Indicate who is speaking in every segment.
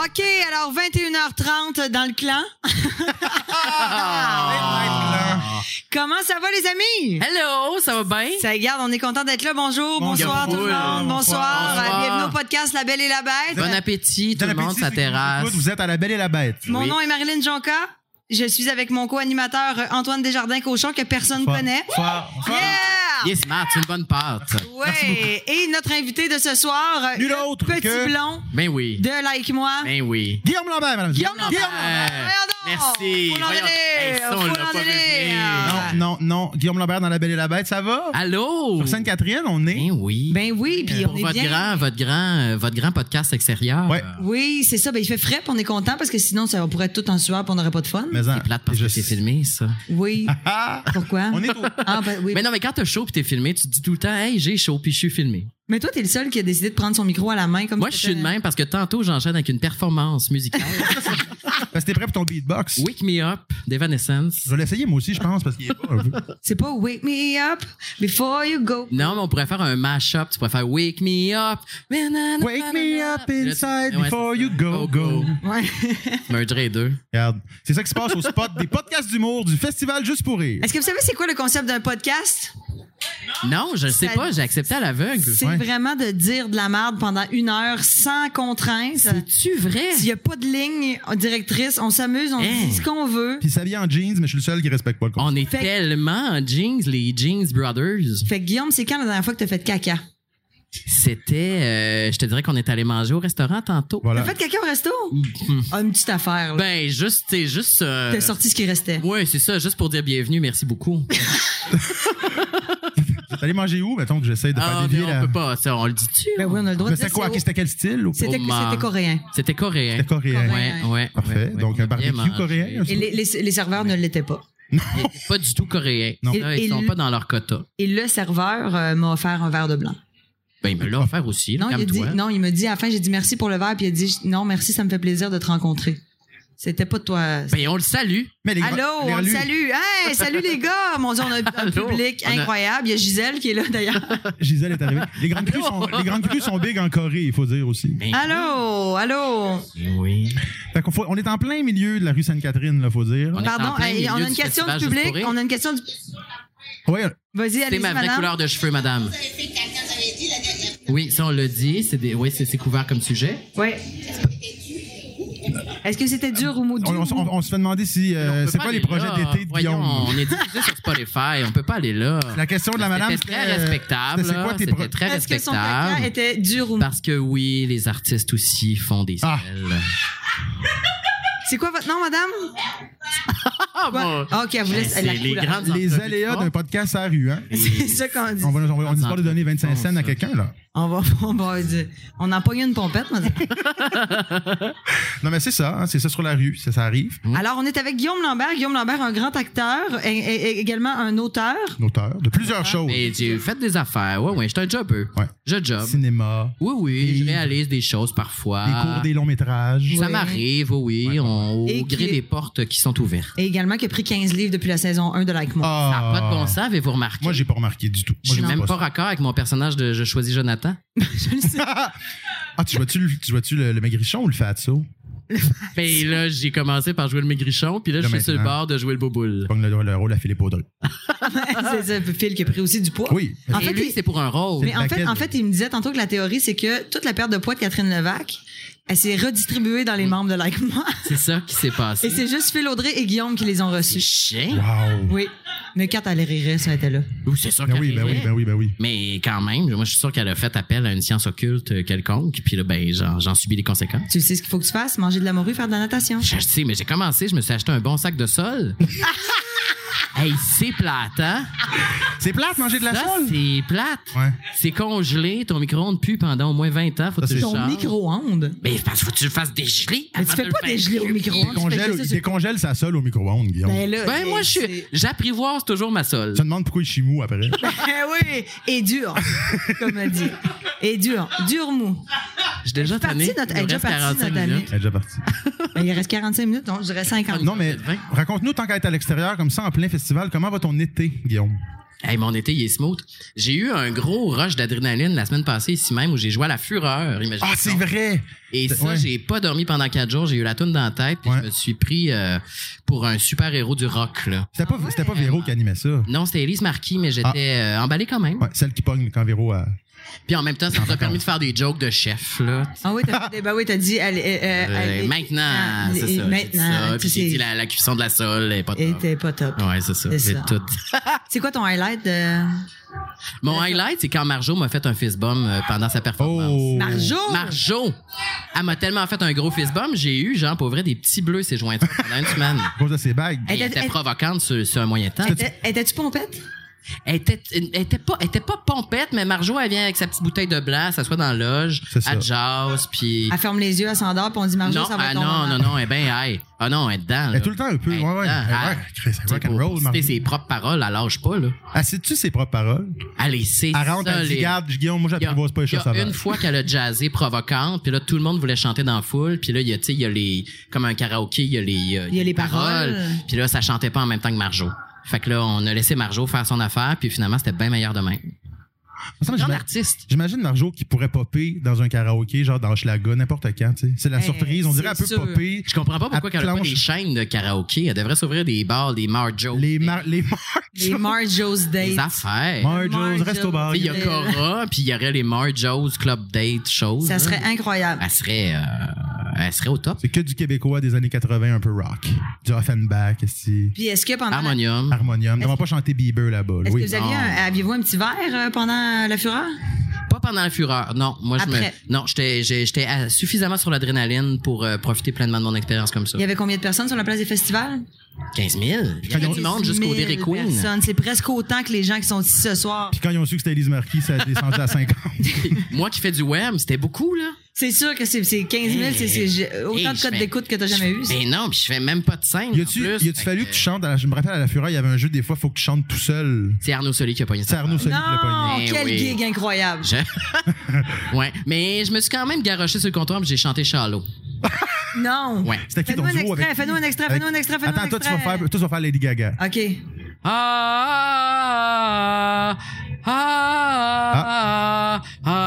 Speaker 1: Alors, 21h30 dans le clan.
Speaker 2: Ah.
Speaker 1: Comment ça va, les amis?
Speaker 3: Hello, ça va bien?
Speaker 1: Ça regarde, on est content d'être là. Bonjour, bonsoir tout le monde, bonsoir. Euh, Bienvenue au podcast La Belle et la Bête.
Speaker 3: Bon appétit, tout
Speaker 2: Bon
Speaker 3: le monde,
Speaker 2: appétit,
Speaker 3: sa
Speaker 2: c'est qui nous
Speaker 3: terrasse.
Speaker 2: écoute. Vous êtes à la belle et la bête.
Speaker 1: Mon nom est Marilyn Jonca. Je suis avec mon co-animateur euh, Antoine Desjardins-Cochon que personne ne
Speaker 2: Fort,
Speaker 1: connaît.
Speaker 2: fort, fort.
Speaker 1: Yeah!
Speaker 3: Yes, Matt, c'est une bonne pâte.
Speaker 1: Ouais. Et notre invité de ce soir, euh,
Speaker 2: Nul
Speaker 1: le
Speaker 2: autre
Speaker 1: petit
Speaker 2: que-
Speaker 1: blond
Speaker 3: Ben oui.
Speaker 1: de Like Moi.
Speaker 3: Ben oui.
Speaker 2: Guillaume Lambert, madame.
Speaker 3: Guillaume Lambert.
Speaker 1: Voyons donc.
Speaker 3: euh, Merci.
Speaker 1: Faut l'en
Speaker 3: Voyons.
Speaker 1: donner.
Speaker 3: Hey, ça, on
Speaker 1: Faut
Speaker 3: l'a
Speaker 1: l'en
Speaker 3: pas
Speaker 1: donner.
Speaker 3: deviné.
Speaker 1: Ah.
Speaker 2: Non, non, non. Guillaume Lambert dans la belle et la bête, ça va?
Speaker 3: Allô?
Speaker 2: Sur Sainte-Catherine, on est.
Speaker 3: Ben Ah. oui.
Speaker 1: Ben oui, puis
Speaker 3: Pour
Speaker 1: on est
Speaker 3: votre
Speaker 1: bien.
Speaker 3: grand, votre grand, euh, votre grand podcast extérieur.
Speaker 2: Ouais.
Speaker 3: Euh,
Speaker 1: Oui, c'est ça. Ben, il fait frais, puis on est content parce que sinon, ça, on pourrait être tout en sueur, puis on n'aurait pas de fun.
Speaker 2: Mais en-
Speaker 3: C'est plate parce
Speaker 2: je-
Speaker 3: que c'est filmé, ça.
Speaker 1: Oui.
Speaker 2: Ah!
Speaker 1: Pourquoi?
Speaker 2: On est au.
Speaker 1: Ah, ben oui.
Speaker 3: Mais non, mais quand t'as chaud puis t'es filmé, tu te dis tout le temps, hey, j'ai chaud puis je suis filmé.
Speaker 1: Mais toi, t'es le seul qui a décidé de prendre son micro à la main comme
Speaker 3: Moi, je
Speaker 1: tu
Speaker 3: suis de
Speaker 1: faisais-
Speaker 3: même parce que tantôt, j'enchaîne avec une performance musicale.
Speaker 2: Parce que t'es prêt pour ton beatbox?
Speaker 3: Wake Me Up d'Evanescence.
Speaker 2: Je vais l'essayer moi aussi, je pense, parce qu'il est pas. un peu-
Speaker 1: C'est pas Wake Me Up Before You Go.
Speaker 3: Non, mais on pourrait faire un mash-up. Tu pourrais faire Wake Me Up.
Speaker 2: Wake me up inside
Speaker 3: Ouais,
Speaker 2: before
Speaker 3: c'est
Speaker 2: you
Speaker 3: ça.
Speaker 2: go, go.
Speaker 1: Ouais.
Speaker 3: Merger les deux.
Speaker 2: Regarde, c'est ça qui se passe au spot des podcasts d'humour du festival Juste pour rire.
Speaker 1: Est-ce que vous savez c'est quoi le concept d'un podcast?
Speaker 3: Non, je ne sais
Speaker 1: Ça-
Speaker 3: pas, j'ai accepté à l'aveugle.
Speaker 1: C'est
Speaker 2: Ouais.
Speaker 1: vraiment de dire de la merde pendant une heure sans contrainte.
Speaker 3: C'est-tu vrai?
Speaker 1: Il n'y a pas de ligne directrice. On s'amuse, on
Speaker 3: Hein?
Speaker 1: dit ce qu'on veut.
Speaker 2: Puis ça vient en jeans, mais je suis le seul qui respecte pas le concept.
Speaker 3: On est
Speaker 1: Fait que-
Speaker 3: tellement en jeans, les Jeans Brothers.
Speaker 1: Fait que Guillaume, c'est quand la dernière fois que t'as fait caca?
Speaker 3: C'était, euh, je te dirais qu'on est allé manger au restaurant tantôt.
Speaker 2: Voilà.
Speaker 1: T'as fait caca au resto?
Speaker 3: Mm.
Speaker 1: Ah, une petite affaire, là.
Speaker 3: Ben, juste, c'est juste. euh,
Speaker 1: T'as sorti ce qui restait.
Speaker 3: Ouais, c'est ça, juste pour dire bienvenue, merci beaucoup.
Speaker 2: T'es allé manger où? Mettons que j'essaie de
Speaker 3: Ah,
Speaker 2: pas
Speaker 3: mais
Speaker 2: dévier
Speaker 3: on
Speaker 2: la.
Speaker 3: peut pas, ça, on le dit-tu?
Speaker 1: Ben oui, on a le droit
Speaker 2: Mais
Speaker 1: de dire
Speaker 2: c'était quoi?
Speaker 1: c'est où.
Speaker 2: C'était quel style? au-
Speaker 1: C'était
Speaker 3: Oh, man.
Speaker 1: c'était coréen.
Speaker 3: C'était coréen.
Speaker 2: C'était coréen.
Speaker 3: Ouais, ouais.
Speaker 2: Parfait.
Speaker 3: ouais, ouais.
Speaker 2: Donc, un barbecue
Speaker 3: Bien mangé.
Speaker 2: coréen,
Speaker 1: Et les, les- les serveurs ne l'étaient pas.
Speaker 3: Ils étaient Pas du tout coréen.
Speaker 2: Non.
Speaker 3: Ça,
Speaker 1: Et- et
Speaker 3: Ils sont
Speaker 1: le-
Speaker 3: pas dans leur quota.
Speaker 1: Et le serveur euh, m'a offert un verre de blanc.
Speaker 3: Ben, il me l'a offert aussi, là,
Speaker 1: Non, il, a dit,
Speaker 3: calme-toi. hein.
Speaker 1: non il me dit à la fin, j'ai dit merci pour le verre, puis il a dit non, merci, ça me fait plaisir de te rencontrer. C'était pas de toi.
Speaker 3: Ben, on le salue.
Speaker 2: Mais les-
Speaker 1: Allô,
Speaker 2: les
Speaker 1: on le
Speaker 2: relus-
Speaker 1: salue. Hey, salut les gars. Mon Dieu, on a un
Speaker 3: Allô.
Speaker 1: public
Speaker 3: On a-
Speaker 1: incroyable. Il y a Gisèle qui est là d'ailleurs.
Speaker 2: Gisèle est arrivée. Les grandes, crues sont, les grandes crues sont big en Corée, il faut dire aussi.
Speaker 3: Ben,
Speaker 1: Allô, allô.
Speaker 3: Oui.
Speaker 2: Fait qu'on faut- on est en plein milieu de la rue Sainte-Catherine, là, faut dire.
Speaker 3: On est en
Speaker 1: Pardon,
Speaker 3: plein
Speaker 1: hey, on a
Speaker 3: milieu
Speaker 1: une
Speaker 3: du
Speaker 1: question du
Speaker 3: festival
Speaker 1: public.
Speaker 3: Juste pour rire.
Speaker 1: On a une question du.
Speaker 2: Ouais,
Speaker 1: Vas-y,
Speaker 3: C'est
Speaker 1: allez-y,
Speaker 3: ma vraie
Speaker 1: madame.
Speaker 3: couleur de cheveux, madame. Oui, ça, on le dit. C'est des... Oui, c'est c'est couvert comme sujet.
Speaker 1: Ouais. Est-ce que c'était dur ou mou-
Speaker 2: on,
Speaker 1: dur
Speaker 2: on-
Speaker 1: ou-
Speaker 2: on- on se fait demander si euh,
Speaker 3: On peut
Speaker 2: c'est
Speaker 3: pas
Speaker 2: quoi les
Speaker 3: aller
Speaker 2: projets
Speaker 3: là.
Speaker 2: d'été de
Speaker 3: Voyons,
Speaker 2: Guillaume.
Speaker 3: On est diffusé sur Spotify. On peut pas aller là.
Speaker 2: La question de la madame.
Speaker 3: C'était très
Speaker 2: c'était, euh,
Speaker 3: respectable.
Speaker 2: c'était c'est quoi
Speaker 3: là.
Speaker 2: tes pro-
Speaker 3: C'était très
Speaker 1: Est-ce que son caca
Speaker 3: respectable.
Speaker 1: était dur ou mou?
Speaker 3: Parce que oui, les artistes aussi font des
Speaker 2: Ah.
Speaker 3: selles.
Speaker 1: C'est quoi votre nom, madame?
Speaker 3: Ah,
Speaker 1: Quoi?
Speaker 3: bon.
Speaker 1: Ah, OK, elle vous
Speaker 3: Ben,
Speaker 1: laisse
Speaker 3: c'est
Speaker 1: la
Speaker 3: les
Speaker 1: couleur.
Speaker 3: grandes
Speaker 2: Les
Speaker 3: entreprises
Speaker 2: aléas
Speaker 3: fortes.
Speaker 2: d'un podcast à la rue, hein?
Speaker 1: C'est ça qu'on dit.
Speaker 2: On va, on va, on
Speaker 3: Ça
Speaker 2: histoire de donner 25
Speaker 3: sent
Speaker 2: cents à
Speaker 3: ça.
Speaker 2: quelqu'un, là.
Speaker 1: On va, on va dire- on en pogne une pompette, madame.
Speaker 2: Non, mais c'est ça, hein, c'est ça sur la rue, ça, ça arrive.
Speaker 1: Alors, on est avec Guillaume Lambert. Guillaume Lambert, un grand acteur, et, et- et également un auteur.
Speaker 2: L'auteur, de plusieurs choses.
Speaker 3: Ah, Mais euh, j'ai fait des affaires. Ouais, ouais. Je suis un jobber.
Speaker 2: Ouais.
Speaker 3: Je job.
Speaker 2: Cinéma,
Speaker 3: Oui, oui. Je
Speaker 2: Livre.
Speaker 3: réalise des choses
Speaker 2: des
Speaker 3: parfois.
Speaker 2: cours, des longs métrages.
Speaker 3: Ça
Speaker 1: Oui.
Speaker 3: m'arrive, oui, oui. on-
Speaker 1: Et
Speaker 3: Au gré
Speaker 1: qui-
Speaker 3: des portes qui sont ouvertes.
Speaker 1: Et également qui a pris 15 livres depuis la saison 1 de Like Moi.
Speaker 2: Ah.
Speaker 3: Ça n'a pas de bon sens, avez-vous remarqué?
Speaker 2: Moi, j'ai pas remarqué du tout. Moi,
Speaker 3: je suis
Speaker 2: je dis
Speaker 3: même
Speaker 2: pas
Speaker 3: pas
Speaker 2: ça.
Speaker 3: raccord avec mon personnage de Je choisis Jonathan.
Speaker 2: Ah, tu vois-tu le, tu vois-tu le, le maigrichon ou le fatso?
Speaker 3: Ben là, j'ai commencé par jouer le maigrichon, puis là, je
Speaker 2: Là,
Speaker 3: suis sur le
Speaker 2: maintenant.
Speaker 3: bord de jouer le boboule.
Speaker 2: Je pogne le, le rôle à Philippe Audrey.
Speaker 1: c'est ça, Phil qui a pris aussi du poids.
Speaker 2: Oui.
Speaker 1: En
Speaker 3: Et
Speaker 1: fait,
Speaker 3: lui,
Speaker 1: il-
Speaker 3: c'est pour un rôle.
Speaker 1: Mais en fait,
Speaker 2: Laquelle?
Speaker 1: en fait, il me disait tantôt que la théorie, c'est que toute la perte de poids de Catherine Levac, elle s'est redistribuée dans les membres de Like Moi.
Speaker 3: C'est ça qui s'est
Speaker 1: Et
Speaker 3: passé.
Speaker 1: c'est juste Phil Audrey et Guillaume qui les ont
Speaker 3: C'est
Speaker 1: reçus.
Speaker 3: chiant.
Speaker 2: Wow.
Speaker 1: Oui. Mais Kat, elle rirait si elle était là.
Speaker 3: Ou c'est ça
Speaker 2: Ben
Speaker 3: qu'elle
Speaker 2: oui, ben oui,
Speaker 3: riait.
Speaker 2: ben oui, ben oui.
Speaker 3: Mais quand même, moi, je suis sûr qu'elle a fait appel à une science occulte quelconque, puis là, ben, j'en j'en subis les conséquences.
Speaker 1: Tu sais ce qu'il faut que tu fasses? Manger de la morue, faire de la natation.
Speaker 3: Je sais, mais j'ai commencé, je me suis acheté un bon sac de sol. hey, c'est plate, hein?
Speaker 1: Ah,
Speaker 2: C'est plate manger de la
Speaker 3: Ça,
Speaker 2: sole.
Speaker 3: c'est plate.
Speaker 2: Ouais.
Speaker 3: C'est congelé, ton micro-ondes pue pendant au moins 20 ans, faut que tu
Speaker 2: Ça,
Speaker 3: le
Speaker 2: c'est-
Speaker 1: Ah, Ton
Speaker 3: changes.
Speaker 1: micro-ondes.
Speaker 3: Mais parce que tu le fasses dégeler.
Speaker 1: Mais tu
Speaker 3: avant
Speaker 1: fais
Speaker 3: de
Speaker 1: pas
Speaker 3: le faire
Speaker 1: dégeler au
Speaker 3: cuire.
Speaker 1: micro-ondes. tu fais
Speaker 2: Congèle,
Speaker 1: juste-
Speaker 2: il décongèle sa sole au micro-ondes, Guillaume.
Speaker 1: Ben là,
Speaker 3: Ben, moi, je suis-
Speaker 1: c'est-
Speaker 3: j'apprivoise toujours ma sole.
Speaker 2: Je te demande pourquoi il chimou après.
Speaker 1: Ben oui, et dur, comme on dit. Et dur, dur mou.
Speaker 3: J'ai déjà
Speaker 1: partie,
Speaker 3: tanné.
Speaker 1: notre- elle
Speaker 3: Il
Speaker 1: est
Speaker 3: nous reste
Speaker 1: déjà partie,
Speaker 3: 45
Speaker 1: notre amie.
Speaker 3: minutes.
Speaker 2: Elle est déjà partie.
Speaker 1: Ben, il reste 45 minutes,
Speaker 3: Ah,
Speaker 1: donc je dirais 50.
Speaker 2: Non, mais raconte-nous, tant qu'à être à l'extérieur, comme ça, en plein festival, comment va ton été, Guillaume?
Speaker 3: Hey, mon été, il est smooth. J'ai eu un gros rush d'adrénaline la semaine passée, ici même, où j'ai joué à la fureur. imagine.
Speaker 2: Ah, c'est vrai!
Speaker 3: Et ça,
Speaker 2: Ben, Ouais.
Speaker 3: j'ai pas dormi pendant quatre jours. J'ai eu la toune dans la tête, puis
Speaker 2: Ouais.
Speaker 3: je me suis pris euh, pour un super-héros du rock, là.
Speaker 2: C'était pas, c'était pas Véro qui animait ça.
Speaker 3: Ah, Non, c'était Elise Marquis, mais j'étais euh, emballé quand même.
Speaker 2: Ah. Ouais, celle qui pogne quand Véro a.
Speaker 3: Puis en même temps, ça nous a permis de faire des jokes de chef, là.
Speaker 1: Ah oui, t'as fait- bah oui, t'as dit. Elle, elle- elle-
Speaker 3: Euh,
Speaker 1: elle-
Speaker 3: maintenant,
Speaker 1: elle-
Speaker 3: c'est ça. j'ai dit ça.
Speaker 1: Ah, Maintenant,
Speaker 3: Puis
Speaker 1: tu
Speaker 3: j'ai dit
Speaker 1: sais,
Speaker 3: la, la cuisson de la sole, elle est pas
Speaker 1: elle
Speaker 3: top.
Speaker 1: était pas top.
Speaker 3: Ouais, c'est ça.
Speaker 1: C'est
Speaker 3: J'ai
Speaker 1: ça.
Speaker 3: tout.
Speaker 1: C'est quoi ton highlight de
Speaker 3: Mon highlight, c'est quand Marjo m'a fait un fist bump euh, pendant sa performance.
Speaker 2: Oh!
Speaker 1: Marjo?
Speaker 3: Marjo! Elle m'a tellement fait un gros fist bump, j'ai eu, genre, pour vrai, des petits bleus ses jointures pendant une semaine.
Speaker 2: À cause de ses bagues.
Speaker 3: Elle
Speaker 1: était-
Speaker 3: était
Speaker 1: elle-
Speaker 3: provocante sur, sur un moyen temps.
Speaker 1: Était- Étais-tu pompette?
Speaker 3: Elle était, elle était pas, elle était pas pompette, mais Marjo, elle vient avec sa petite bouteille de blanc, s'assoit dans la loge,
Speaker 2: C'est ça.
Speaker 3: elle jase, puis...
Speaker 1: Elle ferme les yeux, elle s'endort, puis on dit Marjo,
Speaker 3: non,
Speaker 1: ça va
Speaker 3: ah,
Speaker 1: ton
Speaker 3: non, non,
Speaker 1: moment.
Speaker 3: non, elle est bien high. Ah non, elle est dedans,
Speaker 2: Elle
Speaker 3: là.
Speaker 2: est tout le temps un peu.
Speaker 3: Elle
Speaker 2: Ouais,
Speaker 3: est
Speaker 2: ouais.
Speaker 3: dedans,
Speaker 2: Ouais,
Speaker 3: elle-
Speaker 2: Chris,
Speaker 3: Tu
Speaker 2: c'est
Speaker 3: sais, pour-
Speaker 2: rock'n'roll,
Speaker 3: pour
Speaker 2: Marjo.
Speaker 3: citer ses propres paroles, elle lâche pas, là.
Speaker 2: Elle sait-tu ses propres paroles?
Speaker 3: Allez, c'est
Speaker 2: Elle rentre, elle dit,
Speaker 3: solide.
Speaker 2: garde, Guillaume, moi,
Speaker 3: Il y a-
Speaker 2: j'apprivoise pas les
Speaker 3: il y a
Speaker 2: choses ça
Speaker 3: une fois qu'elle a jazzé provocante, puis là, tout le monde voulait chanter dans la foule, puis là, il y a, tu sais, il y a les, comme un karaoké, il y a les, euh,
Speaker 1: Il y a les paroles.
Speaker 3: puis là, ça chantait pas en même temps que Marjo. Fait que là, on a laissé Marjo faire son affaire, puis finalement, c'était bien meilleur demain. Genre d'artiste.
Speaker 2: J'imagine Marjo qui pourrait popper dans un karaoké, genre dans Schlaga, n'importe quand, tu sais. C'est la
Speaker 1: Eh,
Speaker 2: surprise. On dirait un
Speaker 1: c'est
Speaker 2: peu
Speaker 1: sûr.
Speaker 2: popper.
Speaker 3: Je comprends pas pourquoi
Speaker 2: Elle
Speaker 3: qu'elle a pas
Speaker 2: planche.
Speaker 3: des chaînes de karaoké. Elle devrait s'ouvrir des bars, des Marjo.
Speaker 2: Les, mar les Marjo.
Speaker 1: Les Marjo's
Speaker 3: des
Speaker 1: Date.
Speaker 3: affaires.
Speaker 2: Marjo's
Speaker 1: Marjo.
Speaker 2: resto bar.
Speaker 3: Tu sais, Il y a Cora, puis il y aurait les Marjo's Club Date, choses.
Speaker 1: Ça
Speaker 3: là.
Speaker 1: serait incroyable.
Speaker 3: Elle serait, euh, elle serait au top.
Speaker 2: C'est que du québécois des années 80, un peu rock. Du Offenbach, ici.
Speaker 1: Puis est-ce que
Speaker 3: Ah,
Speaker 1: pendant. la-
Speaker 3: Harmonium.
Speaker 2: Harmonium. On va pas chanter Bieber là-bas. là.
Speaker 1: Mm. Est-ce
Speaker 2: Oui.
Speaker 1: que vous aviez
Speaker 3: non.
Speaker 1: un, aviez-vous un petit verre euh, pendant la fureur?
Speaker 2: Ah.
Speaker 3: Pas pendant la fureur. Non, moi, je me.
Speaker 1: Après.
Speaker 3: Non, j'étais j'ai- j'étais à- suffisamment sur l'adrénaline pour euh, profiter pleinement de mon expérience comme ça.
Speaker 1: Il y avait combien de personnes sur la place des festivals?
Speaker 3: 15 000. Il y avait du monde jusqu'au
Speaker 1: 10 000
Speaker 3: Dairy Queen.
Speaker 1: personnes. C'est presque autant que les gens qui sont ici ce soir.
Speaker 2: Puis quand ils ont su que c'était Elise Marquis, ça a descendu à 50.
Speaker 3: Moi qui fais du web, c'était beaucoup, là.
Speaker 1: C'est sûr que c'est c'est 15 000, c'est- c'est j'ai-
Speaker 3: Hey,
Speaker 1: autant de
Speaker 3: je
Speaker 1: codes
Speaker 3: fais-
Speaker 1: d'écoute que t'as jamais eu.
Speaker 3: Mais non, puis je fais même pas de scène.
Speaker 2: Y
Speaker 3: en
Speaker 2: a-tu
Speaker 3: plus.
Speaker 2: y a-tu
Speaker 3: Fait
Speaker 2: fallu que tu chantes? à la- je me rappelle à la Fureur, il y avait un jeu, des fois, faut que tu chantes tout seul.
Speaker 3: C'est Arnaud Soli qui a pogné
Speaker 2: C'est
Speaker 3: ça.
Speaker 2: Arnaud Soli qui l'a
Speaker 1: Non,
Speaker 2: pogné.
Speaker 3: Eh
Speaker 1: quel
Speaker 3: oui.
Speaker 1: gig incroyable.
Speaker 3: Je- ouais, mais je me suis quand même garoché sur le comptoir puis j'ai chanté Shallow.
Speaker 1: Non.
Speaker 3: Ouais.
Speaker 2: C'était qui
Speaker 1: Fais-nous
Speaker 2: ton
Speaker 1: un
Speaker 2: duo
Speaker 1: extrait,
Speaker 2: avec.
Speaker 1: fais-nous un extrait, fais-nous un extrait, fais-nous un
Speaker 2: Attends, toi, tu vas
Speaker 1: extrait.
Speaker 2: faire toi, tu vas faire Lady Gaga.
Speaker 1: OK.
Speaker 3: Ah, ah, ah,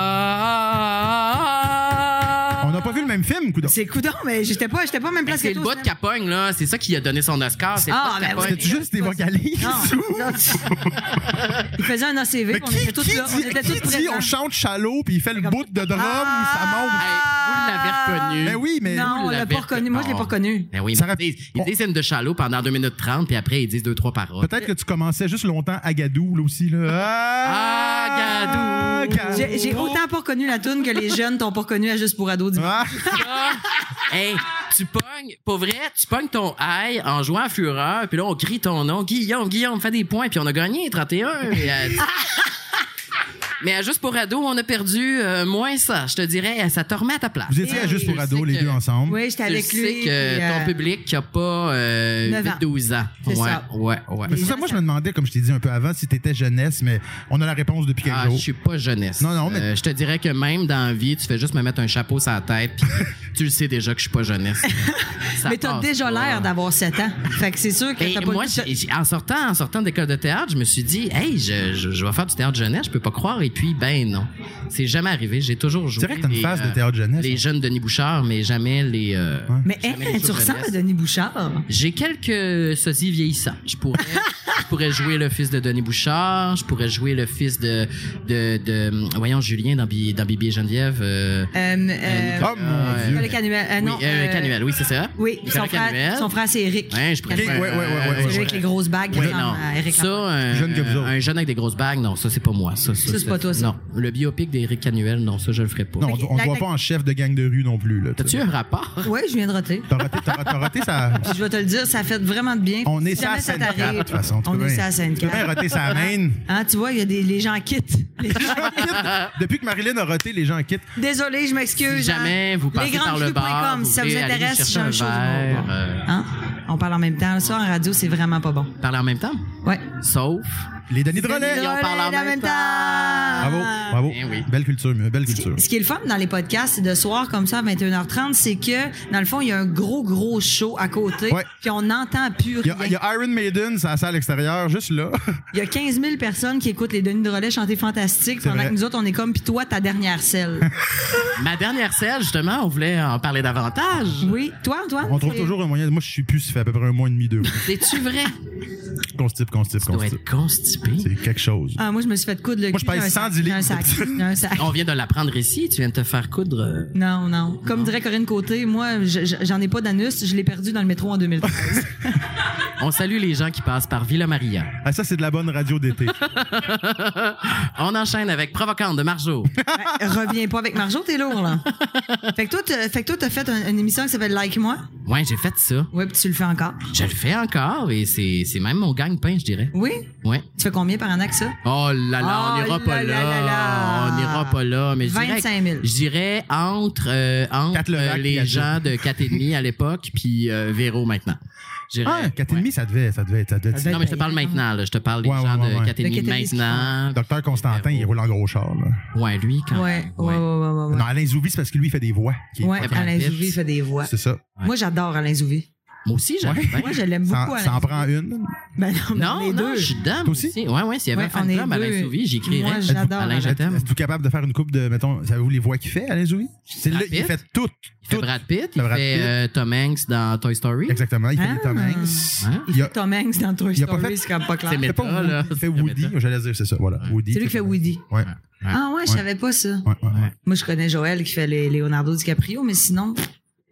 Speaker 3: ah,
Speaker 2: On n'a pas vu le même film, coudon.
Speaker 1: C'est coudon, mais j'étais pas, j'étais pas même place
Speaker 3: C'est
Speaker 1: que
Speaker 3: le
Speaker 1: toi.
Speaker 3: bout de Capogne, là. C'est ça qui a donné son Oscar. C'est
Speaker 1: Ah,
Speaker 3: le bout de
Speaker 1: ben
Speaker 3: Capogne.
Speaker 1: oui.
Speaker 2: C'était-tu juste des
Speaker 1: Non.
Speaker 2: vocalistes? ou-
Speaker 1: Non. non, tu- Il faisait un ACV,
Speaker 2: Mais
Speaker 1: puis on
Speaker 2: qui,
Speaker 1: était tous
Speaker 2: qui
Speaker 1: là, on
Speaker 2: dit,
Speaker 1: était
Speaker 2: qui
Speaker 1: tous
Speaker 2: dit on
Speaker 1: présents.
Speaker 2: chante Shallow puis il fait le bout de drum
Speaker 3: Ah! Hey, vous l'avez reconnu.
Speaker 2: ça monte? Ben oui, mais
Speaker 1: Non, on l'a
Speaker 3: l'avez
Speaker 1: pas reconnu. Moi, je l'ai
Speaker 3: Non.
Speaker 1: pas reconnu.
Speaker 3: Ben oui,
Speaker 2: Ça
Speaker 3: mais
Speaker 2: rap-
Speaker 3: ils disent, ils
Speaker 2: on-
Speaker 3: disent une de Shallow pendant 2 minutes 30, puis après, ils disent 2-3 paroles.
Speaker 2: peut-être que tu commençais juste longtemps à Gadou, là aussi. Là.
Speaker 3: Ah, Gadou.
Speaker 2: Gadou.
Speaker 1: J'ai j'ai autant pas reconnu la toune que les jeunes t'ont pas reconnu à Juste pour ados. dimanche.
Speaker 2: Ah,
Speaker 3: Ah! hey, tu pognes, pour vrai, tu pognes ton high en jouant à fureur, puis là, on crie ton nom. Guillaume, Guillaume, fais des points, puis on a gagné 31. Et, euh, Mais à juste pour ado, on a perdu euh, moins ça. Je te dirais, euh, ça te remet à ta place.
Speaker 2: vous étiez à juste pour
Speaker 3: Je
Speaker 2: ado,
Speaker 3: sais
Speaker 2: les
Speaker 3: que-
Speaker 2: deux ensemble.
Speaker 1: Oui, j'étais
Speaker 3: Tu
Speaker 1: avec
Speaker 3: sais
Speaker 1: lui.
Speaker 3: que
Speaker 1: puis,
Speaker 3: ton
Speaker 1: euh,
Speaker 3: public qui a pas euh,
Speaker 1: Neuf ans.
Speaker 3: 12 ans.
Speaker 1: C'est
Speaker 3: ouais,
Speaker 1: ça.
Speaker 3: ouais, ouais.
Speaker 2: Mais c'est ça, moi, je me demandais, comme je t'ai dit un peu avant, si t'étais jeunesse, mais on a la réponse depuis quelques
Speaker 3: Ah, je
Speaker 2: jours.
Speaker 3: suis pas jeunesse.
Speaker 2: Non, non, mais-
Speaker 3: Euh, je te dirais que même dans la vie, tu fais juste me mettre un chapeau sur la tête, puis tu le sais déjà que je suis pas jeunesse. Ça
Speaker 1: Mais t'as
Speaker 3: passe
Speaker 1: déjà
Speaker 3: pas.
Speaker 1: l'air d'avoir 7 ans. Fait que c'est sûr que
Speaker 3: Et
Speaker 1: t'as pas
Speaker 3: moi,
Speaker 1: le goût de-
Speaker 3: j'ai- j'ai- en sortant, en sortant d'école de théâtre, je me suis dit, hey, je, je- je vais faire du théâtre jeunesse, je peux pas croire. Et puis, ben non, c'est jamais arrivé. J'ai toujours joué.
Speaker 2: C'est vrai que t'as une
Speaker 3: les,
Speaker 2: phase de
Speaker 3: euh,
Speaker 2: théâtre jeunesse. hein.
Speaker 3: Les jeunes Denis Bouchard, mais jamais les. euh,
Speaker 2: Ouais.
Speaker 1: Mais
Speaker 3: jamais
Speaker 1: hein,
Speaker 3: les
Speaker 1: tu
Speaker 3: choses
Speaker 1: ressembles à
Speaker 3: jeunesse.
Speaker 1: Denis Bouchard. Euh,
Speaker 3: J'ai quelques sosies vieillissants. Je pourrais, je pourrais jouer le fils de Denis Bouchard. Je pourrais jouer le fils de, de, de- voyons, Julien dans, Bi- dans Bibi et Geneviève. euh,
Speaker 1: Euh, euh,
Speaker 2: Oh
Speaker 3: euh,
Speaker 2: mon
Speaker 1: Nicolas
Speaker 2: Dieu.
Speaker 1: Canuel. Euh, non,
Speaker 3: oui, euh,
Speaker 1: euh,
Speaker 3: Canuel, oui, c'est ça.
Speaker 1: Oui,
Speaker 3: Nicolas
Speaker 1: son frère,
Speaker 3: Canuel.
Speaker 1: son frère, c'est Eric.
Speaker 3: Hein, je préfère.
Speaker 2: Ok, ouais, ouais, ouais,
Speaker 3: euh,
Speaker 2: ouais,
Speaker 1: Celui avec les grosses bagues.
Speaker 3: Ouais,
Speaker 1: qui
Speaker 3: non.
Speaker 1: ressemble à Eric
Speaker 3: ça,
Speaker 1: Lapointe.
Speaker 3: un,
Speaker 2: Jeune que vous autres.
Speaker 3: un jeune avec des grosses bagues, non, ça c'est pas moi. Ça,
Speaker 1: Ça, c'est pas toi, ça.
Speaker 3: Non, le biopic d'Éric Canuel, non, ça je le ferai pas.
Speaker 2: Non,
Speaker 1: Ok,
Speaker 2: on ne
Speaker 1: la-
Speaker 2: voit
Speaker 1: la-
Speaker 2: pas en chef de gang de rue non plus. là.
Speaker 3: T'as-tu un rapport?
Speaker 1: Oui, je viens de roter.
Speaker 2: T'as raté, t'as- t'as raté ça.
Speaker 1: Puis Je vais te le dire, ça fait vraiment de bien.
Speaker 2: On
Speaker 1: Si
Speaker 2: est ça
Speaker 1: jamais
Speaker 2: à
Speaker 1: ça
Speaker 2: scène
Speaker 1: t'arrive,
Speaker 2: de toute façon. tu
Speaker 1: On
Speaker 2: peux
Speaker 1: est
Speaker 2: bien-
Speaker 1: ça à scène
Speaker 2: Tu peux bien rater sa reine.
Speaker 1: Hein, tu vois, il y a des, les gens quittent. Les gens-
Speaker 2: Depuis que Marilyn a roté, les gens quittent.
Speaker 1: Désolé, je m'excuse.
Speaker 3: Si jamais
Speaker 1: hein.
Speaker 3: vous passez par le bar,
Speaker 1: Lesgrandecrues.com, si
Speaker 3: vous
Speaker 1: ça vous
Speaker 3: voulez aller
Speaker 1: intéresse,
Speaker 3: chercher
Speaker 1: j'ai
Speaker 3: un
Speaker 1: un show
Speaker 3: verre,
Speaker 1: d'humour.
Speaker 3: euh,
Speaker 1: Hein? On parle en même temps. Ça, en radio, c'est vraiment pas bon.
Speaker 3: Parler en même temps?
Speaker 1: Ouais. hein,
Speaker 3: Sauf
Speaker 2: les Denis de
Speaker 1: Denis
Speaker 2: relais.
Speaker 1: de
Speaker 3: on parle en
Speaker 1: Relais,
Speaker 3: même temps.
Speaker 2: Bravo, hein? bravo.
Speaker 3: Eh oui.
Speaker 2: Belle culture, mais belle culture.
Speaker 1: Ce qui est le fun dans les podcasts, c'est de soir comme ça à 21h30, c'est que dans le fond, il y a un gros, gros show à côté.
Speaker 2: Ouais.
Speaker 1: Puis on n'entend plus
Speaker 2: Il y,
Speaker 1: rien.
Speaker 2: a, il y a Iron Maiden, c'est la salle extérieure, juste là.
Speaker 1: Il y a 15 000 personnes qui écoutent les Denis de Relais chanter fantastique
Speaker 2: C'est
Speaker 1: pendant
Speaker 2: vrai.
Speaker 1: que nous autres, on est comme, puis toi, ta dernière selle.
Speaker 3: Ma dernière selle, justement, on voulait en parler davantage.
Speaker 1: oui. Toi, Antoine?
Speaker 2: On trouve
Speaker 1: c'est-
Speaker 2: toujours un moyen. Moi, je suis plus, ça fait à peu près un mois et demi, deux mois.
Speaker 3: C'est-tu vrai?
Speaker 2: Constipe, constipe,
Speaker 3: Tu dois
Speaker 2: constipe.
Speaker 3: être constipé.
Speaker 2: C'est quelque chose.
Speaker 1: Ah, moi, je me suis fait coudre le
Speaker 2: Moi,
Speaker 1: cul.
Speaker 2: je pèse
Speaker 1: d'un
Speaker 2: 110
Speaker 1: sac-
Speaker 2: livres.
Speaker 1: d'un sac. d'un sac.
Speaker 3: On vient de l'apprendre ici. Tu viens de te faire coudre. euh,
Speaker 1: Non, non. Comme dirait Corinne Côté, moi, je- je- j'en ai pas d'anus. Je l'ai perdu dans le métro en 2013.
Speaker 3: On salue les gens qui passent par Villa Maria.
Speaker 2: Ah, ça, c'est de la bonne radio d'été.
Speaker 3: On enchaîne avec Provocante de Marjo.
Speaker 1: Ouais, reviens pas avec Marjo, t'es lourd, là. Fait que toi, t'as fait, que toi, t'as fait un- une émission qui s'appelle Like Moi.
Speaker 3: Ouais, j'ai fait ça.
Speaker 1: Ouais, puis tu le fais encore.
Speaker 3: Je le fais encore et c'est c'est même mon gagne-pain, je dirais.
Speaker 1: Oui?
Speaker 3: Ouais.
Speaker 1: Tu fais combien par an que ça?
Speaker 3: Oh là là,
Speaker 1: Oh
Speaker 3: on n'ira
Speaker 1: là
Speaker 3: pas là.
Speaker 1: là là là.
Speaker 3: On n'ira pas là. Mais je dirais-
Speaker 1: 25 000.
Speaker 3: Je dirais entre, euh, entre
Speaker 2: Quatre
Speaker 3: euh,
Speaker 2: Levac,
Speaker 3: les
Speaker 2: puis
Speaker 3: gens de 4,5 à l'époque puis euh, Véro maintenant. Je dirais-
Speaker 2: Ah, 4,5, ça devait, ça devait, ça devait. être-
Speaker 1: devait
Speaker 3: Non, mais je te parle maintenant. Là. Je te parle des
Speaker 2: Ouais,
Speaker 3: gens
Speaker 2: ouais, ouais, ouais.
Speaker 3: de 4,5
Speaker 1: De 4,5,
Speaker 3: maintenant.
Speaker 2: Docteur Constantin, il roule en gros char. là.
Speaker 3: Ouais, lui, quand
Speaker 1: Ouais,
Speaker 3: même.
Speaker 1: ouais, ouais, ouais, ouais.
Speaker 2: Ah, Non, Alain Zouvi, c'est parce que lui, il fait des voix. Qui est
Speaker 1: Ouais,
Speaker 2: fucking-
Speaker 1: Alain
Speaker 3: rapide.
Speaker 1: Zouvi fait des voix.
Speaker 2: C'est ça.
Speaker 1: Moi, j'adore Alain Zouvi.
Speaker 3: Moi aussi, j'avais bien.
Speaker 1: Moi, je l'aime
Speaker 2: Ça,
Speaker 1: beaucoup.
Speaker 2: en-
Speaker 1: Alain
Speaker 2: ça en
Speaker 1: Zouvi.
Speaker 2: prend une.
Speaker 1: Ben non, mais on
Speaker 3: Non,
Speaker 1: est
Speaker 3: non,
Speaker 1: deux.
Speaker 3: je suis dedans.
Speaker 2: Toi aussi? Euh,
Speaker 3: moi Ouais, ouais, s'il y avait
Speaker 1: Ouais,
Speaker 3: un fan
Speaker 1: on est
Speaker 3: club, Alain
Speaker 1: deux.
Speaker 3: Souvi, j'écrirais.
Speaker 1: Moi, j'adore
Speaker 3: Alain, je
Speaker 1: Alain.
Speaker 3: t'aime.
Speaker 2: Êtes-vous capable de faire une coupe de, mettons, savez-vous les voix qu'il fait, Alain Zouvi? C'est là, il
Speaker 3: Rapide.
Speaker 2: fait tout.
Speaker 3: Il fait
Speaker 2: tout.
Speaker 3: Brad Pitt, il
Speaker 2: Brad
Speaker 3: fait
Speaker 2: Pitt.
Speaker 3: euh, Tom Hanks dans Toy Story.
Speaker 2: Exactement, il fait
Speaker 1: Ah.
Speaker 2: les Tom Hanks.
Speaker 3: Hein?
Speaker 1: Il
Speaker 2: Il y a-
Speaker 1: fait Tom Hanks dans Toy
Speaker 2: il a pas
Speaker 1: Story,
Speaker 2: fait-
Speaker 1: c'est quand même pas clair.
Speaker 3: C'est
Speaker 2: il fait pas
Speaker 3: Méta,
Speaker 2: Woody,
Speaker 3: là.
Speaker 2: il fait
Speaker 3: C'est
Speaker 2: Woody,
Speaker 3: Méta.
Speaker 2: j'allais dire, c'est ça, voilà. Woody.
Speaker 1: C'est lui qui fait Woody.
Speaker 2: Ouais.
Speaker 1: Ah ouais, je savais pas ça.
Speaker 2: Ouais, ouais, ouais.
Speaker 1: Moi, je connais Joël qui fait les Leonardo DiCaprio, mais sinon,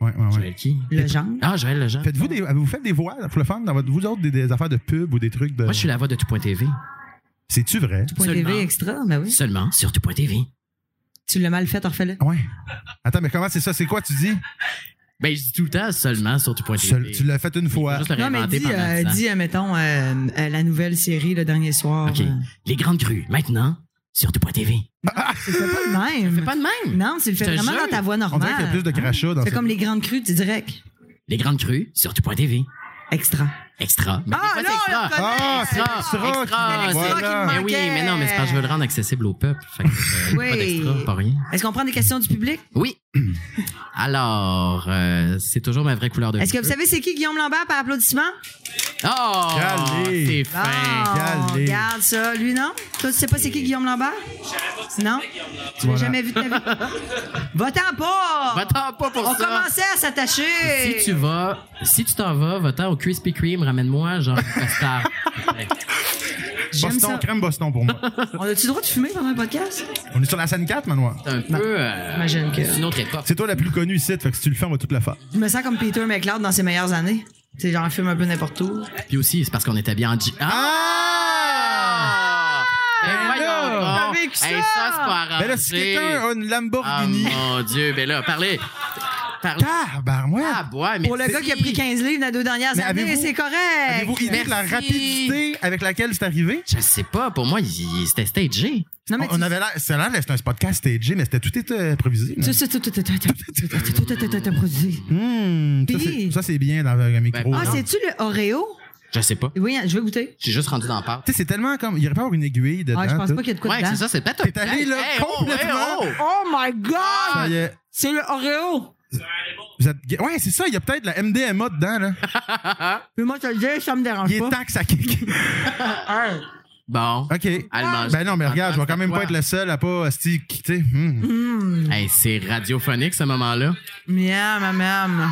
Speaker 2: ouais, ouais, ouais.
Speaker 3: Joël qui?
Speaker 1: le genre.
Speaker 3: Ah, Joël Lejean.
Speaker 2: Faites-vous des, vous faites des voix pour le fun dans votre, vous autres des, des affaires de pub ou des trucs de.
Speaker 3: Moi, je suis la voix de tout.tv.
Speaker 2: C'est-tu vrai?
Speaker 1: Point
Speaker 3: Seulement.
Speaker 1: TV extra, ben oui.
Speaker 3: Seulement sur tout.tv.
Speaker 1: Tu l'as mal fait, refais-le.
Speaker 2: Ouais. Attends, mais comment c'est ça? C'est quoi tu dis?
Speaker 3: Ben, je dis tout le temps seulement sur tout.tv.
Speaker 2: Seul- tu l'as fait une fois.
Speaker 3: Juste le
Speaker 1: Non, mais
Speaker 3: réinventer
Speaker 1: dis,
Speaker 3: pendant
Speaker 1: euh,
Speaker 3: dix ans.
Speaker 1: dis, euh, mettons, euh, euh, la nouvelle série, le dernier soir.
Speaker 3: OK.
Speaker 1: euh,
Speaker 3: Les grandes crues, maintenant, sur tout.tv.
Speaker 1: tu le fais pas de même.
Speaker 3: Fais pas de même.
Speaker 1: Non, tu le fais
Speaker 3: Je te
Speaker 1: vraiment
Speaker 3: jure.
Speaker 1: dans ta voix
Speaker 2: On dirait qu'il y a
Speaker 1: normale.
Speaker 2: plus de crachats dans
Speaker 1: C'est
Speaker 2: cette-
Speaker 1: comme les grandes crues, tu direct.
Speaker 3: Les grandes crues, sur tout.tv.
Speaker 1: Extra.
Speaker 3: Extra. Mais
Speaker 1: Ah,
Speaker 3: des fois,
Speaker 1: non,
Speaker 3: c'est
Speaker 1: on le
Speaker 3: extra.
Speaker 2: Ah, c'est
Speaker 3: Extra,
Speaker 2: l'extra
Speaker 3: extra,
Speaker 2: qui-
Speaker 3: c'est-
Speaker 2: voilà.
Speaker 3: Mais oui, mais non, mais c'est parce que je veux le rendre accessible au peuple. Fait que, euh,
Speaker 1: Oui.
Speaker 3: pas d'extra, pas rien.
Speaker 1: Est-ce qu'on prend des questions du public?
Speaker 3: Oui. Alors, euh, c'est toujours ma vraie couleur de
Speaker 1: Est-ce que vous
Speaker 3: cheveux.
Speaker 1: savez c'est qui Guillaume Lambert par applaudissement?
Speaker 3: Oh,
Speaker 2: Calé.
Speaker 3: c'est
Speaker 1: Bon,
Speaker 3: fin.
Speaker 2: calé.
Speaker 1: regarde ça. Lui, non? Toi, tu sais pas c'est qui Guillaume Lambert? Non? Tu l'as
Speaker 2: Voilà.
Speaker 1: jamais vu de ta vie? Va-t'en pas!
Speaker 3: Va-t'en pas pour
Speaker 1: On
Speaker 3: ça.
Speaker 1: commençait à s'attacher!
Speaker 3: Si tu vas, si tu t'en vas, va-t'en au Krispy Kreme, ramène-moi genre une costard.
Speaker 1: J'aime
Speaker 2: Boston,
Speaker 1: ça.
Speaker 2: crème Boston pour moi.
Speaker 1: On a-tu le droit de fumer pendant un podcast?
Speaker 2: On est sur la scène 4, Manoir.
Speaker 3: C'est un peu. euh,
Speaker 1: J'imagine que-
Speaker 3: c'est une autre époque.
Speaker 2: C'est toi la plus connue ici, fait que si tu le fais, on va toute la faire.
Speaker 1: Je me sens comme Peter McLeod dans ses meilleures années. C'est genre un film un peu n'importe où.
Speaker 3: Puis aussi, c'est parce qu'on était bien en G. Ah! Ben voyons
Speaker 2: là!
Speaker 3: donc.
Speaker 1: T'as vécu ça!
Speaker 3: Hey, ça, c'est pas arrangé.
Speaker 2: Ben là, si quelqu'un a une
Speaker 3: Ah,
Speaker 2: Lamborghini.
Speaker 3: mon Dieu, ben là, parlez. Parlez.
Speaker 2: Ah, ben moi.
Speaker 3: Ah, boy, mais
Speaker 1: Pour le
Speaker 3: si.
Speaker 1: gars qui a pris 15 livres dans les deux dernières
Speaker 2: Mais
Speaker 1: années,
Speaker 2: avez-vous-
Speaker 1: c'est correct! ben,
Speaker 2: Avez-vous idée de la
Speaker 3: Merci.
Speaker 2: rapidité avec laquelle c'est arrivé?
Speaker 3: Je sais pas, pour moi, il- il- c'était stagé.
Speaker 1: Non, mais
Speaker 2: On on
Speaker 1: tu-
Speaker 2: avait l'air, c'est l'air, c'était un podcast stagé, mais c'était tout était improvisé. là.
Speaker 1: Tout, tout, tout, tout, tout, tout, tout, tout, tout, tout, tout, tout, produit.
Speaker 2: Hmm, ça,
Speaker 1: Puis-
Speaker 2: c'est- ça, c'est bien dans un micro.
Speaker 3: Ben,
Speaker 1: Ah,
Speaker 2: là.
Speaker 1: c'est-tu le Oreo?
Speaker 3: Je sais pas.
Speaker 1: Oui, je vais goûter.
Speaker 3: J'ai juste rendu dans la part.
Speaker 2: Tu sais, c'est tellement comme. Il y aurait pas avoir une aiguille dedans.
Speaker 1: Ah, je pense
Speaker 2: tout.
Speaker 1: pas qu'il y a de quoi
Speaker 3: Ouais,
Speaker 1: dedans.
Speaker 3: c'est ça, c'est peut-être
Speaker 2: T'es allé, là, complètement.
Speaker 1: Oh my
Speaker 2: Ça y
Speaker 1: God!
Speaker 2: est.
Speaker 1: C'est le Oreo!
Speaker 2: Vous êtes- Ouais, c'est ça, il y a peut-être la MDMA dedans, là.
Speaker 1: Mais moi, je te le dis, ça me dérange
Speaker 2: Il est temps que ça kick.
Speaker 1: pas.
Speaker 3: Bon.
Speaker 2: OK.
Speaker 3: Elle mange.
Speaker 2: Ben non, mais regarde, je vais quand même
Speaker 3: Quoi?
Speaker 2: pas être le seul à pas. asti, qui- Tu sais. hmm.
Speaker 3: Hey, c'est radiophonique, ce moment-là.
Speaker 1: Miam, miam, miam.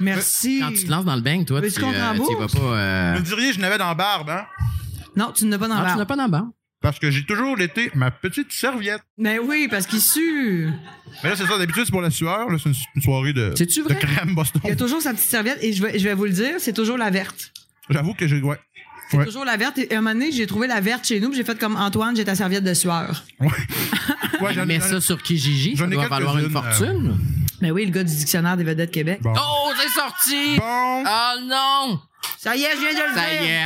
Speaker 1: Merci.
Speaker 3: Quand tu te lances dans le bain, toi,
Speaker 1: Mais
Speaker 3: tu,
Speaker 1: tu comprends
Speaker 3: euh,
Speaker 1: beau.
Speaker 3: tu y vas pas. euh,
Speaker 2: Vous diriez, je n'avais dans la barbe, hein?
Speaker 1: Non, tu n'as pas dans
Speaker 3: Non,
Speaker 1: la
Speaker 3: tu n'as pas dans le bar.
Speaker 2: Parce que j'ai toujours l'été ma petite serviette.
Speaker 1: Mais oui, parce qu'il sue.
Speaker 2: Mais là, c'est ça, d'habitude, c'est pour la sueur. Là, c'est une, une soirée de,
Speaker 3: C'est-tu
Speaker 2: de
Speaker 3: vrai?
Speaker 2: crème Boston.
Speaker 1: Il y a toujours sa petite serviette et je vais, je vais vous le dire, c'est toujours la verte.
Speaker 2: J'avoue que j'ai. Ouais.
Speaker 1: C'est
Speaker 2: Ouais.
Speaker 1: toujours la verte. Et à un moment donné, j'ai trouvé la verte chez nous, puis j'ai fait comme Antoine, j'ai ta serviette de sueur.
Speaker 2: Ouais. ouais, j'en ai-
Speaker 3: Mais
Speaker 2: j'en ai-
Speaker 3: ça sur Kijiji,
Speaker 2: j'en
Speaker 3: ça
Speaker 2: ai
Speaker 3: doit valoir une
Speaker 2: quelques-unes, euh,
Speaker 3: fortune.
Speaker 1: Mais Ben oui, le gars du dictionnaire des vedettes Québec.
Speaker 2: Bon.
Speaker 3: Oh, c'est sorti!
Speaker 2: Bon.
Speaker 3: Oh non!
Speaker 1: Ça y est, je viens de le
Speaker 3: Ça
Speaker 1: dire.
Speaker 3: y est.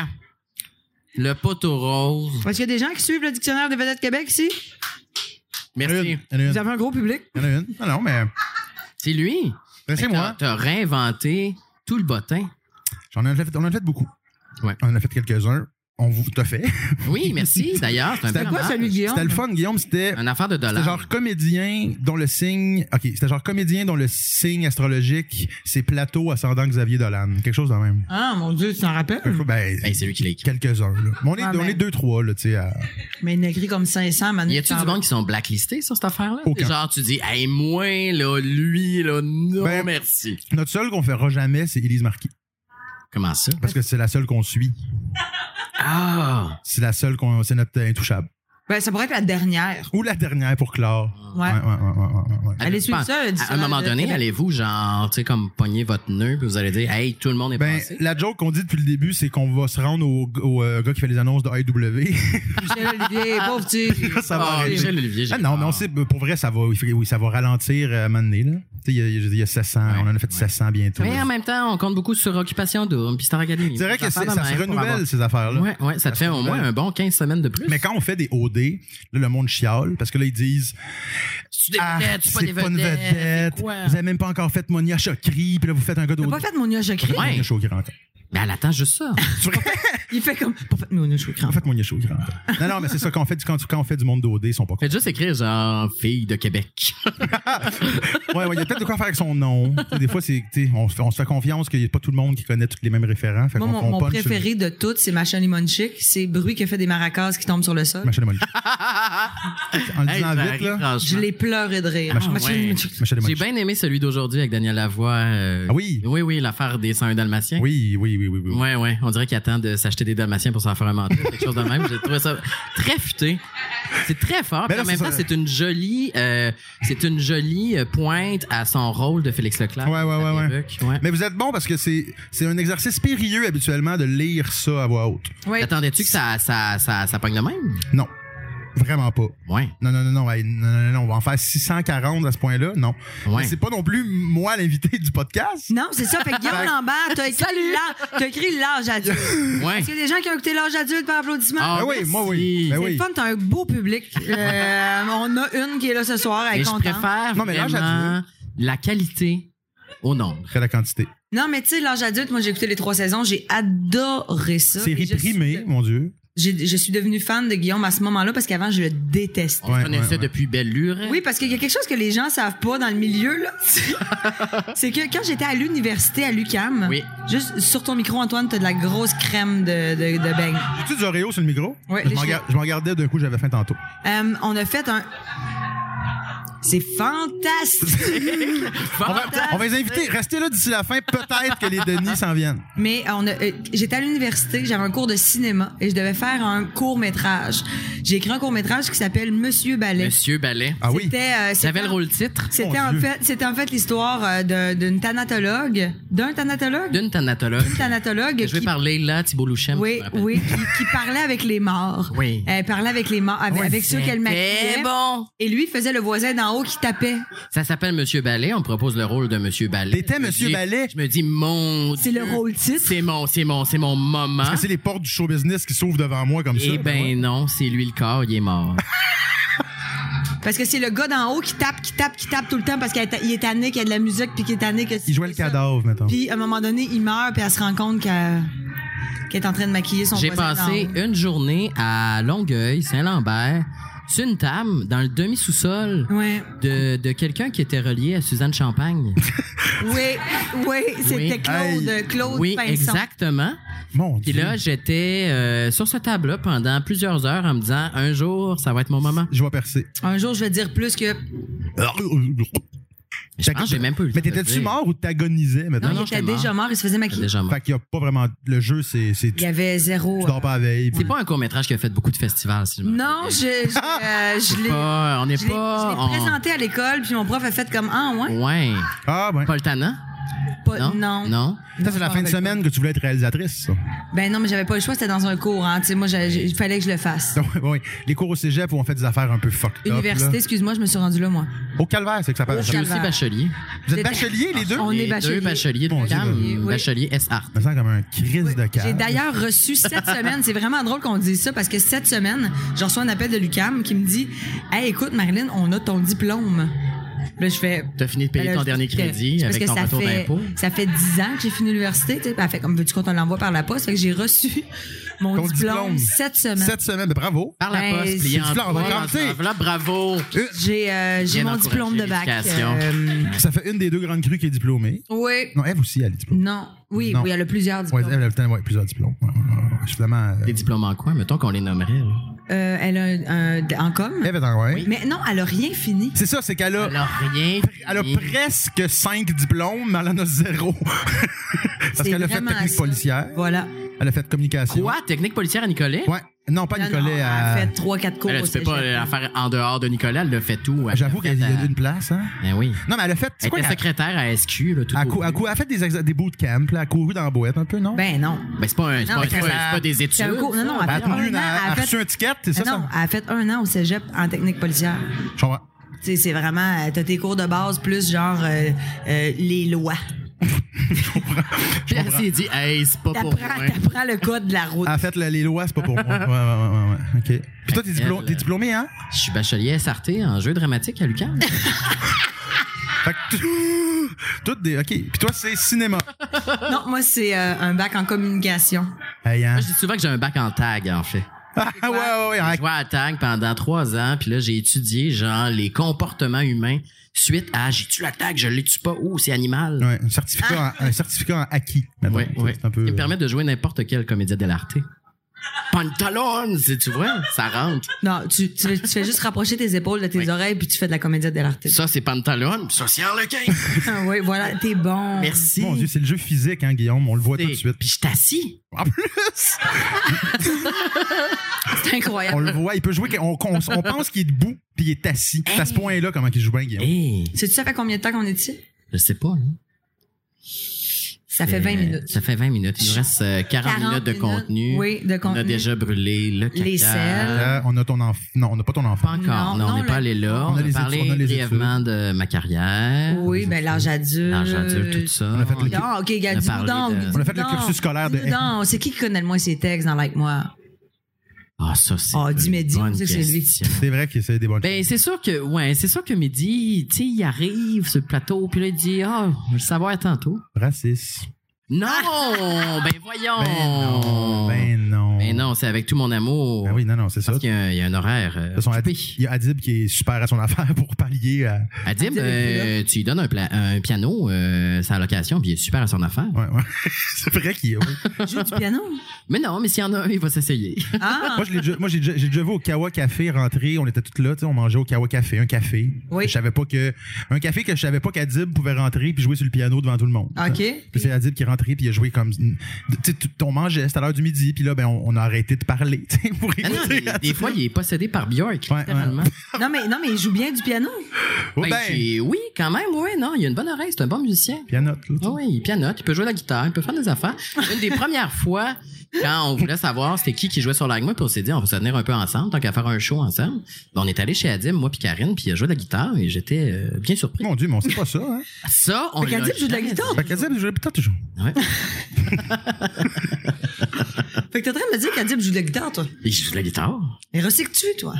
Speaker 3: Le poteau rose.
Speaker 1: Est-ce qu'il y a des gens qui suivent le dictionnaire des vedettes Québec ici?
Speaker 3: Merci.
Speaker 2: Une. Il y en
Speaker 1: Vous
Speaker 2: a une.
Speaker 1: avez un gros public.
Speaker 2: Il y en a une. Non, non, mais.
Speaker 3: C'est lui.
Speaker 2: C'est moi.
Speaker 3: T'as- T'as réinventé tout le bottin.
Speaker 2: J'en ai fait, on en a fait beaucoup.
Speaker 3: Ouais.
Speaker 2: On en a fait quelques-uns. on vous t'a fait.
Speaker 3: Oui, merci d'ailleurs. C'est un
Speaker 2: C'était
Speaker 3: peu
Speaker 2: quoi,
Speaker 3: dommage.
Speaker 1: celui de Guillaume?
Speaker 2: C'était le fun, Guillaume. C'était
Speaker 3: Une affaire de
Speaker 2: c'était
Speaker 3: dollars.
Speaker 2: genre comédien dont le signe. OK, c'était genre comédien dont le signe astrologique, c'est Plateau ascendant Xavier Dolan. Quelque chose de même.
Speaker 1: Ah, mon Dieu, tu t'en rappelles?
Speaker 2: Ben,
Speaker 3: Ben, c'est lui qui l'a écrit.
Speaker 2: quelques-uns. là. Mais On est,
Speaker 1: Ah,
Speaker 2: on
Speaker 1: ben.
Speaker 2: est deux, trois, là, tu sais. à-
Speaker 1: Mais il en a écrit comme 500, maintenant.
Speaker 3: Y a-tu du monde qui sont blacklistés sur cette affaire-là?
Speaker 2: Aucun.
Speaker 3: Genre, tu dis, hey, moi, là, lui, là, non,
Speaker 2: Ben-
Speaker 3: merci.
Speaker 2: Notre seule qu'on fera jamais, c'est Élise Marquis.
Speaker 3: Comment ça?
Speaker 2: Parce que c'est la seule qu'on suit.
Speaker 3: Ah!
Speaker 2: C'est la seule qu'on. C'est notre intouchable.
Speaker 1: Ben, ça pourrait être la dernière.
Speaker 2: Ou la dernière pour Clore.
Speaker 1: Ouais.
Speaker 2: ouais, ouais, ouais, ouais.
Speaker 1: Allez
Speaker 3: Je pense-
Speaker 1: suivre ça, le
Speaker 3: À un
Speaker 1: dictionnaire
Speaker 3: moment
Speaker 1: de
Speaker 3: donné,
Speaker 1: Québec.
Speaker 3: allez-vous, genre, tu sais, comme pogner votre nœud, puis vous allez dire, hey, tout le monde est
Speaker 2: Ben,
Speaker 3: passé.
Speaker 2: la joke qu'on dit depuis le début, c'est qu'on va se rendre au, au, euh, gars qui fait les annonces de IW.
Speaker 1: Michel Olivier, pauvre petit.
Speaker 2: ça va
Speaker 3: Ah,
Speaker 2: arrêter.
Speaker 3: Michel Olivier, j'ai
Speaker 2: Ah non,
Speaker 3: peur.
Speaker 2: mais on sait, pour vrai, ça va, oui, ça va ralentir euh, à un moment donné. là. Tu sais, Il y, a- il y a 700,
Speaker 3: Ouais,
Speaker 2: on en a fait 700 bientôt.
Speaker 3: Mais en
Speaker 2: là.
Speaker 3: même temps, on compte beaucoup sur Occupation Double puis Star Academy.
Speaker 2: Je dirais que
Speaker 3: Des
Speaker 2: c'est-
Speaker 3: affaires de
Speaker 2: ça se
Speaker 3: même pour
Speaker 2: renouvelle, ces affaires-là.
Speaker 3: avoir- Ouais, ouais, ça te fait au moins un bon 15 semaines de plus.
Speaker 2: Mais quand on fait des OD, là, le monde chiale parce que là, ils disent
Speaker 3: tu des
Speaker 2: Ah,
Speaker 3: vedettes, tu
Speaker 2: c'est pas une vedette,
Speaker 3: c'est quoi?
Speaker 2: vous avez même pas encore fait Monia Chokri, puis là, vous faites un gars
Speaker 1: T'as
Speaker 2: d'OD.
Speaker 1: pas fait mon nuage écrit?
Speaker 3: Ouais.
Speaker 2: Monia Chokri encore.
Speaker 3: Mais elle attend juste ça.
Speaker 2: C'est vrai,
Speaker 1: Il fait comme. Pas fait mon nuage écrit.
Speaker 2: Pas fait Monia Chokri encore. Non, non, mais c'est ça qu'on fait, du- quand, quand on fait du monde d'OD, ils sont pas contents.
Speaker 3: Faites juste écrire genre fille de Québec.
Speaker 2: Ouais, ouais, il y a peut-être de quoi faire avec son nom. Tu sais, des fois, c'est, tu sais, on, se fait- on se fait confiance qu'il n'y a pas tout le monde qui connaît tous les mêmes référents. Fait
Speaker 1: Moi,
Speaker 2: qu'on-
Speaker 1: mon,
Speaker 2: on
Speaker 1: mon
Speaker 2: punch sur le-
Speaker 1: préféré de toutes, c'est Machin Limon Chic. C'est Bruit qui fait des maracas qui tombent sur le sol.
Speaker 2: Machin de Molly. en le
Speaker 3: Hey,
Speaker 2: disant
Speaker 3: ça
Speaker 2: vite,
Speaker 3: arrive,
Speaker 2: là.
Speaker 3: franchement.
Speaker 1: Je l'ai pleuré de rire.
Speaker 3: Machin-
Speaker 1: Machin
Speaker 3: ouais.
Speaker 1: Limon Chic.
Speaker 2: Machin de
Speaker 3: J'ai
Speaker 2: Molly.
Speaker 3: bien aimé celui d'aujourd'hui avec Daniel Lavoie. euh,
Speaker 2: Ah oui?
Speaker 3: Oui, oui, l'affaire des 101 Dalmatiens.
Speaker 2: Oui, oui, oui, oui, oui.
Speaker 3: Ouais, ouais. On dirait qu'il attend de s'acheter des Dalmatiens pour s'en faire un manteau. quelque chose de même. J'ai trouvé ça très futé. C'est très fort.
Speaker 2: Mais
Speaker 3: puis
Speaker 2: là,
Speaker 3: en même
Speaker 2: c'est
Speaker 3: temps,
Speaker 2: ça.
Speaker 3: c'est une jolie, euh, c'est une jolie euh, pointe à son rôle de Félix Leclerc.
Speaker 2: Ouais, ouais, ouais,
Speaker 3: À
Speaker 2: ouais.
Speaker 3: l'époque, ouais.
Speaker 2: Mais vous êtes bon parce que c'est, c'est un exercice périlleux habituellement de lire ça à voix haute.
Speaker 1: Ouais.
Speaker 3: T'attendais-tu que ça, ça, ça, ça pogne de même?
Speaker 2: Non. Vraiment pas.
Speaker 3: Ouais.
Speaker 2: Non, non, non, non, hey, non, non, non, non, on va en faire 640 à ce point-là. Non.
Speaker 3: Ouais.
Speaker 2: Mais c'est pas non plus moi l'invité du podcast.
Speaker 1: Non, c'est ça. Fait que Guillaume Lambert, t'as écrit l'âge- t'as écrit l'âge adulte.
Speaker 3: Ouais.
Speaker 1: Est-ce qu'il y a des gens qui ont écouté l'âge adulte par applaudissement?
Speaker 3: Ah,
Speaker 2: Ah oui,
Speaker 3: merci.
Speaker 2: moi oui. Ben
Speaker 1: c'est
Speaker 2: oui.
Speaker 1: le fun, t'as un beau public. Euh, on a une qui est là ce soir, elle
Speaker 3: Mais
Speaker 1: est
Speaker 3: je
Speaker 1: contente.
Speaker 3: préfère
Speaker 2: Non, mais l'âge
Speaker 3: vraiment la qualité au nombre.
Speaker 2: Après la quantité.
Speaker 1: Non, mais tu sais, l'âge adulte, moi j'ai écouté les trois saisons, j'ai adoré ça.
Speaker 2: C'est
Speaker 1: Et je
Speaker 2: réprimé,
Speaker 1: suis-
Speaker 2: mon Dieu.
Speaker 1: j'ai- Je suis devenue fan de Guillaume à ce moment-là parce qu'avant, je le détestais.
Speaker 3: On
Speaker 2: Ouais,
Speaker 3: se connaissait
Speaker 2: ouais, ouais.
Speaker 3: depuis belle lure.
Speaker 1: Oui, parce qu'il y a quelque chose que les gens savent pas dans le milieu, là. c'est que quand j'étais à l'université à l'UCAM,
Speaker 3: Oui.
Speaker 1: juste sur ton micro, Antoine, t'as de la grosse crème de, de, de beignes.
Speaker 2: As-tu du Oreo sur le micro?
Speaker 1: Ouais,
Speaker 2: je
Speaker 1: les
Speaker 2: m'en
Speaker 1: cheveux.
Speaker 2: gar- je m'en gardais d'un coup, j'avais faim tantôt.
Speaker 1: Euh, on a fait un. C'est fantastique!
Speaker 2: On va, on va les inviter. Restez là d'ici la fin. Peut-être que les Denis s'en viennent.
Speaker 1: Mais on a, euh, j'étais à l'université, j'avais un cours de cinéma et je devais faire un court métrage. J'ai écrit un court métrage qui s'appelle Monsieur Ballet.
Speaker 3: Monsieur Ballet.
Speaker 2: Ah oui.
Speaker 1: C'était, euh, c'était-
Speaker 3: J'avais le rôle titre
Speaker 1: C'était
Speaker 2: Mon
Speaker 1: en
Speaker 2: Dieu.
Speaker 1: fait, c'était en fait l'histoire euh, d'un- d'une thanatologue, d'un thanatologue,
Speaker 3: d'une thanatologue.
Speaker 1: D'une thanatologue
Speaker 3: Je vais
Speaker 1: qui,
Speaker 3: parler là, Thibault Louchem.
Speaker 1: oui,
Speaker 3: je me rappelle.
Speaker 1: oui, qui, qui parlait avec les morts.
Speaker 3: Oui.
Speaker 1: Elle parlait avec les morts, avec, avec ceux qu'elle maquillait.
Speaker 3: C'est bon.
Speaker 1: Et lui faisait le voisin d'en haut qui tapait.
Speaker 3: Ça s'appelle Monsieur Ballet. On me propose le rôle de Monsieur Ballet.
Speaker 2: T'étais
Speaker 3: Je me
Speaker 2: Monsieur
Speaker 3: dis-
Speaker 2: Ballet?
Speaker 3: Je me dis, mon.
Speaker 1: C'est
Speaker 3: Dieu,
Speaker 1: le rôle titre.
Speaker 3: C'est mon, c'est mon, c'est mon moment.
Speaker 2: Parce que c'est les portes du show business qui s'ouvrent devant moi comme ça.
Speaker 3: Hein? Eh ben non, c'est lui le corps, il est mort.
Speaker 1: Parce que c'est le gars d'en haut qui tape, qui tape, qui tape tout le temps parce qu'il est- il est tanné qu'il y a de la musique puis qu'il est tanné que
Speaker 2: Il jouait le
Speaker 1: ça.
Speaker 2: cadavre, mettons.
Speaker 1: Puis à un moment donné, il meurt, puis elle se rend compte qu'elle qu'elle est en train de maquiller son
Speaker 3: J'ai
Speaker 1: voisin
Speaker 3: passé
Speaker 1: d'en haut.
Speaker 3: une journée à Longueuil, Saint-Lambert, sur une table, dans le demi-sous-sol.
Speaker 1: Ouais.
Speaker 3: De, de quelqu'un qui était relié à Suzanne Champagne.
Speaker 1: Oui, oui, c'était Claude,
Speaker 2: Hey.
Speaker 1: Claude
Speaker 3: oui,
Speaker 1: Pinson.
Speaker 3: exactement.
Speaker 2: Mon
Speaker 3: Puis
Speaker 2: Dieu.
Speaker 3: là, j'étais euh, sur ce table-là pendant plusieurs heures en me disant un jour, ça va être mon moment.
Speaker 2: Je vois percer.
Speaker 1: Un jour, je vais dire plus que
Speaker 3: Je pense que j'ai même pas eu le
Speaker 2: Mais
Speaker 3: temps de
Speaker 2: t'étais-tu
Speaker 3: dire.
Speaker 2: mort ou t'agonisais, mettons?
Speaker 3: Non,
Speaker 1: il
Speaker 3: j'étais
Speaker 1: était déjà mort, il se faisait maquiller.
Speaker 3: Déjà mort.
Speaker 2: Fait qu'il y a pas vraiment. Le jeu, c'est. c'est-
Speaker 1: Il
Speaker 2: Tu,
Speaker 1: y avait zéro. euh,
Speaker 2: tu dors pas la veille.
Speaker 3: C'est pas un court-métrage qui a fait beaucoup de festivals, si je me
Speaker 1: Non, je, je, euh, je l'ai.
Speaker 3: pas, on n'est
Speaker 1: Je l'ai- je
Speaker 3: pas.
Speaker 1: l'ai présenté à l'école, puis mon prof a fait comme Ah, ouais.
Speaker 3: on- Ouais.
Speaker 2: Ah, ben.
Speaker 3: Paul Tana?
Speaker 1: Pas-
Speaker 3: Non.
Speaker 1: non.
Speaker 3: Non.
Speaker 2: Ça, c'est la fin de semaine que tu voulais être réalisatrice, ça.
Speaker 1: Ben non, mais j'avais pas le choix, c'était dans un cours. Hein. Tu sais, Moi, j'ai- j'ai- il fallait que je le fasse.
Speaker 2: Donc, oui, Les cours au cégep où on fait des affaires un peu fucked up. là.
Speaker 1: Université, excuse-moi, je me suis rendu là, moi.
Speaker 2: Au calvaire, c'est que ça
Speaker 1: Au
Speaker 2: passe.
Speaker 3: Je suis aussi
Speaker 1: Calvaire.
Speaker 3: bachelier.
Speaker 2: Vous êtes bachelier, les deux?
Speaker 1: On est
Speaker 3: Les
Speaker 1: bachelier.
Speaker 3: Deux bacheliers de
Speaker 2: Bon,
Speaker 3: l'UQAM,
Speaker 2: c'est
Speaker 1: bon.
Speaker 3: bachelier S-Art.
Speaker 2: Ça me sent comme un crise de
Speaker 1: J'ai
Speaker 2: cave.
Speaker 1: d'ailleurs reçu cette semaine, c'est vraiment drôle qu'on dise ça parce que cette semaine, je reçois un appel de Lucam qui me dit Hey, écoute, Marilyn, on a ton diplôme. Puis Là, je fais.
Speaker 3: T'as fini de payer
Speaker 1: Ben là,
Speaker 3: ton dernier
Speaker 1: je-
Speaker 3: crédit
Speaker 1: c'est
Speaker 3: avec ton
Speaker 1: parce que
Speaker 3: retour
Speaker 1: ça fait,
Speaker 3: d'impôt.
Speaker 1: Ça fait 10 ans que j'ai fini l'université. tu sais. Puis Elle fait comme veux-tu qu'on te l'envoie par la poste? Fait que j'ai reçu mon
Speaker 2: Ton
Speaker 1: diplôme,
Speaker 2: diplôme.
Speaker 1: cette semaine.
Speaker 2: Cette semaine, ben, bravo.
Speaker 3: Par la
Speaker 1: Ben,
Speaker 3: poste,
Speaker 1: c'est
Speaker 3: plié en
Speaker 2: du flan, on
Speaker 3: trois,
Speaker 2: va
Speaker 3: dans
Speaker 2: commencer.
Speaker 3: une enveloppe, bravo.
Speaker 1: J'ai euh, j'ai
Speaker 3: Bien
Speaker 1: mon
Speaker 3: encouragé
Speaker 1: diplôme de bac.
Speaker 3: l'éducation.
Speaker 1: euh,
Speaker 2: Ça fait une des deux grandes crues qui est diplômée.
Speaker 1: oui.
Speaker 2: Non, Eve aussi, elle est diplômée.
Speaker 1: Non. Oui,
Speaker 2: Non.
Speaker 1: oui, elle a plusieurs
Speaker 2: Ouais,
Speaker 1: diplômes.
Speaker 2: Eve, elle a peut-être, ouais, plusieurs diplômes. Ouais, ouais, ouais, ouais. Je suis vraiment. euh,
Speaker 3: Des diplômes en quoi? Mettons qu'on les nommerait. là.
Speaker 1: Euh, elle a un, un- en com.
Speaker 2: Eve est en ouais.
Speaker 1: Mais non, elle a rien fini.
Speaker 2: C'est ça, c'est qu'elle a.
Speaker 3: Alors, rien.
Speaker 2: Elle a
Speaker 3: rien.
Speaker 2: presque cinq diplômes, mais elle en a zéro. Parce
Speaker 1: C'est
Speaker 2: qu'elle a fait
Speaker 1: vraiment
Speaker 2: technique
Speaker 1: ça.
Speaker 2: policière,
Speaker 1: Voilà.
Speaker 2: elle a fait communication.
Speaker 3: Quoi? Technique policière à Nicolet?
Speaker 2: Ouais. Non, pas euh,
Speaker 1: Non, non,
Speaker 2: Nicolet.
Speaker 1: elle
Speaker 2: à-
Speaker 1: a fait 3-4 cours.
Speaker 3: Ben là,
Speaker 1: au
Speaker 3: tu peux
Speaker 1: cégep.
Speaker 3: pas la faire en dehors de Nicolas, elle le fait tout. Elle
Speaker 2: J'avoue
Speaker 3: l'a fait
Speaker 2: qu'elle y
Speaker 3: à-
Speaker 2: a une place, hein?
Speaker 3: Ben oui.
Speaker 2: Non, mais elle a fait. C'est
Speaker 3: Elle
Speaker 2: quoi
Speaker 3: était
Speaker 2: la-
Speaker 3: secrétaire à SQ, là, tout
Speaker 2: Elle,
Speaker 3: au
Speaker 2: cou- elle
Speaker 3: début.
Speaker 2: cou- elle a fait des, exa- des bootcamps, là, elle a couru dans la boîte un peu, non?
Speaker 1: Ben non.
Speaker 3: Ben, c'est pas, un, c'est
Speaker 1: Non,
Speaker 3: pas,
Speaker 1: mais
Speaker 3: c'est
Speaker 1: c'est
Speaker 3: pas-
Speaker 2: ça.
Speaker 3: c'est pas des études.
Speaker 1: C'est un cours- non, non,
Speaker 3: ça.
Speaker 1: elle
Speaker 2: Ben,
Speaker 1: a
Speaker 2: elle a tenu
Speaker 1: fait
Speaker 2: une-
Speaker 1: un an,
Speaker 2: elle
Speaker 1: elle
Speaker 2: a
Speaker 1: a fait-
Speaker 2: reçu un ticket, c'est ça?
Speaker 1: non,
Speaker 2: ça?
Speaker 1: elle a fait un an au cégep en technique policière.
Speaker 2: Je comprends.
Speaker 1: Tu sais, C'est vraiment, euh, t'as tes cours de base plus genre euh, euh, les lois.
Speaker 3: Puis elle s'est dit, hey, c'est pas pour moi.
Speaker 1: T'apprends t'apprends le code de la route.
Speaker 2: Elle a fait le- les lois, c'est pas pour moi. Ouais, ouais, ouais, ouais, ouais. OK. Puis toi, t'es, diplô-
Speaker 3: Elle,
Speaker 2: t'es diplômé, hein?
Speaker 3: Je suis bachelier SRT en jeu dramatique à Lucan.
Speaker 2: Fait que tout- toutes des. OK. Puis toi, c'est cinéma.
Speaker 1: Non, moi, c'est euh, un bac en communication.
Speaker 2: Hey, hein?
Speaker 3: Moi, je dis souvent que j'ai un bac en tag, en fait.
Speaker 2: Ah, ouais, ouais, ouais.
Speaker 3: J'ai joué à tag pendant trois ans, puis là, j'ai étudié, genre, les comportements humains suite à j'ai-tu la tag, je l'ai-tu pas, oh, c'est animal.
Speaker 2: Ouais, un certificat, en- un certificat en acquis. mettons.
Speaker 3: Ouais,
Speaker 2: C'est-
Speaker 3: ouais.
Speaker 2: C'est un peu.
Speaker 3: Il me permet de jouer n'importe quelle comédie dell'arte. Pantalon, c'est- tu vois, ça rentre.
Speaker 1: Non, tu, tu, fais- tu fais juste rapprocher tes épaules de tes
Speaker 3: Oui.
Speaker 1: oreilles puis tu fais de la comédie de l'art.
Speaker 3: Ça, c'est pantalon, puis ça, c'est harlequin.
Speaker 1: oui, voilà, t'es bon.
Speaker 3: Merci.
Speaker 2: Mon Dieu, c'est le jeu physique, hein, Guillaume. On le voit tout de
Speaker 3: C'est-
Speaker 2: suite.
Speaker 3: Puis je t'assis.
Speaker 2: En plus,
Speaker 1: C'est
Speaker 2: on
Speaker 1: incroyable.
Speaker 2: le voit. Il peut jouer. On, on- on pense qu'il est debout, puis il est assis. C'est à ce point-là comment il joue bien, Guillaume.
Speaker 3: Hey,
Speaker 1: Sais-tu, ça fait combien de temps qu'on est ici?
Speaker 3: Eh, je sais pas, là.
Speaker 1: Ça fait 20
Speaker 3: Euh,
Speaker 1: minutes.
Speaker 3: Ça fait 20 minutes. Il nous reste euh, 40,
Speaker 1: 40
Speaker 3: minutes de contenu.
Speaker 1: Oui, de
Speaker 3: On a
Speaker 1: contenu.
Speaker 3: déjà brûlé le caca.
Speaker 1: Les selles.
Speaker 2: Là, Euh, on a ton enfant. Non, on n'a pas ton
Speaker 3: hein. Pas
Speaker 2: enfant.
Speaker 1: Non,
Speaker 3: encore. Non, on
Speaker 1: non,
Speaker 3: n'est pas
Speaker 1: le-
Speaker 3: allé là.
Speaker 2: On
Speaker 3: On,
Speaker 2: a
Speaker 3: a,
Speaker 2: les études,
Speaker 3: parlé
Speaker 2: on a les
Speaker 3: brièvement de ma carrière.
Speaker 1: Oui, Ah, ben l'âge adulte.
Speaker 3: L'argent dur, tout ça.
Speaker 2: On a fait le-
Speaker 1: Non, OK, gars,
Speaker 3: On a
Speaker 1: dis
Speaker 3: parlé
Speaker 1: donc.
Speaker 3: de-
Speaker 1: dis
Speaker 2: On a fait le
Speaker 1: donc,
Speaker 2: cursus scolaire de-
Speaker 1: dis donc, c'est qui qui connaît le moins ses textes dans Like Moi?
Speaker 3: Ah, ça, c'est.
Speaker 1: Ah, dis,
Speaker 3: une
Speaker 1: mais dis,
Speaker 3: bonne
Speaker 1: on sait que c'est lui.
Speaker 3: question.
Speaker 2: C'est vrai qu'il essaie des bonnes
Speaker 3: Ben,
Speaker 2: choses.
Speaker 3: c'est sûr que, ouais, c'est sûr que Mehdi, tu sais, il arrive sur le plateau, puis là, il dit, ah, on va le savoir tantôt.
Speaker 2: Raciste.
Speaker 3: Non!
Speaker 1: Ah!
Speaker 3: ben, voyons!
Speaker 2: Ben non. Ben non.
Speaker 3: Ben non, c'est avec tout mon amour.
Speaker 2: Ben oui, non, non, c'est ça.
Speaker 3: Parce qu'il y, a un- il y a un horaire. euh,
Speaker 2: De toute façon,
Speaker 3: occupé.
Speaker 2: Adib- il y a Adib qui est super à son affaire pour pallier à.
Speaker 3: Adib,
Speaker 1: Adib est
Speaker 3: euh, tu lui donnes un, pla- un piano, euh, c'est à location, puis il est super à son affaire.
Speaker 2: Ouais, ouais. c'est vrai qu'il est. ouais.
Speaker 1: Joue du piano?
Speaker 3: Mais non, mais s'il y en a un, il va s'essayer.
Speaker 1: Ah!
Speaker 2: Moi, je l'ai déjà- moi, j'ai déjà, j'ai déjà vu au Kawa Café rentrer. On était toutes là, tu sais, on mangeait au Kawa Café, un café.
Speaker 1: Oui.
Speaker 2: Je savais pas que. Un café que je savais pas qu'Adib pouvait rentrer puis jouer sur le piano devant tout le monde. Euh,
Speaker 1: OK.
Speaker 2: Puis c'est Adib qui est rentré puis il a joué comme. Tu sais, tout- on mangeait, c'était à l'heure du midi, puis là, ben, on, on a arrêté de parler, tu sais, pour
Speaker 3: Ah non, mais
Speaker 2: écouter.
Speaker 3: des fois, il est possédé par Björk,
Speaker 2: Ouais,
Speaker 3: littéralement.
Speaker 1: Non, mais, non, mais il joue bien du piano.
Speaker 2: Oh,
Speaker 3: Ben,
Speaker 2: ben,
Speaker 3: j'ai- oui, quand même, oui, non, il a une bonne oreille, c'est un bon musicien.
Speaker 2: pianote, là, tu
Speaker 3: Ah
Speaker 2: sais.
Speaker 3: oui, il pianote, il peut jouer de la guitare, il peut faire des affaires. Une des premières fois, quand on voulait savoir c'était qui qui jouait sur l'agma, puis on s'est dit, on va se tenir un peu ensemble, tant qu'à faire un show ensemble. Ben, on est allé chez Adim, moi puis Karine, puis il a joué de la guitare, et j'étais euh, bien surpris.
Speaker 2: Mon Dieu, mais on sait pas ça, hein.
Speaker 3: Ça, on
Speaker 1: Fait qu'Adib
Speaker 3: l'a
Speaker 1: joue de la
Speaker 3: jamais
Speaker 1: guitare.
Speaker 3: dit.
Speaker 2: Fait qu'Adib jouait plutôt toujours.
Speaker 3: Ouais.
Speaker 1: Fait que t'es en train de me dire qu'Adib joue de la guitare, toi.
Speaker 3: Il joue de la guitare.
Speaker 1: Mais recycle-tu, toi?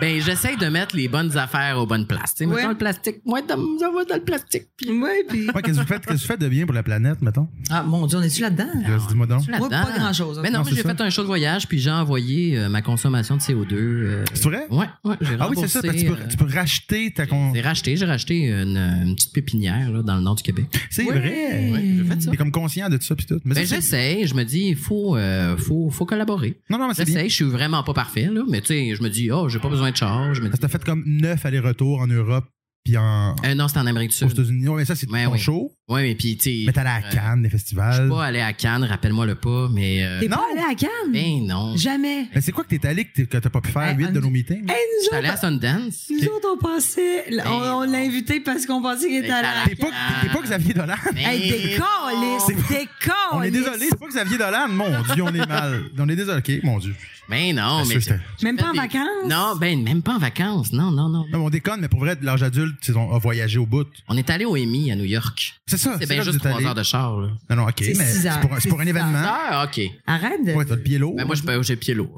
Speaker 3: Ben, j'essaye de mettre les bonnes affaires aux bonnes places. Tu sais,
Speaker 1: Ouais.
Speaker 3: mettons le plastique, moi, dans, ça va dans le plastique. puis-
Speaker 1: Oui, puis.
Speaker 2: Ouais, qu'est-ce que vous faites, qu'est-ce que vous faites de bien pour la planète, mettons?
Speaker 1: Ah, mon Dieu, on est-tu là-dedans?
Speaker 3: Euh,
Speaker 2: Vas-y, Dis-moi donc.
Speaker 3: Je suis
Speaker 1: Moi,
Speaker 3: là-dedans.
Speaker 1: pas grand-chose, hein.
Speaker 3: Mais non,
Speaker 2: Non,
Speaker 3: mais
Speaker 2: c'est
Speaker 3: j'ai
Speaker 2: ça.
Speaker 3: fait un show de voyage, puis j'ai envoyé euh, ma consommation de CO2. euh,
Speaker 2: C'est vrai?
Speaker 3: Ouais, ouais, j'ai
Speaker 2: Ah oui, c'est ça, parce que tu peux,
Speaker 3: remboursé,
Speaker 2: tu peux racheter ta con.
Speaker 3: euh, J'ai racheté, j'ai racheté une, une petite pépinière là, dans le nord du Québec.
Speaker 2: C'est
Speaker 1: Ouais.
Speaker 2: vrai.
Speaker 1: Ouais,
Speaker 3: j'ai fait ça.
Speaker 2: T'es comme conscient de tout ça, puis tout. Mais
Speaker 3: Ben,
Speaker 2: ça, c'est-
Speaker 3: j'essaie, je me dis, il faut, euh, faut, faut collaborer.
Speaker 2: Non, non, mais Ah, c'est bien.
Speaker 3: J'essaie, je suis vraiment pas parfait, là, mais tu sais, je me dis, oh, j'ai pas besoin de char. Je me dis,
Speaker 2: Parce que t'as fait comme neuf allers-retours en Europe puis en
Speaker 3: Euh, non, c'est en Amérique du
Speaker 2: aux
Speaker 3: Sud.
Speaker 2: États-Unis. Ouais, mais ça, c'est
Speaker 3: Ouais,
Speaker 2: ton
Speaker 3: Ben oui.
Speaker 2: show.
Speaker 3: Ouais, mais puis tu sais,
Speaker 2: Mais t'es allé à
Speaker 3: euh,
Speaker 2: Cannes, les
Speaker 3: je suis
Speaker 2: festivals.
Speaker 3: pas allé à Cannes, rappelle-moi le pas, mais. euh,
Speaker 1: T'es
Speaker 2: Non.
Speaker 1: pas allé à Cannes?
Speaker 3: ben non. Je
Speaker 1: Jamais.
Speaker 2: Mais c'est quoi que t'es allé que t'es- que t'as pas pu faire
Speaker 3: Ben,
Speaker 1: Hey,
Speaker 2: huit
Speaker 1: on
Speaker 2: de
Speaker 1: dit-
Speaker 2: nos meetings?
Speaker 1: Hey, nous
Speaker 3: suis allé à
Speaker 1: autres,
Speaker 3: Sundance.
Speaker 1: nous autres, on pensait. On, on l'a invité parce qu'on pensait qu'il était
Speaker 3: Ben,
Speaker 1: allé à
Speaker 3: t'as
Speaker 1: la
Speaker 3: la-
Speaker 2: T'es pas, t'es pas Xavier Dolan.
Speaker 1: Hey, décolliste! Décolliste!
Speaker 2: On est désolé, c'est pas Xavier Dolan. Mon Dieu, on est mal. On est désolé. OK, mon Dieu.
Speaker 3: Ben non,
Speaker 2: Parce
Speaker 3: mais.
Speaker 2: que c'était-
Speaker 1: Même pas en
Speaker 3: Des-
Speaker 1: vacances?
Speaker 3: Non, ben même pas en vacances. Non, non, non.
Speaker 2: Non, mais on déconne, mais pour vrai, de l'âge adulte, tu sais, on a voyagé au bout.
Speaker 3: On est allé au EMI à New York.
Speaker 2: C'est Ah, C'est ça.
Speaker 3: C'est bien
Speaker 2: là que
Speaker 3: juste
Speaker 2: vous êtes
Speaker 3: trois
Speaker 2: allé. Hein?
Speaker 3: heures de char, là.
Speaker 2: Non, non, OK, mais
Speaker 1: C'est six
Speaker 2: c'est
Speaker 1: heures.
Speaker 2: pour, un- c'est pour un
Speaker 1: C'est six
Speaker 2: événement.
Speaker 3: Ah, OK.
Speaker 1: Arrête de.
Speaker 2: Ouais, t'as le pied lourd.
Speaker 3: Ben, moi, je- j'ai pied lourd.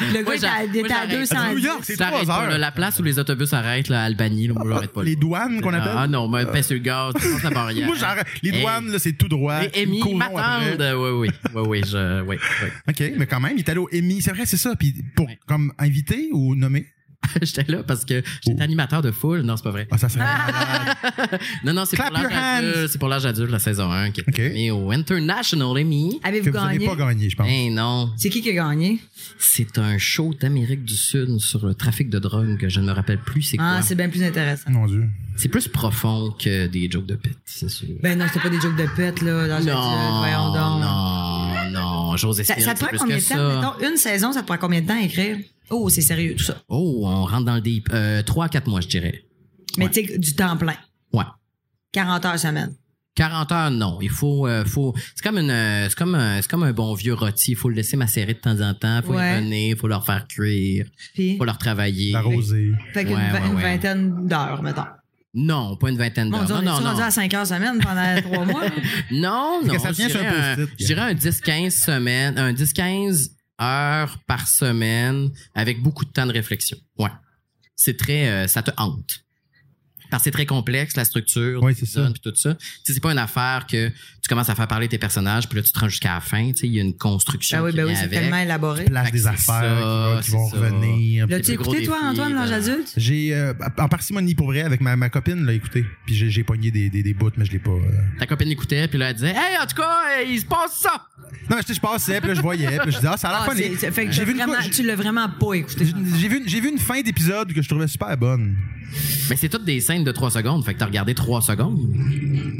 Speaker 1: le gars
Speaker 3: moi,
Speaker 1: est à-
Speaker 3: j'a-
Speaker 1: il est
Speaker 3: moi,
Speaker 1: à
Speaker 3: j'arrête.
Speaker 1: 200.
Speaker 2: New York, Ah, c'est
Speaker 3: Ça arrête
Speaker 2: trois
Speaker 3: pas, là,
Speaker 2: heures.
Speaker 3: la place où les autobus arrêtent, là, à Albanie, là, moi, j'arrête pas.
Speaker 2: Les
Speaker 3: là.
Speaker 2: douanes qu'on appelle.
Speaker 3: Ah non, mais pèse sur le gaz, tu passes la barrière.
Speaker 2: Moi, j'arrête. Les
Speaker 3: Hey.
Speaker 2: douanes, là, c'est tout droit.
Speaker 3: Les
Speaker 2: Ils me
Speaker 3: Emmy
Speaker 2: courront
Speaker 3: m'attendent.
Speaker 2: après.
Speaker 3: Oui, oui, oui, oui, je, oui, oui.
Speaker 2: OK, mais quand même, il est allé au Emmy. C'est vrai, c'est ça. Puis pour,
Speaker 3: Ouais.
Speaker 2: comme invité ou nommé?
Speaker 3: J'étais là parce que j'étais
Speaker 2: Oh.
Speaker 3: animateur de foule. Non, c'est pas vrai.
Speaker 2: Ah, ça serait malade.
Speaker 3: Non, non, c'est pour
Speaker 2: Clap your
Speaker 3: l'âge adulte. C'est pour l'âge adulte, la saison 1 qui est
Speaker 2: Ok.
Speaker 3: nommée au International Emmy.
Speaker 2: Que
Speaker 1: Avez-vous
Speaker 2: vous n'avez
Speaker 1: gagné?
Speaker 2: pas gagné, je pense.
Speaker 3: Eh non,
Speaker 1: C'est qui qui a gagné?
Speaker 3: c'est un show d'Amérique du Sud sur le trafic de drogue que je ne me rappelle plus c'est
Speaker 1: Ah,
Speaker 3: quoi.
Speaker 1: c'est bien plus intéressant.
Speaker 2: Mon Dieu.
Speaker 3: c'est plus profond que des jokes de pète, c'est sûr.
Speaker 1: Ben non, c'était pas des jokes de pète, là. Dans
Speaker 3: non,
Speaker 1: voyons donc.
Speaker 3: non, non, j'ose
Speaker 1: Ça,
Speaker 3: espérer
Speaker 1: ça
Speaker 3: que
Speaker 1: te
Speaker 3: c'est
Speaker 1: prend
Speaker 3: plus
Speaker 1: combien
Speaker 3: que
Speaker 1: de temps?
Speaker 3: ça.
Speaker 1: Mettons, une saison, ça te prend combien de temps à écrire? Oh, c'est sérieux, tout ça.
Speaker 3: Oh, on rentre dans le deep. Euh, 3-4 mois, je dirais.
Speaker 1: Mais
Speaker 3: Ouais.
Speaker 1: tu sais, du temps plein.
Speaker 3: Ouais.
Speaker 1: 40 heures semaine.
Speaker 3: 40 heures, non. Il faut, euh, faut. C'est comme une, euh, c'est comme, un, c'est comme un bon vieux rôti. Il faut le laisser macérer de temps en temps. Faut
Speaker 1: Ouais.
Speaker 3: les mener, faut leur faire cuire,
Speaker 1: Puis,
Speaker 3: faut leur travailler.
Speaker 2: La rosée.
Speaker 1: fait qu'une
Speaker 3: Ouais,
Speaker 1: vi-
Speaker 3: ouais,
Speaker 1: une
Speaker 3: ouais.
Speaker 1: vingtaine d'heures, mettons.
Speaker 3: Non, pas une vingtaine
Speaker 1: Mon
Speaker 3: d'heures.
Speaker 1: Dieu, on
Speaker 3: Non,
Speaker 1: est
Speaker 3: non, non.
Speaker 1: rendu à 5 heures semaine pendant 3 mois.
Speaker 3: Non,
Speaker 2: Fait
Speaker 3: non.
Speaker 2: que ça
Speaker 3: je
Speaker 2: tient sur un
Speaker 3: dirais un-
Speaker 2: post-it.
Speaker 3: Je dirais un 10-15 semaines, un 10-15 heures par semaine avec beaucoup de temps de réflexion. Ouais. C'est très, euh, ça te hante. Parce que c'est très complexe, la structure,
Speaker 2: Ouais,
Speaker 3: des
Speaker 2: c'est ça.
Speaker 3: zones, puis tout ça. Tu sais, c'est pas une affaire que tu commences à faire parler tes personnages, puis là, tu te rends jusqu'à la fin. Tu sais, il y a une construction.
Speaker 1: Ben oui,
Speaker 3: qui
Speaker 1: ben oui,
Speaker 3: vient
Speaker 1: c'est
Speaker 3: avec.
Speaker 1: tellement élaboré.
Speaker 2: Place
Speaker 3: Fait que
Speaker 2: des
Speaker 3: c'est
Speaker 2: affaires
Speaker 3: ça,
Speaker 2: qui vont,
Speaker 3: c'est
Speaker 2: qui vont
Speaker 3: ça.
Speaker 2: revenir.
Speaker 1: L'as-tu
Speaker 3: le plus gros
Speaker 1: écouté, toi,
Speaker 3: défi,
Speaker 1: Antoine, l'âge
Speaker 3: là.
Speaker 1: adulte?
Speaker 2: J'ai, euh, en parcimonie pour vrai, avec ma, ma copine, l'a écouté. Puis j'ai, j'ai pogné des, des, des bouts, mais je l'ai pas. euh.
Speaker 3: Ta copine écoutait, puis là, elle disait, hey, en tout cas, euh, il se passe ça!
Speaker 2: Non, mais je, sais, je passais, puis là, je voyais, puis je disais, ah, ça a l'air
Speaker 1: Ah,
Speaker 2: funny.
Speaker 1: c'est- c'est- fait que
Speaker 2: J'ai
Speaker 1: j'ai
Speaker 2: vu une
Speaker 1: vraiment,
Speaker 2: fois-
Speaker 1: tu l'as vraiment pas écouté.
Speaker 2: J'ai j'ai vu, une- j'ai vu une fin d'épisode que je trouvais super bonne.
Speaker 3: Mais c'est toutes des scènes de 3 secondes. Fait que t'as regardé 3 secondes.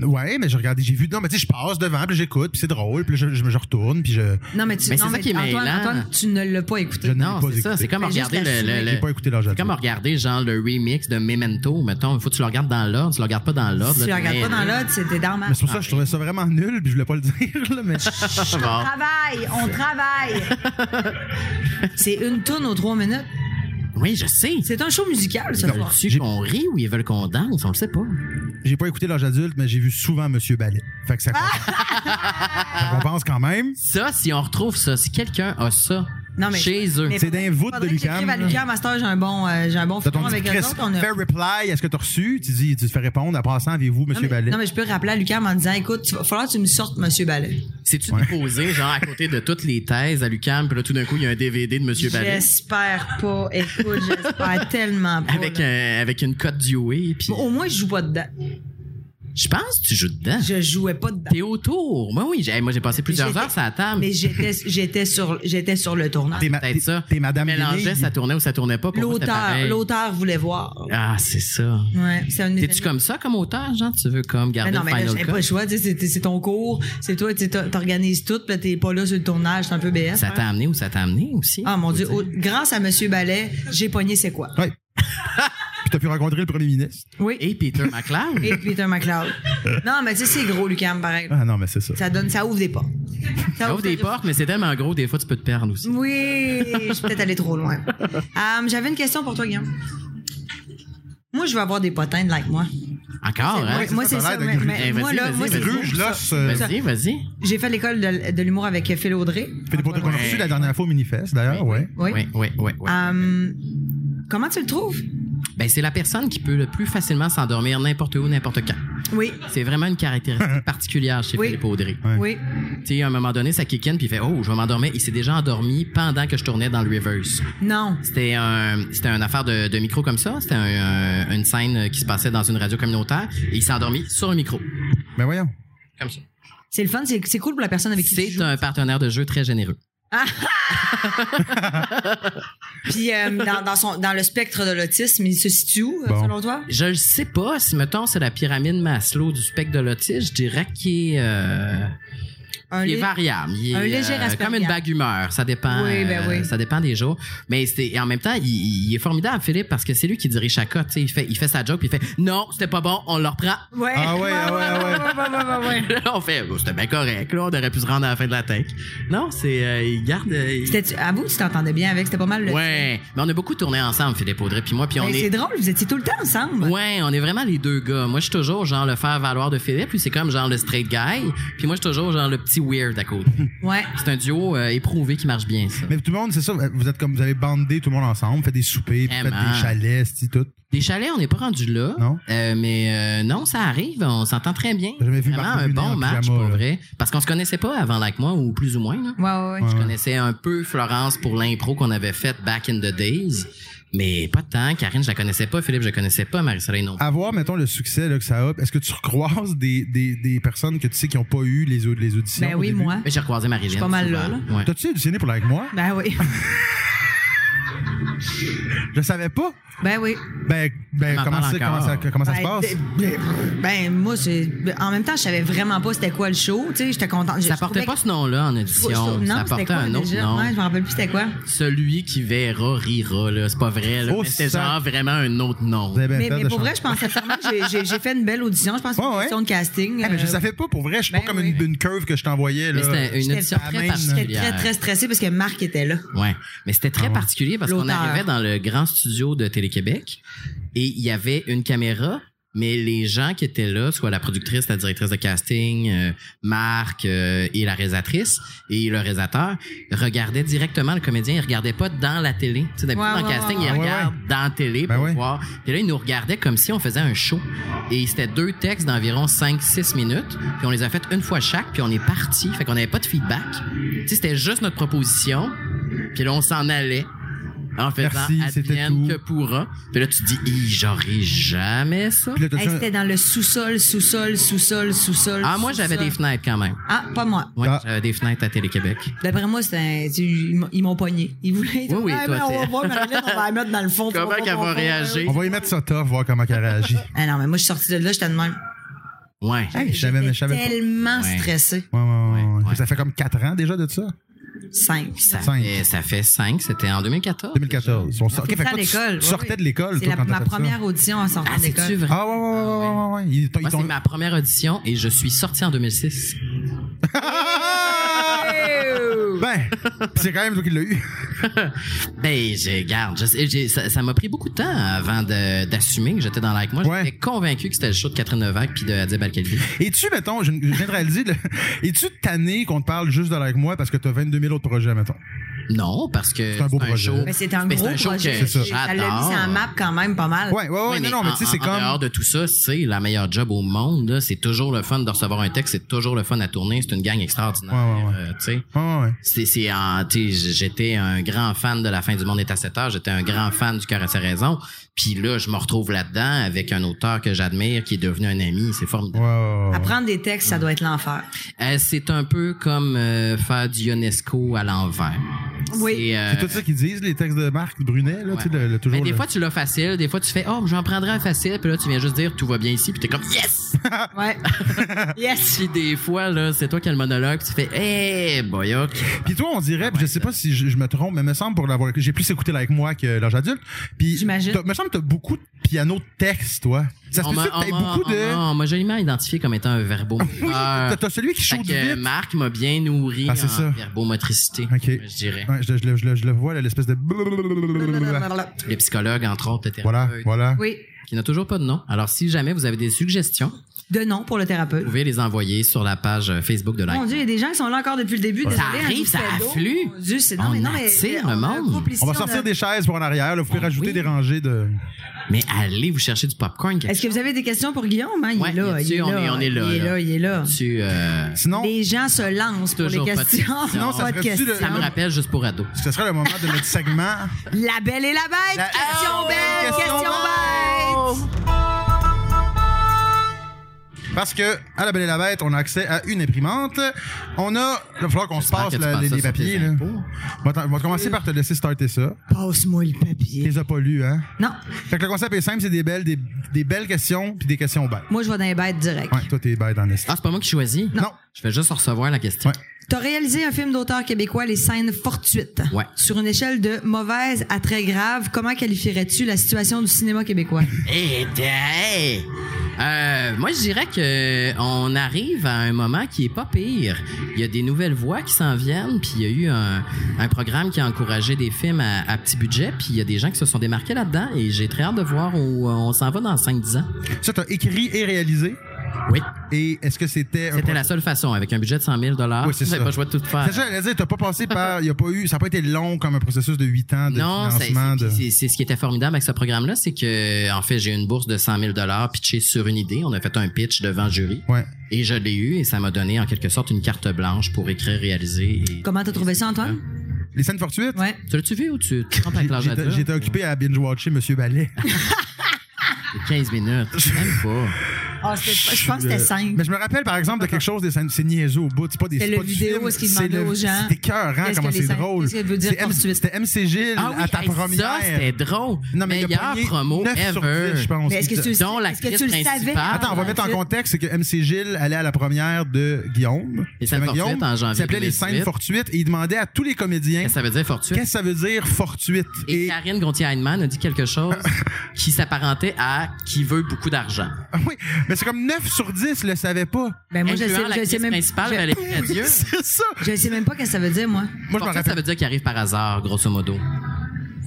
Speaker 2: Ouais, mais j'ai regardé, j'ai vu. Non, mais tu sais, je passe devant, puis j'écoute, puis c'est drôle, puis là, je, je, je retourne, puis je.
Speaker 1: Non, mais tu
Speaker 3: Mais
Speaker 1: non,
Speaker 3: c'est ça qui est
Speaker 1: Antoine,
Speaker 3: mêlant.
Speaker 1: Antoine, tu ne l'as pas écouté.
Speaker 2: Je n'ai
Speaker 3: Non,
Speaker 2: pas
Speaker 3: c'est ça.
Speaker 2: écouté.
Speaker 3: C'est comme
Speaker 1: Fait juste
Speaker 3: regarder le-
Speaker 1: assumer.
Speaker 3: le.
Speaker 2: J'ai
Speaker 3: le-
Speaker 2: pas écouté l'âge
Speaker 3: C'est
Speaker 2: adulte.
Speaker 3: comme regarder genre le remix de Memento, mettons. Il faut que tu le regardes dans l'ordre, tu le regardes pas dans l'ordre.
Speaker 1: Si tu
Speaker 3: là,
Speaker 1: le regardes pas dans
Speaker 3: mets-
Speaker 1: l'autre, c'était dans ma
Speaker 2: Mais c'est pour ça que je trouvais ça vraiment nul, puis je voulais pas le dire, là, mais.
Speaker 3: Bon.
Speaker 1: travaille, on travaille. c'est une tourne aux trois minutes.
Speaker 3: Oui, je sais.
Speaker 1: C'est un show musical, ce
Speaker 3: Ils
Speaker 1: soir.
Speaker 3: veulent-tu qu'on rit ou ils veulent qu'on danse? On le sait pas.
Speaker 2: J'ai pas écouté l'âge adulte, mais j'ai vu souvent Monsieur Ballet. Fait que ça compense. ça compense quand même.
Speaker 3: Ça, si on retrouve ça, si quelqu'un a ça
Speaker 1: Non, mais-
Speaker 3: chez eux.
Speaker 1: mais-
Speaker 2: C'est d'un voûte de
Speaker 1: Faudrait que
Speaker 2: Lucam.
Speaker 1: j'écrive à Lucam, Master, j'ai un bon, euh, j'ai un bon
Speaker 2: T'as
Speaker 1: fond
Speaker 2: ton
Speaker 1: avec
Speaker 2: petit
Speaker 1: eux
Speaker 2: Chris,
Speaker 1: autres. On a-
Speaker 2: fais reply à ce que t'as reçu. Tu dis, tu te fais répondre. À passant, avez-vous,
Speaker 1: Non,
Speaker 2: Monsieur
Speaker 1: mais-
Speaker 2: Ballet?
Speaker 1: Non, mais je peux rappeler à Lucam en disant, écoute, il va falloir que tu me sortes Monsieur Ballet.
Speaker 3: C'est-tu déposé, genre, à côté de toutes les thèses à l'UCAM, puis là, tout d'un coup, il y a un DVD de Monsieur Ballet
Speaker 1: J'espère pas. Écoute, j'espère tellement pas.
Speaker 3: avec,
Speaker 1: là.
Speaker 3: un- avec une cote duée, puis
Speaker 1: Au moins, je joue pas dedans.
Speaker 3: je pense que tu joues dedans.
Speaker 1: Je jouais pas dedans.
Speaker 3: T'es autour. Moi, oui. j'ai- Moi, j'ai passé plusieurs
Speaker 1: J'étais-
Speaker 3: heures sur la table.
Speaker 1: Mais j'étais, j'étais, sur, j'étais sur le tournage.
Speaker 2: T'es ma-
Speaker 3: Peut-être
Speaker 2: t'es-
Speaker 3: ça.
Speaker 2: T'es Madame
Speaker 3: Mélangeait,
Speaker 2: Guinée.
Speaker 3: ça tournait ou ça tournait pas. pour moi, c'était
Speaker 1: L'auteur,
Speaker 3: pareil.
Speaker 1: l'auteur voulait voir.
Speaker 3: Ah, c'est ça.
Speaker 1: Ouais, c'est un
Speaker 3: T'es-tu comme ça comme auteur, genre? Tu veux comme
Speaker 1: Mais
Speaker 3: garder
Speaker 1: non, mais là,
Speaker 3: le
Speaker 1: je n'ai
Speaker 3: final
Speaker 1: pas
Speaker 3: cut?
Speaker 1: le choix. tu sais, C'est c'est ton cours, c'est toi, tu sais, t'or- t'organises tout, puis là, t'es pas là sur le tournage, c'est un peu BS.
Speaker 3: Ça
Speaker 1: hein.
Speaker 3: t'a amené ou ça t'a amené aussi?
Speaker 1: Ah mon Dieu, oh, grâce à Monsieur Ballet, j'ai pogné c'est quoi?
Speaker 2: Ouais. Puis t'as pu rencontrer le premier ministre.
Speaker 1: Oui. Et,
Speaker 3: Et Peter McLeod?
Speaker 1: Peter McLeod. non, mais tu sais, c'est gros, Lucam, pareil.
Speaker 2: Ah non, mais c'est ça.
Speaker 1: Ça donne, ça ouvre des portes.
Speaker 3: Ça ouvre des portes, mais c'est tellement gros, des fois, tu peux te perdre aussi.
Speaker 1: Oui, je suis peut-être allée trop loin. Euh, J'avais une question pour toi, Guillaume. Moi, je veux avoir des potins de like moi.
Speaker 3: Encore, hein?
Speaker 1: moi, moi, c'est
Speaker 2: ça,
Speaker 1: ça.
Speaker 2: t'as l'air
Speaker 1: mais-
Speaker 2: d'un
Speaker 1: mais
Speaker 3: gruge.
Speaker 1: moi,
Speaker 3: Eh,
Speaker 1: là,
Speaker 3: vas-y,
Speaker 1: moi,
Speaker 3: vas-y.
Speaker 1: c'est
Speaker 2: Ruge,
Speaker 1: ça.
Speaker 2: là, c'est-
Speaker 1: ça.
Speaker 3: Vas-y, vas-y.
Speaker 1: J'ai fait l'école de, de l'humour avec euh, Phil Audrey.
Speaker 2: Fait des potes qu'on a reçus la dernière fois au Minifest, d'ailleurs, ouais.
Speaker 1: Oui.
Speaker 3: Oui, oui, oui. oui.
Speaker 1: Euh, comment tu le trouves?
Speaker 3: Ben, c'est la personne qui peut le plus facilement s'endormir n'importe où, n'importe quand.
Speaker 1: Oui.
Speaker 3: C'est vraiment une caractéristique particulière chez
Speaker 1: Oui.
Speaker 3: Philippe Audrey.
Speaker 2: Ouais.
Speaker 1: Oui.
Speaker 3: Tu sais, à un moment donné, ça kick in, puis il fait Oh, je vais m'endormir. Il s'est déjà endormi pendant que je tournais dans le reverse.
Speaker 1: Non.
Speaker 3: C'était un, c'était une affaire de, de micro comme ça. C'était un- un- une scène qui se passait dans une radio communautaire. Et il s'est endormi sur un micro.
Speaker 2: Mais Ben voyons.
Speaker 3: Comme ça.
Speaker 1: C'est le fun, c'est c'est cool pour la personne avec qui tu
Speaker 3: C'est
Speaker 1: joues.
Speaker 3: un partenaire de jeu très généreux.
Speaker 1: Puis euh, dans, dans son, dans le spectre de l'autisme, il se situe où, euh,
Speaker 2: Bon.
Speaker 1: selon toi?
Speaker 3: Je le sais pas. Si, mettons, c'est la pyramide Maslow du spectre de l'autisme, je dirais qu'il est euh,
Speaker 1: Un
Speaker 3: il est
Speaker 1: lé-
Speaker 3: variable. Il est, euh,
Speaker 1: un léger aspect
Speaker 3: Comme une
Speaker 1: variable.
Speaker 3: bague humeur. Ça dépend.
Speaker 1: Oui, ben
Speaker 3: euh,
Speaker 1: oui.
Speaker 3: ça dépend des jours. Mais c'était, et en même temps, il, il est formidable, Philippe, parce que c'est lui qui dirige Chaka. tu sais. Il fait, il fait sa joke, puis il fait Non, c'était pas bon, on le reprend.
Speaker 1: Ouais.
Speaker 2: Ah ouais, ah ouais, ah ouais.
Speaker 1: ouais, ouais, ouais, ouais, ouais.
Speaker 3: on fait Bon, C'était bien correct, là. On aurait pu se rendre à la fin de la tech. Non, c'est. euh, il garde. euh, il-
Speaker 1: C'était à vous, tu t'entendais bien avec, c'était pas mal le.
Speaker 3: Ouais. Mais on a beaucoup tourné ensemble, Philippe Audrey, puis moi, puis on
Speaker 1: Ben,
Speaker 3: est.
Speaker 1: c'est drôle, vous étiez tout le temps ensemble.
Speaker 3: Ouais, on est vraiment les deux gars. Moi, je suis toujours genre le faire valoir de Philippe, lui c'est comme genre le straight guy, puis moi je suis toujours genre le petit weird à côté.
Speaker 1: Ouais.
Speaker 3: C'est un duo euh, éprouvé qui marche bien ça.
Speaker 2: Mais tout le monde, c'est ça, vous êtes comme, vous avez bandé tout le monde ensemble, fait des soupers, puis faites
Speaker 3: Vraiment.
Speaker 2: des chalets, c'est tout.
Speaker 3: Des chalets, on n'est pas rendu là.
Speaker 2: Non.
Speaker 3: Euh, mais euh, non, ça arrive. On s'entend très bien.
Speaker 2: J'ai jamais vu
Speaker 3: Vraiment
Speaker 2: Marc
Speaker 3: un
Speaker 2: Brunet
Speaker 3: bon
Speaker 2: en
Speaker 3: match
Speaker 2: pyjama,
Speaker 3: pour
Speaker 2: là.
Speaker 3: vrai. Parce qu'on se connaissait pas avant like moi ou plus ou moins. Là.
Speaker 1: Ouais, ouais, ouais.
Speaker 2: Ouais.
Speaker 3: Je connaissais un peu Florence pour l'impro qu'on avait faite back in the days. Mais pas tant. Karine, je la connaissais pas. Philippe, je la connaissais pas. Marie-Soleil non. plus.
Speaker 2: Avoir, mettons, le succès là, que ça a, est-ce que tu recroises des, des, des personnes que tu sais qui n'ont pas eu les, au- les auditions?
Speaker 1: Ben
Speaker 2: au
Speaker 1: oui,
Speaker 2: début?
Speaker 1: moi.
Speaker 3: Mais j'ai recroisé marie
Speaker 1: Je suis pas mal là, là.
Speaker 2: T'as-tu auditionné pour Like Moi?
Speaker 1: Ben oui.
Speaker 2: Je savais pas.
Speaker 1: Ben oui.
Speaker 2: Ben, ben
Speaker 3: Elle m'en
Speaker 2: comment,
Speaker 3: parle
Speaker 2: ça, comment,
Speaker 3: encore.
Speaker 2: ça, comment ça se
Speaker 1: Ben,
Speaker 2: passe?
Speaker 1: d- Ben, ben, moi, c'est- ben, en même temps, je savais vraiment pas c'était quoi le show. Tu sais, j'étais contente. Je-
Speaker 3: Ça
Speaker 1: je
Speaker 3: portait
Speaker 1: trouvais
Speaker 3: pas
Speaker 1: que-
Speaker 3: ce nom-là en audition.
Speaker 1: Non,
Speaker 3: ça
Speaker 1: c'était
Speaker 3: portait
Speaker 1: quoi,
Speaker 3: un autre
Speaker 1: déjà?
Speaker 3: nom.
Speaker 1: Ouais, je me rappelle plus c'était quoi.
Speaker 3: Celui qui verra rira, là. C'est pas vrai, là.
Speaker 2: Oh,
Speaker 3: Mais c'était
Speaker 2: ça-
Speaker 3: genre vraiment un autre nom.
Speaker 2: Vous avez bien
Speaker 1: Mais,
Speaker 2: fait
Speaker 1: mais
Speaker 2: de
Speaker 1: pour vrai,
Speaker 2: changer.
Speaker 1: je pense sincèrement que j'ai- j'ai j'ai fait une belle audition. Je pense que c'est
Speaker 2: Ouais,
Speaker 1: une
Speaker 2: ouais.
Speaker 1: audition de casting.
Speaker 2: Ah, mais je
Speaker 1: euh,
Speaker 2: savais pas, pour vrai. Je suis
Speaker 1: Ben
Speaker 2: pas comme
Speaker 1: oui.
Speaker 2: une, une curve que je t'envoyais.
Speaker 3: Mais
Speaker 2: là.
Speaker 3: c'était une
Speaker 1: J'étais
Speaker 3: audition
Speaker 1: à
Speaker 3: très
Speaker 2: même.
Speaker 1: J'étais très,
Speaker 3: particulière.
Speaker 1: très stressée parce que Marc était là.
Speaker 3: Ouais. Mais c'était très
Speaker 2: Ah ouais.
Speaker 3: particulier parce qu'on
Speaker 1: L'auteur.
Speaker 3: arrivait dans le grand studio de Télé-Québec et il y avait une caméra, mais les gens qui étaient là, soit la productrice, la directrice de casting, euh, Marc euh, et la réalisatrice et le réalisateur regardaient directement le comédien. Ils regardaient pas dans la télé. Tu sais, d'habitude,
Speaker 1: Ouais,
Speaker 3: dans
Speaker 1: ouais,
Speaker 3: le casting,
Speaker 1: ouais,
Speaker 3: ils
Speaker 2: ouais.
Speaker 3: regardent dans la télé
Speaker 2: Ben
Speaker 3: pour
Speaker 2: ouais.
Speaker 3: voir. Et là, ils nous regardaient comme si on faisait un show. Et c'était deux textes d'environ 5-6 minutes. Puis on les a fait une fois chaque, puis on est parti. Fait qu'on n'avait pas de feedback. Tu sais, c'était juste notre proposition. Puis là, on s'en allait. En faisant
Speaker 2: Merci, c'était
Speaker 3: advienne
Speaker 2: tout.
Speaker 3: que pourra. Puis là, tu te dis, Hi, j'aurai jamais ça.
Speaker 2: Puis là, t'as-tu
Speaker 1: Hey,
Speaker 2: un-
Speaker 1: c'était dans le sous-sol, sous-sol, sous-sol, sous-sol.
Speaker 3: Ah, moi, j'avais
Speaker 1: sous-sol.
Speaker 3: des fenêtres quand même.
Speaker 1: Ah, pas moi.
Speaker 3: Ouais,
Speaker 2: Ah.
Speaker 3: j'avais des fenêtres à Télé-Québec.
Speaker 1: D'après moi, c'est un- tu- ils m'ont- ils m'ont pogné. Ils voulaient.
Speaker 3: Oui, oui,
Speaker 1: Ah,
Speaker 3: toi,
Speaker 1: ben, on va
Speaker 3: t'es-
Speaker 1: voir, Marilyn, on va la mettre dans le fond. tu
Speaker 3: Comment
Speaker 1: vas pas
Speaker 3: qu'elle va
Speaker 1: comprendre.
Speaker 3: réagir?
Speaker 2: On va y mettre ça tough, voir comment elle réagit.
Speaker 1: Ah non, mais moi, je suis sortie de là, j'étais de même.
Speaker 3: Ouais.
Speaker 2: Hey, je savais, mais je savais pas.
Speaker 1: tellement
Speaker 3: Ouais.
Speaker 1: stressée.
Speaker 2: Ouais, ouais, ouais,
Speaker 3: Ouais, ouais.
Speaker 2: Ça fait comme 4 ans déjà de ça?
Speaker 1: Cinq.
Speaker 3: Ça
Speaker 2: Cinq.
Speaker 3: fait, ça fait 5, c'était en 2014.
Speaker 2: 2014. On sort-
Speaker 1: Sortie
Speaker 2: Ok,
Speaker 1: de
Speaker 2: fait que toi, tu
Speaker 1: l'école.
Speaker 2: tu
Speaker 1: ouais,
Speaker 2: sortais
Speaker 1: ouais.
Speaker 2: de l'école,
Speaker 1: C'est
Speaker 2: toi,
Speaker 1: la-
Speaker 2: quand
Speaker 1: ma
Speaker 2: t'as fait ça.
Speaker 1: première audition en sortant
Speaker 3: Ah,
Speaker 1: de
Speaker 3: c'est-tu
Speaker 1: l'école.
Speaker 3: vrai?
Speaker 2: Ah ouais, ouais, ouais, ouais, ouais, ouais. Ils t'ont- ils
Speaker 3: Moi, c'est
Speaker 2: t'ont-
Speaker 3: ma première audition et je suis sorti en 2006.
Speaker 2: Ben, c'est quand même toi qui l'as eu.
Speaker 3: Ben, je garde. je sais- j'ai- ça ça m'a pris beaucoup de temps avant de- d'assumer que j'étais dans Like Moi.
Speaker 2: Ouais.
Speaker 3: J'étais convaincu que c'était le show de Catherine Novak puis de Adib Al-Khalidi.
Speaker 2: Es-tu, mettons, je je viens de réaliser, le- es-tu tanné qu'on te parle juste de like moi parce que t'as 22 000 autres projets, mettons?
Speaker 3: Non, parce que
Speaker 2: C'est un beau projet.
Speaker 3: show.
Speaker 1: Mais c'était Ben, un
Speaker 3: Mais
Speaker 1: gros
Speaker 3: show
Speaker 1: projet.
Speaker 3: que
Speaker 2: C'est ça.
Speaker 1: Elle l'a mis
Speaker 3: j'adore.
Speaker 1: sur la map quand même pas mal.
Speaker 2: Ouais, ouais, ouais,
Speaker 3: Oui, mais
Speaker 2: non, non, mais tu sais,
Speaker 3: en-
Speaker 2: c'est
Speaker 3: En
Speaker 2: comme.
Speaker 3: dehors de tout ça, c'est la meilleure job au monde. là. C'est toujours le fun de recevoir un texte. C'est toujours le fun à tourner. C'est une gang extraordinaire.
Speaker 2: Ouais, ouais, ouais.
Speaker 3: euh, tu sais.
Speaker 2: Ouais, ouais.
Speaker 3: C'est, c'est en- tu sais, j'étais un grand fan de La fin du monde est à 7 heures. J'étais un grand fan du cœur à ses raisons. Puis là, je me retrouve là-dedans avec un auteur que j'admire qui est devenu un ami. C'est
Speaker 2: Ouais,
Speaker 3: formidable.
Speaker 2: ouais, ouais, ouais.
Speaker 1: Apprendre des textes, ça doit être l'enfer.
Speaker 3: Euh, c'est un peu comme euh, faire du Ionesco à l'envers.
Speaker 1: Oui.
Speaker 3: C'est, euh,
Speaker 2: C'est tout ça qu'ils disent, les textes de Marc Brunet, là, tu sais, le- le- toujours.
Speaker 3: Mais des
Speaker 2: le-
Speaker 3: fois, tu l'as facile. Des fois, tu fais, oh, j'en prendrai un facile. Puis là, tu viens juste dire, tout va bien ici. Puis t'es comme, yes!
Speaker 2: Ah.
Speaker 1: Ouais. yes.
Speaker 3: Puis des fois, là, c'est toi qui as le monologue. Tu fais, hey, boy, ok.
Speaker 2: Puis toi, on
Speaker 3: Ah
Speaker 2: dirait, puis je sais pas si je, je me trompe, mais me semble pour l'avoir. J'ai plus écouté like moi que l'âge adulte. Puis.
Speaker 1: J'imagine.
Speaker 2: t'as- Me semble que t'as beaucoup de piano de texte, toi. Ça se
Speaker 3: On
Speaker 2: peut
Speaker 3: m'a-
Speaker 2: que t'aies
Speaker 3: on m'a-
Speaker 2: beaucoup de.
Speaker 3: on m'a- On m'a joliment identifié comme étant un verbomoteur.
Speaker 2: T'as- T'as celui qui
Speaker 3: Ah, Fait
Speaker 2: chaude
Speaker 3: que
Speaker 2: vite.
Speaker 3: Marc m'a bien nourri
Speaker 2: Ah, c'est
Speaker 3: en
Speaker 2: ça.
Speaker 3: verbomotricité,
Speaker 2: Ok.
Speaker 3: je dirais.
Speaker 2: Ouais, je, le- je le- je le- je le vois, là, l'espèce de.
Speaker 3: Les psychologues, entre autres, le
Speaker 2: Voilà,
Speaker 3: thérapeute,
Speaker 2: voilà.
Speaker 1: Oui.
Speaker 3: qui n'a toujours pas de nom. Alors, si jamais vous avez des suggestions,
Speaker 1: De non pour le thérapeute.
Speaker 3: vous pouvez les envoyer sur la page euh, Facebook de
Speaker 1: Mon
Speaker 3: Like.
Speaker 1: Dieu, il y a des gens qui sont là encore depuis le début. Désolée,
Speaker 3: Ça
Speaker 1: hein,
Speaker 3: arrive,
Speaker 1: il
Speaker 3: ça
Speaker 1: fait beau.
Speaker 3: afflue.
Speaker 1: Mon Dieu, c'est non,
Speaker 3: On
Speaker 1: mais non, mais. euh,
Speaker 3: attire le
Speaker 1: on a un
Speaker 3: monde.
Speaker 1: couple ici,
Speaker 2: On va
Speaker 1: a- Ah
Speaker 2: sortir des chaises pour en arrière, là. Vous pouvez rajouter
Speaker 3: oui.
Speaker 2: des rangées de.
Speaker 3: Mais allez vous chercher du popcorn.
Speaker 1: Est-ce que vous avez des questions pour Guillaume? hein? Il
Speaker 3: Ouais,
Speaker 1: est là.
Speaker 3: là-dessus,
Speaker 1: il est
Speaker 3: on
Speaker 1: là,
Speaker 3: est- on est là,
Speaker 1: Il est
Speaker 3: là.
Speaker 1: là, il est là.
Speaker 3: Tu, euh,
Speaker 2: Sinon,
Speaker 1: Les gens se lancent pour les
Speaker 3: Toujours pas de
Speaker 1: questions.
Speaker 3: questions.
Speaker 1: Pas de
Speaker 2: serait-tu le-
Speaker 1: questions.
Speaker 3: ça me rappelle juste pour ado.
Speaker 2: ce serait le moment de notre segment.
Speaker 1: La belle et la bête.
Speaker 2: La-
Speaker 1: Question
Speaker 2: Oh!
Speaker 1: belle,
Speaker 2: Question
Speaker 1: question bête.
Speaker 2: Parce que, à La Belle et la Bête, on a accès à une imprimante. On a. Il va falloir qu'on se
Speaker 3: J'espère
Speaker 2: passe
Speaker 3: que tu
Speaker 2: la-
Speaker 3: passes
Speaker 2: les,
Speaker 3: ça
Speaker 2: les
Speaker 3: sur tes
Speaker 2: papiers. là.
Speaker 3: impôts.
Speaker 2: On va t'en- on va commencer par te laisser starter ça.
Speaker 1: Passe-moi le
Speaker 2: Tu
Speaker 1: papier.
Speaker 2: les as pas lus, hein?
Speaker 1: Non,
Speaker 2: Fait que le concept est simple, c'est des belles, des, des belles questions puis des questions bêtes.
Speaker 1: moi, je vais dans les bêtes direct.
Speaker 2: Ouais, toi, t'es bête en esti.
Speaker 3: Ah, c'est pas moi qui choisis?
Speaker 2: Non. Non.
Speaker 3: Je vais juste recevoir la question.
Speaker 2: Ouais.
Speaker 1: T'as réalisé un film d'auteur québécois, Les scènes fortuites.
Speaker 3: Ouais.
Speaker 1: Sur une échelle de mauvaise à très grave, comment qualifierais-tu la situation du cinéma québécois?
Speaker 3: Eh, t'es- hey! Euh, moi, je dirais que on arrive à un moment qui est pas pire. Il y a des nouvelles voix qui s'en viennent, puis il y a eu un, un programme qui a encouragé des films à, à petit budget, puis il y a des gens qui se sont démarqués là-dedans, et j'ai très hâte de voir où euh, on s'en va dans 5-10 ans.
Speaker 2: Ça, t'as écrit et réalisé.
Speaker 3: Oui,
Speaker 2: Et est-ce que c'était. un
Speaker 3: c'était la seule façon, avec un budget de 100 000
Speaker 2: Oui, c'est
Speaker 3: vous avez
Speaker 2: ça.
Speaker 3: pas le choix de tout faire.
Speaker 2: C'est ça, j'allais dire, t'as pas passé par. Y a pas eu, ça n'a pas été long comme un processus de 8 ans de
Speaker 3: non, c'est-
Speaker 2: financement.
Speaker 3: c'est-
Speaker 2: de-
Speaker 3: c'est c'est ce qui était formidable avec ce programme-là, c'est que en fait j'ai eu une bourse de 100 000 dollars pitchée sur une idée. On a fait un pitch devant le jury
Speaker 2: Ouais.
Speaker 3: et je l'ai eu et ça m'a donné en quelque sorte une carte blanche pour écrire, réaliser. Et...
Speaker 1: Comment t'as trouvé ça, Antoine?
Speaker 2: Les scènes fortuites?
Speaker 1: Ouais.
Speaker 3: Tu l'as-tu vu ou tu tu trompes avec l'âge
Speaker 2: J'étais-
Speaker 3: adulte?
Speaker 2: J'étais occupé à binge-watcher Monsieur Ballet.
Speaker 3: 15 minutes, même pas.
Speaker 1: Ah, c'était- je pense que c'était simple.
Speaker 2: Mais je me rappelle, par exemple, de quelque chose, des scènes- c'est niaiseux au bout. C'est pas des
Speaker 1: C'est
Speaker 2: c'est
Speaker 1: le
Speaker 2: pas du
Speaker 1: vidéo,
Speaker 2: film,
Speaker 1: est-ce qu'il
Speaker 2: c'est
Speaker 1: demandait
Speaker 2: le-
Speaker 1: aux gens
Speaker 2: C'est écœurant
Speaker 1: qu'est-ce
Speaker 2: comment
Speaker 1: que les
Speaker 2: c'est
Speaker 1: scènes-
Speaker 2: drôle.
Speaker 1: qu'est-ce qu'elle veut dire
Speaker 2: C'est M-
Speaker 1: poursuite?
Speaker 2: C'était MC Gilles
Speaker 3: Ah oui,
Speaker 2: à ta
Speaker 3: hey, ça
Speaker 2: première.
Speaker 3: c'était drôle.
Speaker 2: Non, mais il a
Speaker 3: Meilleure
Speaker 2: pogné
Speaker 3: promo
Speaker 2: 9 sur
Speaker 3: ever.
Speaker 2: 10, je pense.
Speaker 1: Mais est-ce que tu,
Speaker 3: Dont
Speaker 1: est-ce que
Speaker 3: l'actrice
Speaker 1: tu le savais?
Speaker 3: principale.
Speaker 2: Attends, on va mettre en
Speaker 1: Ensuite,
Speaker 2: contexte, c'est que MC Gilles allait à la première de Guillaume.
Speaker 3: Les scènes
Speaker 2: Guillaume,
Speaker 3: fortuites en janvier
Speaker 2: Il s'appelait les scènes
Speaker 3: 2018.
Speaker 2: fortuites et il demandait à tous les comédiens
Speaker 3: Qu'est-ce que ça veut dire fortune?
Speaker 2: qu'est-ce que ça veut dire fortuite.
Speaker 3: Et Karine Gontier-Heinemann a dit quelque chose qui s'apparentait à qui veut beaucoup d'argent.
Speaker 2: Ah oui, mais c'est comme 9 sur 10 le savaient pas.
Speaker 1: Ben, moi, je
Speaker 3: Incluant
Speaker 1: sais, je sais
Speaker 3: l'actrice
Speaker 1: même,
Speaker 3: principale, ben,
Speaker 1: je-
Speaker 3: Valérie Pladieux.
Speaker 2: C'est ça.
Speaker 1: je sais même pas ce que ça veut dire, moi.
Speaker 2: Moi, je me
Speaker 3: Fortune, ça
Speaker 2: rappelle.
Speaker 3: veut dire qu'il arrive par hasard, grosso modo.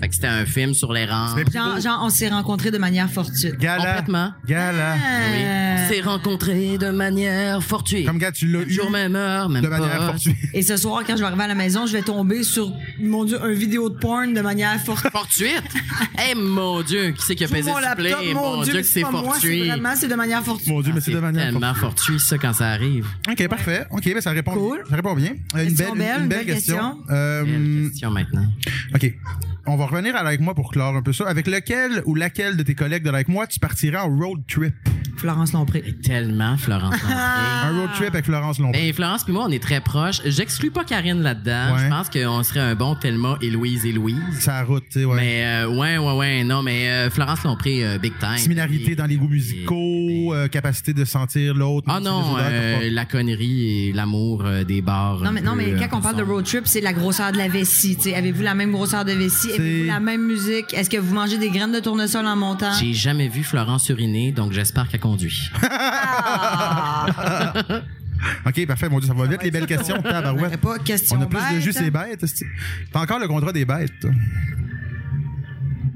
Speaker 3: Fait que c'était un film sur les rangs.
Speaker 2: C'est-
Speaker 1: Genre, genre, on s'est rencontrés de manière fortuite.
Speaker 2: Gala.
Speaker 3: Complètement. Ah,
Speaker 2: Gala.
Speaker 3: Oui.
Speaker 1: Euh,
Speaker 3: On s'est rencontrés de manière fortuite.
Speaker 2: Comme gars, tu l'as
Speaker 3: Même
Speaker 2: eu
Speaker 3: jour, même heure, même
Speaker 2: de
Speaker 3: pas.
Speaker 2: manière fortuite.
Speaker 1: Et ce soir, quand je vais arriver à la maison, je vais tomber sur, mon Dieu, un vidéo de porn de manière fortuite.
Speaker 3: Fortuite? Eh mon Dieu, qui c'est qui a pesé
Speaker 1: mon
Speaker 3: ce play?
Speaker 1: laptop,
Speaker 3: Mon Dieu,
Speaker 1: mais
Speaker 3: que c'est
Speaker 1: pas moi, c'est
Speaker 3: fortuit. Ah,
Speaker 1: Vraiment, c'est de manière fortuite.
Speaker 2: Mon Dieu, mais c'est de manière
Speaker 3: tellement
Speaker 2: fortuite.
Speaker 3: fortuit, ça, quand ça arrive.
Speaker 2: OK, parfait. OK, ben ça répond
Speaker 1: Cool.
Speaker 2: bien. Ça répond bien. Euh, Une
Speaker 1: Question
Speaker 2: belle,
Speaker 1: belle,
Speaker 2: une belle question. Euh,
Speaker 3: Belle question maintenant.
Speaker 2: OK. On va revenir à avec moi pour clore un peu ça. Avec lequel ou laquelle de tes collègues de like moi tu partirais en road trip?
Speaker 1: Florence Lompré.
Speaker 3: Tellement, Florence. Lantier.
Speaker 2: Un road trip avec Florence Lompré.
Speaker 3: Ben, Florence puis moi, on est très proches. J'exclus pas Karine là-dedans.
Speaker 2: Ouais.
Speaker 3: Je pense qu'on serait un bon Thelma et Louise et Louise.
Speaker 2: Sa route, tu sais, ouais.
Speaker 3: Mais euh, ouais, ouais, ouais, non, mais euh, Florence Lompré, euh, big time.
Speaker 2: Similarité
Speaker 3: Et-
Speaker 2: dans les goûts musicaux, euh, capacité de sentir l'autre.
Speaker 3: Ah
Speaker 2: même si
Speaker 3: non,
Speaker 2: les odeurs
Speaker 3: euh,
Speaker 2: t'ont
Speaker 3: la connerie et l'amour euh, des bars.
Speaker 1: Non, mais, non, mais quand on parle de road trip, c'est la grosseur de la vessie. tu sais. Avez-vous la même grosseur de vessie? Avez-vous la même musique? Est-ce que vous mangez des graines de tournesol en montant?
Speaker 3: J'ai jamais vu Florence uriner, donc j'espère qu'elle conduit.
Speaker 2: pas. OK, parfait. Mon Dieu, ça va vite, les belles questions. Tabarouette.
Speaker 1: Pas question
Speaker 2: On a plus de
Speaker 1: bête. hein?
Speaker 2: jus, c'est bête. esti. T'as encore le contrat des bêtes. toi.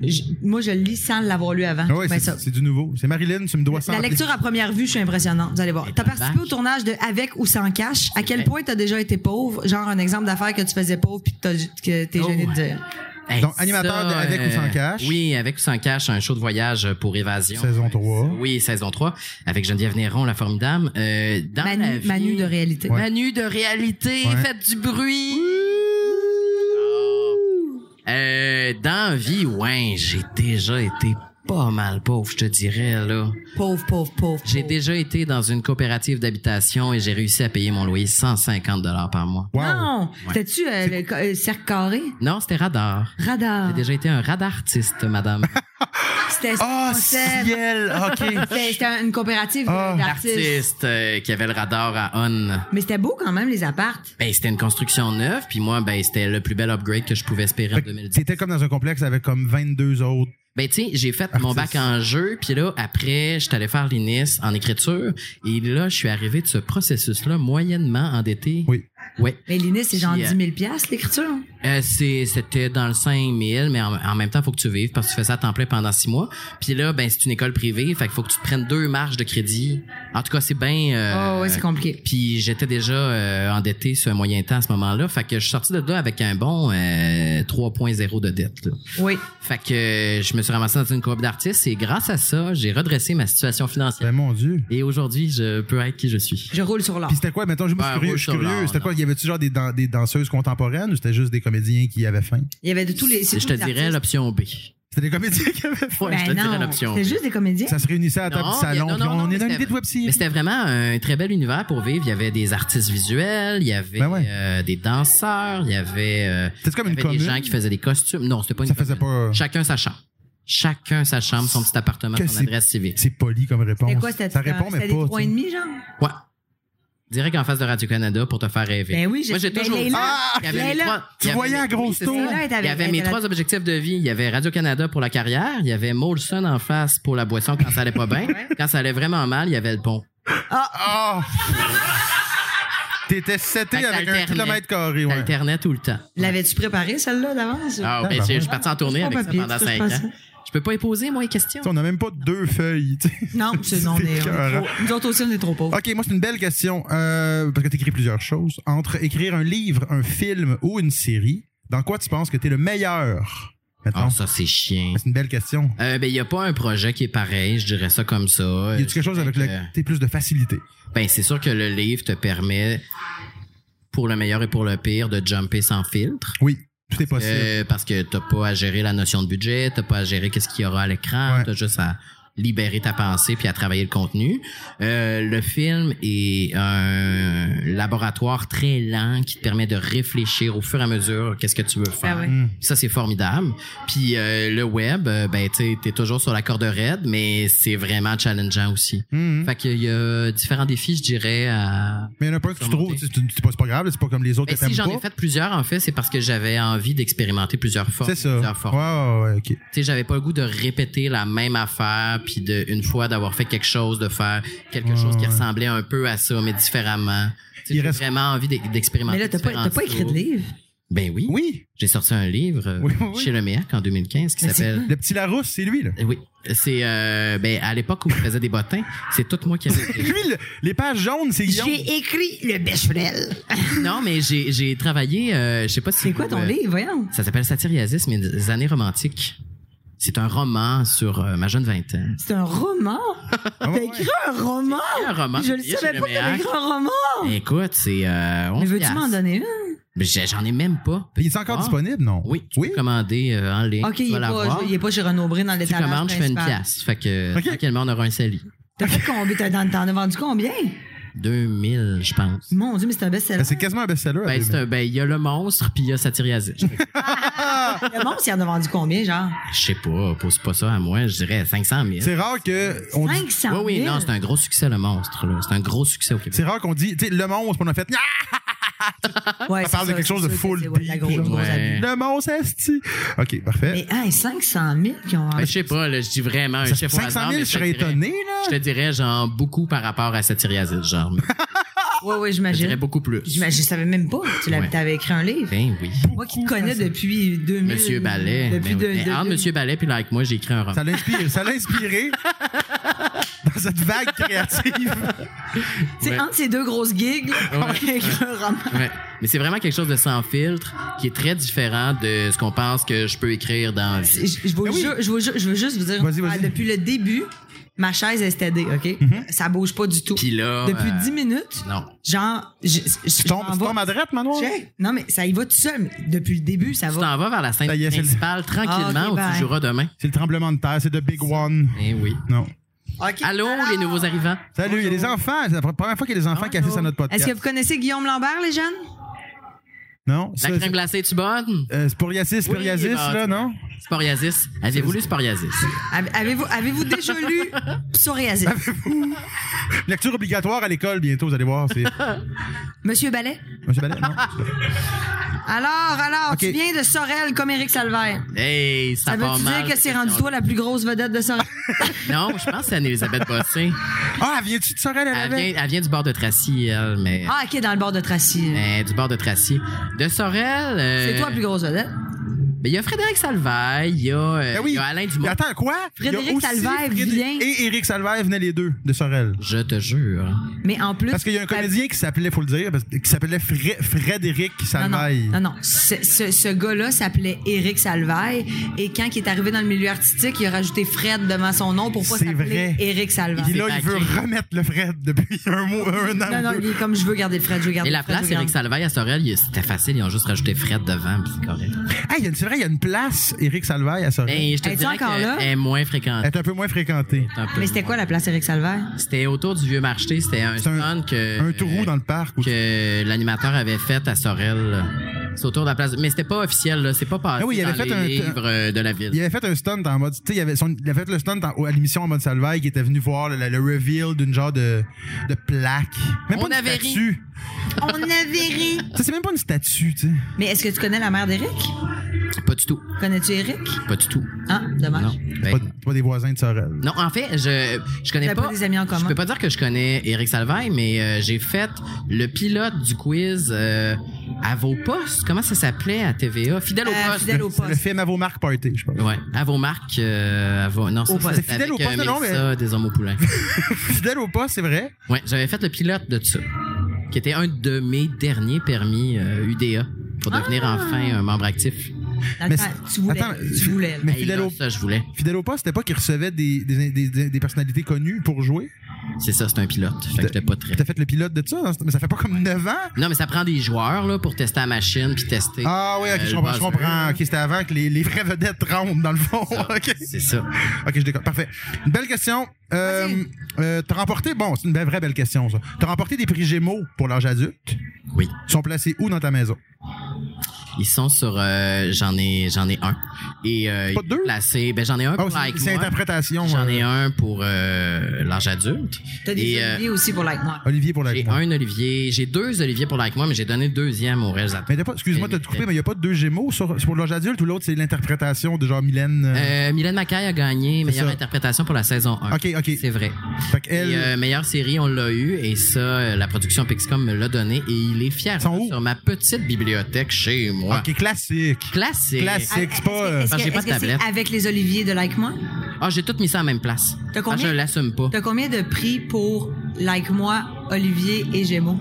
Speaker 1: Je- Moi, je le lis sans l'avoir lu avant.
Speaker 2: Ah ouais,
Speaker 1: Ben,
Speaker 2: c'est
Speaker 1: ça.
Speaker 2: c'est du nouveau. C'est Marilyn, tu me dois ça.
Speaker 1: La lecture à première vue, je suis impressionnante. Vous allez voir. T'as
Speaker 3: ben,
Speaker 1: participé
Speaker 3: bac.
Speaker 1: au tournage de Avec ou sans cash. À quel
Speaker 3: vrai.
Speaker 1: point t'as déjà été pauvre? Genre un exemple d'affaires que tu faisais pauvre puis que t'as- que t'es
Speaker 3: Oh.
Speaker 1: gêné de dire.
Speaker 3: Hey, euh,
Speaker 2: Donc, animateur de Avec ou sans cash?
Speaker 3: Oui, Avec ou sans cash, un show de voyage pour évasion.
Speaker 2: Saison 3.
Speaker 3: Oui, saison 3, avec Geneviève Néron, la formidable. Euh, dans la
Speaker 1: Manu,
Speaker 3: vie-
Speaker 1: Manu de réalité.
Speaker 2: Ouais.
Speaker 3: Manu de réalité,
Speaker 2: Ouais.
Speaker 3: faites du bruit. Euh, dans vie, ouais, j'ai déjà été pas mal pauvre, je te dirais, là.
Speaker 1: Pauvre, pauvre, pauvre.
Speaker 3: J'ai
Speaker 1: pauvre.
Speaker 3: déjà été dans une coopérative d'habitation et j'ai réussi à payer mon loyer 150 dollars par mois.
Speaker 2: Wow.
Speaker 1: Non! T'as-tu euh, le ca- euh, cercle carré?
Speaker 3: Non, c'était radar.
Speaker 1: Radar.
Speaker 3: J'ai déjà été un radartiste, madame.
Speaker 1: C'était
Speaker 2: Ah,
Speaker 1: c'était-
Speaker 2: ciel! OK.
Speaker 1: c'était- c'était une coopérative
Speaker 2: Ah.
Speaker 1: euh, d'artistes.
Speaker 3: L'artiste euh, qui avait le radar à on.
Speaker 1: Mais c'était beau quand même, les appartes.
Speaker 3: Ben, c'était une construction neuve, puis moi, ben, c'était le plus bel upgrade que je pouvais espérer en
Speaker 2: Fait que
Speaker 3: 2010.
Speaker 2: T'étais comme dans un complexe avec comme 22 autres.
Speaker 3: Ben, tu sais, j'ai fait mon
Speaker 2: Artiste.
Speaker 3: bac en jeu, puis là, après, je allé faire l'INIS en écriture, et là, je suis arrivé de ce processus-là moyennement endetté.
Speaker 2: Oui.
Speaker 3: Ouais.
Speaker 1: Mais l'INIS, c'est genre
Speaker 3: Puis, euh,
Speaker 1: 10 000 piastres, l'écriture.
Speaker 3: Euh, c'est- c'était dans le 5000, mais en, en même temps, faut que tu vives parce que tu fais ça à temps plein pendant six mois. Puis là, ben, c'est une école privée, fait qu'il faut que tu te prennes deux marges de crédit. En tout cas, c'est bien... euh,
Speaker 1: oh, ouais, c'est compliqué.
Speaker 3: puis j'étais déjà euh, endetté sur un moyen temps à ce moment-là. Fait que je suis sorti de là avec un bon euh, 3.0 de dette. là.
Speaker 1: Oui.
Speaker 3: Fait que euh, je me suis ramassé dans une coop d'artistes et grâce à ça, j'ai redressé ma situation
Speaker 2: Ben,
Speaker 3: financière.
Speaker 2: mon Dieu.
Speaker 3: Et aujourd'hui, je peux être qui je suis.
Speaker 1: Je roule sur l'or.
Speaker 2: Puis c'était quoi, mettons, je moi, je
Speaker 3: Ben, rouge
Speaker 2: suis curieux, je suis
Speaker 3: sur
Speaker 2: curieux.
Speaker 3: l'or,
Speaker 2: C'était
Speaker 3: non.
Speaker 2: quoi, il y avait-tu genre des, dan- des danseuses contemporaines ou c'était juste des comédiens qui avaient faim?
Speaker 1: Il y avait de tous les. c'est
Speaker 3: Je
Speaker 1: tous
Speaker 3: te
Speaker 1: les
Speaker 3: dirais
Speaker 1: artistes.
Speaker 3: l'option B.
Speaker 2: C'était des comédiens qui avaient fait.
Speaker 3: Ouais, je te
Speaker 1: Ben
Speaker 3: dirais
Speaker 1: non,
Speaker 3: l'option.
Speaker 1: c'est
Speaker 3: B.
Speaker 1: juste des comédiens.
Speaker 2: Ça se réunissait à la table
Speaker 3: Non,
Speaker 2: du salon.
Speaker 3: non,
Speaker 2: puis
Speaker 3: non, non,
Speaker 2: on est dans
Speaker 3: c'était-
Speaker 2: l'idée de
Speaker 3: Mais
Speaker 2: Websy.
Speaker 3: c'était vraiment un très bel univers pour vivre. Il y avait des artistes visuels, il y avait
Speaker 2: Ben ouais.
Speaker 3: euh, des danseurs, il y avait, euh,
Speaker 2: C'était comme
Speaker 3: il y
Speaker 2: une
Speaker 3: avait des
Speaker 2: commune.
Speaker 3: gens qui faisaient des costumes. Non, c'était pas une
Speaker 2: Ça faisait
Speaker 3: commune.
Speaker 2: pas.
Speaker 3: Chacun sa chambre. Chacun sa chambre, son petit appartement,
Speaker 2: Que
Speaker 3: son
Speaker 2: c'est-
Speaker 3: adresse civique.
Speaker 2: C'est poli comme réponse.
Speaker 1: C'était quoi? C'était
Speaker 2: ça répond, mais
Speaker 1: c'était des
Speaker 2: pas.
Speaker 1: trois et
Speaker 2: tu sais.
Speaker 1: demi, genre?
Speaker 3: Ouais. Direct en face de Radio-Canada pour te faire rêver.
Speaker 1: Ben oui, j'ai-
Speaker 3: Moi, j'ai
Speaker 1: ben,
Speaker 3: toujours
Speaker 1: Leila-
Speaker 2: Ah!
Speaker 3: Il y avait mes
Speaker 1: Leila-
Speaker 3: trois- il
Speaker 2: Tu
Speaker 3: y avait
Speaker 2: voyais
Speaker 3: mes-
Speaker 2: à grosse
Speaker 3: c'est
Speaker 2: tour.
Speaker 3: ça.
Speaker 1: Leila est
Speaker 3: Il y
Speaker 1: avec-
Speaker 3: avait
Speaker 1: elle
Speaker 3: mes
Speaker 1: était
Speaker 3: trois
Speaker 1: là-
Speaker 3: objectifs de vie. Il y avait Radio-Canada pour la carrière. Il y avait Molson en face pour la boisson quand ça allait pas bien. Quand ça allait vraiment mal, il y avait le pont.
Speaker 2: Ah! T'étais seté
Speaker 3: Fait que
Speaker 2: avec un
Speaker 3: t'alternais.
Speaker 2: kilomètre carré, ouais.
Speaker 3: Internet tout le temps.
Speaker 1: L'avais-tu préparé, celle-là, d'avance?
Speaker 3: Ah,
Speaker 2: Ah,
Speaker 3: ben,
Speaker 2: ben
Speaker 3: j'ai-
Speaker 2: ouais.
Speaker 3: je suis parti en tournée
Speaker 1: Pas
Speaker 3: avec ça
Speaker 1: papier,
Speaker 3: pendant
Speaker 1: tout
Speaker 3: cinq
Speaker 1: se passe.
Speaker 3: ans. Je peux pas y poser, moi, les questions.
Speaker 2: Tu sais, On n'a même pas deux feuilles, tu sais.
Speaker 1: Non, c'est non, on est, on est
Speaker 2: écœurant.
Speaker 1: trop- nous autres aussi, on est trop pauvres.
Speaker 2: OK, moi, c'est une belle question. euh, parce que t'écris plusieurs choses. Entre écrire un livre, un film ou une série, dans quoi tu penses que t'es le meilleur? Mettons.
Speaker 3: Ah, ça, c'est chiant.
Speaker 2: c'est une belle question.
Speaker 3: Euh, ben, il y a pas un projet qui est pareil, je dirais ça comme ça.
Speaker 2: Y a-tu quelque chose avec
Speaker 3: Euh,
Speaker 2: lequel t'es plus de facilité?
Speaker 3: Ben, c'est sûr que le livre te permet, pour le meilleur et pour le pire, de jumper sans filtre.
Speaker 2: Oui, tout est possible.
Speaker 3: Euh, parce que t'as pas à gérer la notion de budget, t'as pas à gérer qu'est-ce qu'il y aura à l'écran,
Speaker 2: Ouais.
Speaker 3: t'as juste à libérer ta pensée puis à travailler le contenu. Euh, le film est un laboratoire très lent qui te permet de réfléchir au fur et à mesure qu'est-ce que tu veux faire.
Speaker 1: Ah ouais.
Speaker 2: Mm.
Speaker 3: Ça, c'est formidable. Puis euh, le web, euh, ben, tu es toujours sur la corde raide, mais c'est vraiment challengeant aussi.
Speaker 2: Mm.
Speaker 3: Fait qu'il y a différents défis, je dirais, à,
Speaker 2: Mais il y en a pas un que tu trouves.
Speaker 3: surmonter.
Speaker 2: tu sais, tu- C'est pas, c'est pas grave, là, c'est pas comme les autres
Speaker 3: Ben,
Speaker 2: que t'aimes
Speaker 3: si j'en ai
Speaker 2: pas.
Speaker 3: fait plusieurs, en fait, c'est parce que j'avais envie d'expérimenter plusieurs formes.
Speaker 2: C'est ça.
Speaker 3: Plusieurs formes.
Speaker 2: Ouais, ouais, ouais, OK.
Speaker 3: Tu sais, j'avais pas le goût de répéter la même affaire, puis de une fois d'avoir fait quelque chose, de faire quelque
Speaker 2: Ouais,
Speaker 3: chose qui
Speaker 2: ouais.
Speaker 3: ressemblait un peu à ça, mais différemment. Tu sais,
Speaker 2: Il
Speaker 3: J'ai
Speaker 2: reste-
Speaker 3: vraiment envie d'e- d'expérimenter.
Speaker 1: Mais là, t'as pas,
Speaker 3: différents
Speaker 1: t'as pas écrit de
Speaker 3: styles.
Speaker 1: livre.
Speaker 3: Ben oui.
Speaker 2: Oui,
Speaker 3: J'ai sorti un livre euh,
Speaker 2: Oui, oui, oui.
Speaker 3: chez Le MEAC en 2015 qui
Speaker 1: Mais c'est
Speaker 3: s'appelle.
Speaker 2: le petit Larousse, c'est lui, là.
Speaker 3: Euh, Oui, c'est euh, ben, à l'époque où je faisais des bottins, c'est tout moi qui avais écrit.
Speaker 2: Lui, le- les pages jaunes, c'est Guillaume.
Speaker 1: J'ai écrit le Becherel.
Speaker 3: Ah, Non, mais j'ai j'ai travaillé, euh, je sais pas si
Speaker 1: C'est quoi ton
Speaker 3: euh,
Speaker 1: livre, voyons?
Speaker 3: Ça s'appelle Satiriasisme et des années romantiques. C'est un roman sur euh, ma jeune vingtaine.
Speaker 1: C'est un roman?
Speaker 2: Ah,
Speaker 1: T'as
Speaker 2: ouais, ouais.
Speaker 1: écrit un roman?
Speaker 3: Un roman.
Speaker 1: Je le
Speaker 3: publié
Speaker 1: savais
Speaker 3: chez
Speaker 1: pas que t'avais
Speaker 3: Méac.
Speaker 1: écrit un roman.
Speaker 3: Écoute, c'est. Euh,
Speaker 1: Mais
Speaker 3: 11
Speaker 1: veux-tu m'en
Speaker 3: piastres.
Speaker 1: donner une?
Speaker 3: Mais j'ai- J'en ai même pas.
Speaker 2: Il est encore
Speaker 3: Ah.
Speaker 2: disponible, non?
Speaker 3: Oui, tu
Speaker 2: Oui.
Speaker 3: peux commander euh, en ligne.
Speaker 1: OK,
Speaker 3: tu
Speaker 1: il
Speaker 3: vas
Speaker 1: est, pas,
Speaker 3: l'avoir.
Speaker 1: il est pas chez Renaud Bré dans
Speaker 3: Tu
Speaker 1: l'étalage
Speaker 3: commandes, je fais une
Speaker 1: principal.
Speaker 3: pièce. Fait que
Speaker 2: Ok.
Speaker 3: tranquillement, on aura un sali.
Speaker 1: T'as fait combien? T'as- T'en t'en as vendu combien?
Speaker 3: 2000, je pense.
Speaker 1: Mon Dieu, mais c'est un best-seller.
Speaker 2: Ben, c'est quasiment un best-seller. à
Speaker 3: Ben, c'est
Speaker 2: 2000.
Speaker 3: un- ben, il y a le monstre, puis il y a Satiriasisme.
Speaker 1: Le monde, s'il en a vendu combien, genre?
Speaker 3: Je sais pas, pose pas ça à moi, je dirais 500 000.
Speaker 2: C'est rare que. on dit-
Speaker 1: 500
Speaker 3: Oui,
Speaker 1: 000?
Speaker 3: oui, non, c'est un gros succès, le monstre. là. C'est un gros succès au Québec.
Speaker 2: C'est rare qu'on dit, tu sais, le monstre, on a fait, Ah,
Speaker 1: Ouais,
Speaker 2: ça parle de
Speaker 1: c'est
Speaker 2: quelque chose de
Speaker 1: c'est
Speaker 2: full
Speaker 1: c'est- ouais, la
Speaker 2: deep,
Speaker 1: grosse-
Speaker 2: genre.
Speaker 1: grosse
Speaker 3: Ouais.
Speaker 1: habille.
Speaker 2: le monstre, esti. OK, parfait.
Speaker 1: Mais hey, 500 000 qui ont
Speaker 3: Ben, je sais pas, là, je dis vraiment un
Speaker 2: Ça-
Speaker 3: chef au
Speaker 2: 500
Speaker 3: hasard,
Speaker 2: 000,
Speaker 3: mais
Speaker 2: je serais
Speaker 3: te dirais-
Speaker 2: étonné,
Speaker 3: Je te
Speaker 2: là.
Speaker 3: dirais, genre, beaucoup par rapport à Satiriasis, genre. mais
Speaker 1: Oui, oui,
Speaker 3: Je dirais
Speaker 1: j'imagine.
Speaker 3: beaucoup plus.
Speaker 1: Ah, J'imagine, Je savais même pas. Tu l'avais-
Speaker 3: Ouais.
Speaker 1: t'avais écrit un livre.
Speaker 3: Ben oui.
Speaker 1: Moi qui te connais depuis 2000.
Speaker 3: Monsieur Ballet.
Speaker 1: Depuis
Speaker 3: ben oui.
Speaker 1: de-
Speaker 3: Mais
Speaker 1: de-
Speaker 3: entre Monsieur Ballet puis Like Moi, j'ai écrit un roman.
Speaker 2: Ça l'a inspiré. ça l'a inspiré dans cette vague créative.
Speaker 1: Tu sais,
Speaker 3: Ouais.
Speaker 1: entre ces deux grosses gigs, là, avec un roman.
Speaker 3: Ouais. Mais c'est vraiment quelque chose de sans filtre qui est très différent de ce qu'on pense que je peux écrire dans la vie.
Speaker 1: Je, je vous
Speaker 2: Ah oui.
Speaker 1: jure- je vous jure- je veux juste vous dire, ah,
Speaker 2: Vas-y, vas-y.
Speaker 1: depuis le début, ma chaise est stédée, OK? Ça bouge pas du tout.
Speaker 3: Puis là.
Speaker 1: depuis
Speaker 3: euh,
Speaker 1: 10 minutes,
Speaker 3: Non.
Speaker 1: genre, je, je- je
Speaker 2: Tu tombes,
Speaker 1: m'en
Speaker 2: tu
Speaker 1: vais.
Speaker 2: tombes à droite, Manoir?
Speaker 1: Check. Non, mais ça y va tout seul. mais Depuis le début, ça
Speaker 3: Tu
Speaker 1: va.
Speaker 3: t'en vas vers la scène
Speaker 2: Ça y est, c'est le-
Speaker 3: principale tranquillement
Speaker 1: Ah, ok,
Speaker 3: où
Speaker 1: bye.
Speaker 3: tu joueras demain.
Speaker 2: C'est le tremblement de terre, c'est de Big One.
Speaker 3: Eh oui.
Speaker 2: Non.
Speaker 1: OK.
Speaker 3: Allô, les nouveaux arrivants?
Speaker 2: Salut, il y a des enfants. C'est la première fois qu'il y a des enfants qui
Speaker 1: Bonjour.
Speaker 2: assistent à notre podcast.
Speaker 1: Est-ce que vous connaissez Guillaume Lambert, les jeunes?
Speaker 2: Non?
Speaker 3: La
Speaker 2: ça,
Speaker 3: crème glacée, tu bonne?
Speaker 2: c'est- euh, Sporiasis,
Speaker 3: Oui,
Speaker 2: Sporiasis,
Speaker 3: bah,
Speaker 2: là,
Speaker 3: tu-
Speaker 2: non?
Speaker 3: Sporiasis. Avez-vous lu Sporiasis?
Speaker 1: Avez- Avez-vous avez-vous déjà lu Psoriasis?
Speaker 2: Lecture obligatoire à l'école bientôt, vous allez voir. C'est...
Speaker 1: Monsieur Ballet?
Speaker 2: Monsieur Ballet, non?
Speaker 1: Alors, alors,
Speaker 2: Ok.
Speaker 1: tu viens de Sorel comme Éric Salvaire.
Speaker 3: Hey, ça,
Speaker 1: Ça
Speaker 3: part
Speaker 1: veut-tu
Speaker 3: mal,
Speaker 1: dire que
Speaker 3: cette
Speaker 1: c'est rendu
Speaker 3: question-là.
Speaker 1: toi la plus grosse vedette de Sorel?
Speaker 3: Non, je pense que c'est Anne-Elisabeth Bossé.
Speaker 2: Ah, viens-tu de Sorel, elle
Speaker 3: Elle
Speaker 2: avait?
Speaker 3: vient, elle vient du bord de Tracy, elle, mais.
Speaker 1: Ah, OK, dans le bord de Tracy.
Speaker 3: mais du bord de Tracy. De Sorel. euh,
Speaker 1: C'est toi la plus grosse vedette.
Speaker 3: Mais il y a Frédéric Salvaille, il y a, euh,
Speaker 2: Ben oui.
Speaker 3: il y a Alain Dumont.
Speaker 2: Mais attends, quoi? Il y a
Speaker 1: Frédéric
Speaker 2: aussi
Speaker 1: Salvaire
Speaker 2: Frédéric-
Speaker 1: vient.
Speaker 2: Et Éric Salvaire venaient les deux de Sorel.
Speaker 3: Je te jure.
Speaker 1: Mais en plus...
Speaker 2: Parce qu'il y a un comédien qui s'appelait, faut le dire, parce- qui s'appelait Fré- Frédéric
Speaker 1: Ah, Non,
Speaker 2: Salvaille.
Speaker 1: non, non, non. Ce, ce- ce gars-là s'appelait Éric Salvaille et quand il est arrivé dans le milieu artistique, il a rajouté Fred devant son nom pour pas
Speaker 2: C'est
Speaker 1: s'appeler
Speaker 2: vrai.
Speaker 1: Éric
Speaker 2: Puis
Speaker 1: Salvaille.
Speaker 2: là, il
Speaker 3: C'est
Speaker 2: veut
Speaker 3: backé.
Speaker 2: remettre le Fred depuis un mois, un an.
Speaker 1: Non, non,
Speaker 2: ou deux.
Speaker 1: il est comme je veux garder le Fred, je veux garder
Speaker 3: Et la
Speaker 1: le Fred,
Speaker 3: place
Speaker 1: je veux
Speaker 3: Éric Salvaille à Sorel, il- c'était facile, ils ont juste rajouté Fred devant, puis c'est correct.
Speaker 2: Hey, il y a une différence vrai, il y a une place, Éric Salvaille, à Sorel.
Speaker 3: Ben, je te
Speaker 1: Es-tu
Speaker 3: dirais
Speaker 1: encore là?
Speaker 3: qu'elle est moins fréquente.
Speaker 2: Elle est un peu moins fréquentée.
Speaker 3: un peu.
Speaker 1: Mais c'était quoi la place Éric Salvaire?
Speaker 3: C'était autour du vieux marché. C'était un
Speaker 2: C'est un-
Speaker 3: stand que.
Speaker 2: Un trou dans le parc. où-
Speaker 3: que l'animateur avait fait à Sorel. là. C'est autour de la place. Mais c'était pas officiel, là. C'est pas passé
Speaker 2: Ah oui, il
Speaker 3: dans
Speaker 2: avait
Speaker 3: les
Speaker 2: fait un-
Speaker 3: livres euh, de la ville.
Speaker 2: Il avait fait un stunt en mode. Tu sais, il, avait son- il avait fait le stunt en- à l'émission en mode Salvaille qui était venu voir le, le- le reveal d'une genre de, de plaque. Même
Speaker 3: On
Speaker 2: pas une
Speaker 3: avait ri.
Speaker 2: statue.
Speaker 1: On avait ri.
Speaker 2: Ça, c'est même pas une statue, tu sais.
Speaker 1: Mais est-ce que tu connais la mère d'Éric?
Speaker 3: Pas du tout.
Speaker 1: Connais-tu Éric?
Speaker 3: Pas du tout.
Speaker 1: Ah, dommage.
Speaker 3: Non. Ben,
Speaker 2: Pas, pas des voisins de Sorel.
Speaker 3: non, en fait, je, je connais
Speaker 1: T'as
Speaker 3: pas.
Speaker 1: pas des amis en commun?
Speaker 3: Je peux pas dire que je connais Éric Salvaille, mais euh, j'ai fait le pilote du quiz euh, à vos postes. Comment ça s'appelait à TVA? Fidèle au
Speaker 1: Euh,
Speaker 3: poste.
Speaker 1: Fidèle au
Speaker 2: C'est le
Speaker 1: poste.
Speaker 2: film à vos marques party, je pense.
Speaker 3: Ouais, à vos marques, euh, à vos... Non, ça,
Speaker 1: poste.
Speaker 3: c'est
Speaker 2: C'est fidèle
Speaker 3: avec,
Speaker 2: au poste,
Speaker 3: euh,
Speaker 2: non, mais-
Speaker 3: Mélissa des hommes au poulain.
Speaker 2: Fidèle au poste, c'est vrai.
Speaker 3: ouais, j'avais fait le pilote de ça, qui était un de mes derniers permis euh, UDA pour devenir
Speaker 1: Ah!
Speaker 3: enfin un membre actif.
Speaker 1: Attends,
Speaker 2: Mais
Speaker 1: tu voulais.
Speaker 2: Attends,
Speaker 1: tu voulais. là.
Speaker 2: Mais
Speaker 3: Et
Speaker 2: fidèle
Speaker 3: là,
Speaker 2: au,
Speaker 3: ça, je voulais.
Speaker 2: fidèle au poste, c'était pas qu'il recevait des, des, des- des- des personnalités connues pour jouer.
Speaker 3: C'est ça, c'est un pilote. Fait que j'étais pas très...
Speaker 2: Puis T'as fait le pilote de ça, dans ce- mais ça fait pas comme 9 ans.
Speaker 3: Non, mais ça prend des joueurs là, pour tester la machine puis tester.
Speaker 2: Ah oui, ok,
Speaker 3: Euh,
Speaker 2: je comprends.
Speaker 3: le
Speaker 2: Je comprends. Ok, c'était avant que les, les vraies vedettes rentrent, dans le fond. Ok,
Speaker 3: C'est ça.
Speaker 2: Ok, je déconne. Parfait. Une belle question. Euh, euh, t'as remporté, bon, c'est une belle- vraie belle question, ça. T'as remporté des prix Gémeaux pour l'âge adulte.
Speaker 3: Oui.
Speaker 2: Ils sont placés où dans ta maison?
Speaker 3: Ils sont sur. euh, j'en ai, j'en ai un. Et euh,
Speaker 2: Pas
Speaker 3: il est
Speaker 2: deux?
Speaker 3: placé. Ben j'en ai un
Speaker 2: Ah,
Speaker 3: pour
Speaker 2: c'est-
Speaker 3: Like
Speaker 2: c'est
Speaker 3: Moi.
Speaker 2: interprétation.
Speaker 3: J'en
Speaker 2: euh,
Speaker 3: ai un pour euh, l'âge adulte.
Speaker 1: T'as des
Speaker 3: Et, euh,
Speaker 1: oliviers aussi pour like moi.
Speaker 2: Olivier pour la
Speaker 3: J'ai un Olivier, j'ai deux Olivier pour Like Moi, mais j'ai donné le deuxième au reste.
Speaker 2: Mais t'as pas, excuse-moi de te couper, mais il n'y a pas deux Gémeaux sur, sur l'âge adulte ou l'autre, c'est l'interprétation de genre Mylène. euh,
Speaker 3: Euh, Mylène Macaille a gagné meilleure
Speaker 2: ça.
Speaker 3: interprétation pour la saison 1.
Speaker 2: Ok, ok.
Speaker 3: C'est vrai.
Speaker 2: Fait qu'elle-
Speaker 3: Et, euh, meilleure série, on l'a eu et ça, euh, la production Pixcom me l'a donné et il est fier
Speaker 2: Sont où?
Speaker 3: sur ma petite bibliothèque chez moi.
Speaker 2: Ok, classique.
Speaker 3: Classique.
Speaker 2: Classique. c'est que c'est pas, euh,
Speaker 1: Est-ce que-
Speaker 3: Ah, j'ai
Speaker 1: est-ce
Speaker 3: pas de
Speaker 1: que c'est
Speaker 3: tablette.
Speaker 1: avec les oliviers de like moi?
Speaker 3: Ah, j'ai tout mis ça à la même place.
Speaker 1: T'as combien?
Speaker 3: Ah, je l'assume pas.
Speaker 1: T'as combien de prix pour like moi, Olivier et Gémeaux?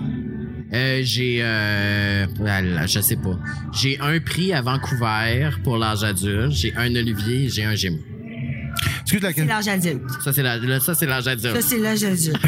Speaker 3: Euh, j'ai euh, ah là, je sais pas. J'ai un prix à Vancouver pour l'âge adulte, j'ai un Olivier, et j'ai un Gémeaux.
Speaker 2: Excuse la
Speaker 1: C'est l'argent adulte.
Speaker 3: Ça c'est la, là, ça c'est l'âge
Speaker 1: Ça,
Speaker 3: adulte.
Speaker 1: c'est l'âge adulte.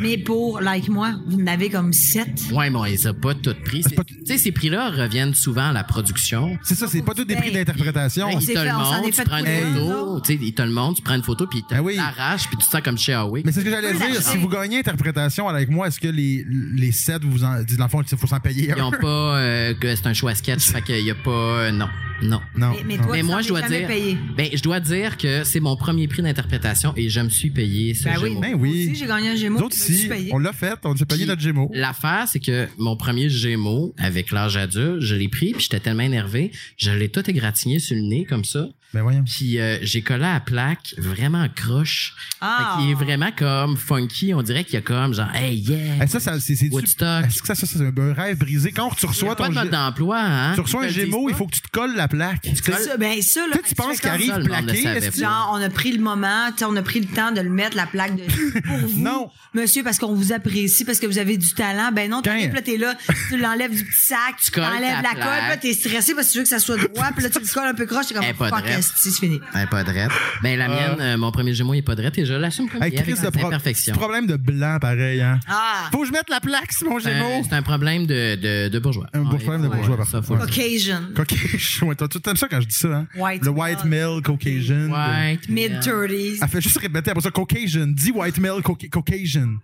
Speaker 1: Mais pour like moi, vous en avez comme sept.
Speaker 3: Ouais, bon, ils ont pas tout pris. C'est-
Speaker 2: pas-
Speaker 3: Tu sais, ces prix-là reviennent souvent à la production.
Speaker 2: C'est ça, c'est pas tous des prix
Speaker 1: Hey.
Speaker 3: Ben,
Speaker 2: d'interprétation.
Speaker 3: Ils
Speaker 1: s'est
Speaker 3: te
Speaker 1: fait-
Speaker 3: le
Speaker 1: on s'en
Speaker 3: montrent,
Speaker 1: est
Speaker 3: tu
Speaker 1: fait
Speaker 3: prends
Speaker 1: couler,
Speaker 3: une photo,
Speaker 1: nous
Speaker 3: tu sais, ils te le montrent, tu prends une photo, puis ils te
Speaker 2: Ah oui.
Speaker 3: l'arrachent, puis tu te sens comme chez Huawei.
Speaker 2: Mais c'est ce que j'allais dire. Si vous gagnez interprétation avec moi, est-ce que les, les sets, vous en, dans le fond, il faut s'en payer un?
Speaker 3: Ils ont pas... euh, que c'est un choix sketch, fait qu'il y a pas... euh, non, non.
Speaker 2: Non.
Speaker 1: Mais, mais
Speaker 2: non.
Speaker 1: toi,
Speaker 3: Mais
Speaker 1: tu
Speaker 3: moi,
Speaker 1: t'en
Speaker 3: je dois
Speaker 1: es jamais
Speaker 3: dire...
Speaker 1: payé.
Speaker 3: Ben, je dois dire que c'est mon premier prix d'interprétation et je me suis payé ce
Speaker 1: Ben oui,
Speaker 3: Gémeaux.
Speaker 2: Ben
Speaker 1: moi
Speaker 2: oui.
Speaker 1: aussi, j'ai gagné un
Speaker 2: Nous
Speaker 1: Gémeaux.
Speaker 2: autres,
Speaker 1: tu l'as-tu
Speaker 2: si,
Speaker 1: payé?
Speaker 2: on l'a fait, on s'est payé
Speaker 3: Puis,
Speaker 2: notre Gémeaux.
Speaker 3: L'affaire, c'est que mon premier Gémeaux, avec l'âge adulte, je l'ai pris, puis j'étais tellement énervé, je l'ai tout égratigné sur le nez, comme ça.
Speaker 2: Ben voyons.
Speaker 3: Puis euh, j'ai collé à la plaque, vraiment croche.
Speaker 1: Ah.
Speaker 3: Qui est vraiment comme funky. On dirait qu'il y a comme genre, hey, yeah.
Speaker 2: Eh, ça, ça, c'est, c'est du-
Speaker 3: Woodstock.
Speaker 2: Est-ce que ça, ça, c'est un rêve brisé? Quand tu
Speaker 3: Il y a
Speaker 2: reçois
Speaker 3: pas
Speaker 2: ton
Speaker 3: de mode
Speaker 2: Gé-
Speaker 3: d'emploi, hein.
Speaker 2: tu reçois un
Speaker 3: Ils te le
Speaker 2: Gémeaux,
Speaker 3: disent
Speaker 2: il faut que tu te colles la plaque. Tu
Speaker 3: colles-
Speaker 2: sais,
Speaker 1: Ça, ben ça, là,
Speaker 2: tu sais, tu penses
Speaker 1: fais
Speaker 2: qu'il
Speaker 1: comme-
Speaker 3: qu'arrive
Speaker 2: arrive
Speaker 3: ça, le monde le
Speaker 2: plaqué.
Speaker 3: savait
Speaker 2: est-ce que-
Speaker 1: Genre, on a pris le moment, tu sais, on a pris le temps de le mettre, la plaque de pour vous,
Speaker 2: Non.
Speaker 1: monsieur, parce qu'on vous apprécie, parce que vous avez du talent. Ben non,
Speaker 2: Quand-
Speaker 1: t'arrives, là, t'es là, tu l'enlèves du petit sac, tu
Speaker 3: colles ta
Speaker 1: enlèves la colle,
Speaker 3: plaque.
Speaker 1: puis là, t'es stressé parce que tu veux que ça soit droit, puis là, tu le colles un peu croche, t'es comme,
Speaker 3: Eh, pas
Speaker 1: fuck,
Speaker 3: drette.
Speaker 1: esti, c'est fini.
Speaker 3: Elle est pas drette. Ben, la mienne, euh, mon premier Gémeaux, il est pas drette et je l'assume comme
Speaker 2: Ah. Hey,
Speaker 3: il est,
Speaker 2: Chris,
Speaker 3: avec
Speaker 2: de
Speaker 3: ses
Speaker 2: pro-
Speaker 3: imperfections.
Speaker 2: problème de blanc, pareil, hein.
Speaker 1: Ah!
Speaker 2: Faut que je mette la plaque sur mon
Speaker 3: C'est un-
Speaker 2: Gémeaux.
Speaker 3: Euh, c'est un problème de, de, de bourgeois.
Speaker 2: Un beau problème de
Speaker 3: ouais,
Speaker 2: bourgeois,
Speaker 3: ça,
Speaker 2: parfois.
Speaker 3: faut le dire.
Speaker 1: Occasion.
Speaker 2: Caucasian. Ouais, toi, tu aimes ça quand je dis ça, hein?
Speaker 1: White
Speaker 2: le white male, Caucasian.
Speaker 3: White.
Speaker 1: Mid-30s.
Speaker 3: Ah,
Speaker 2: Elle fait juste répéter après ça, Caucasian. Dis white male, Cauca- Caucasian.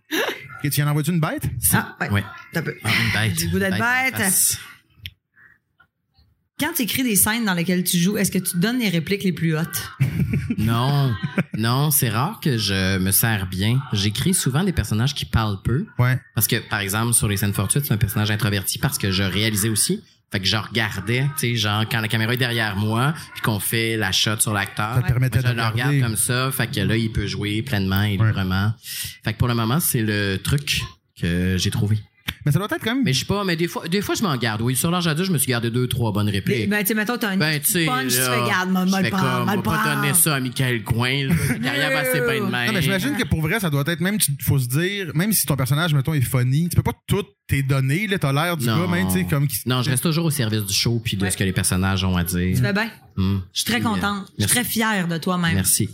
Speaker 2: Ok, tu y en envoies-tu une bête?
Speaker 1: Ah, ouais.
Speaker 3: Ouais.
Speaker 1: T'as peu.
Speaker 3: Ah, une bête.
Speaker 1: J'ai le goût d'être
Speaker 3: Bête.
Speaker 1: bête. Quand tu écris des scènes dans lesquelles tu joues, est-ce que tu donnes les répliques les plus hautes?
Speaker 3: Non, non, c'est rare que je me sers bien. J'écris souvent des personnages qui parlent peu.
Speaker 2: Ouais.
Speaker 3: Parce que, par exemple, sur les scènes fortuites, c'est un personnage introverti parce que je réalisais aussi. Fait que je regardais, tu sais, genre, quand la caméra est derrière moi, puis qu'on fait la shot sur l'acteur.
Speaker 2: Ça te permettait
Speaker 3: moi, je
Speaker 2: de
Speaker 3: le
Speaker 2: regarder.
Speaker 3: regarde comme ça. Fait que là, il peut jouer pleinement et
Speaker 2: Ouais.
Speaker 3: librement. Fait que pour le moment, c'est le truc que j'ai trouvé.
Speaker 2: Mais ça doit être quand même.
Speaker 3: Mais je sais pas, mais des fois, des fois, je m'en garde. Oui, sur l'âge adulte, je me suis gardé deux, trois bonnes
Speaker 1: Les-
Speaker 3: répliques.
Speaker 1: Ben, tu sais, mettons, t'as une
Speaker 3: Ben, tu
Speaker 1: petite
Speaker 3: sais,
Speaker 1: punch, tu
Speaker 3: là,
Speaker 1: fais, garde, moi,
Speaker 3: je
Speaker 1: moi, le
Speaker 3: fais
Speaker 1: prendre,
Speaker 3: comme,
Speaker 1: moi, le
Speaker 3: on va pas
Speaker 1: prendre.
Speaker 3: donner ça à Michael Coin, là. Derrière, va c'est pas de même.
Speaker 2: Non, mais j'imagine que pour vrai, ça doit être même, tu- faut se dire, même si ton personnage, mettons, est funny, tu peux pas toutes tes données, là, t'as l'air du
Speaker 3: Non.
Speaker 2: gars, même, tu sais, comme qui. Ah,
Speaker 3: Non, je reste toujours au service du show puis de
Speaker 1: Ouais.
Speaker 3: ce que les personnages ont à dire.
Speaker 1: Tu fais bien.
Speaker 3: Hmm.
Speaker 1: Je suis très
Speaker 3: Puis, euh,
Speaker 1: contente. Je suis
Speaker 3: merci.
Speaker 1: très fière de toi-même.
Speaker 3: Merci.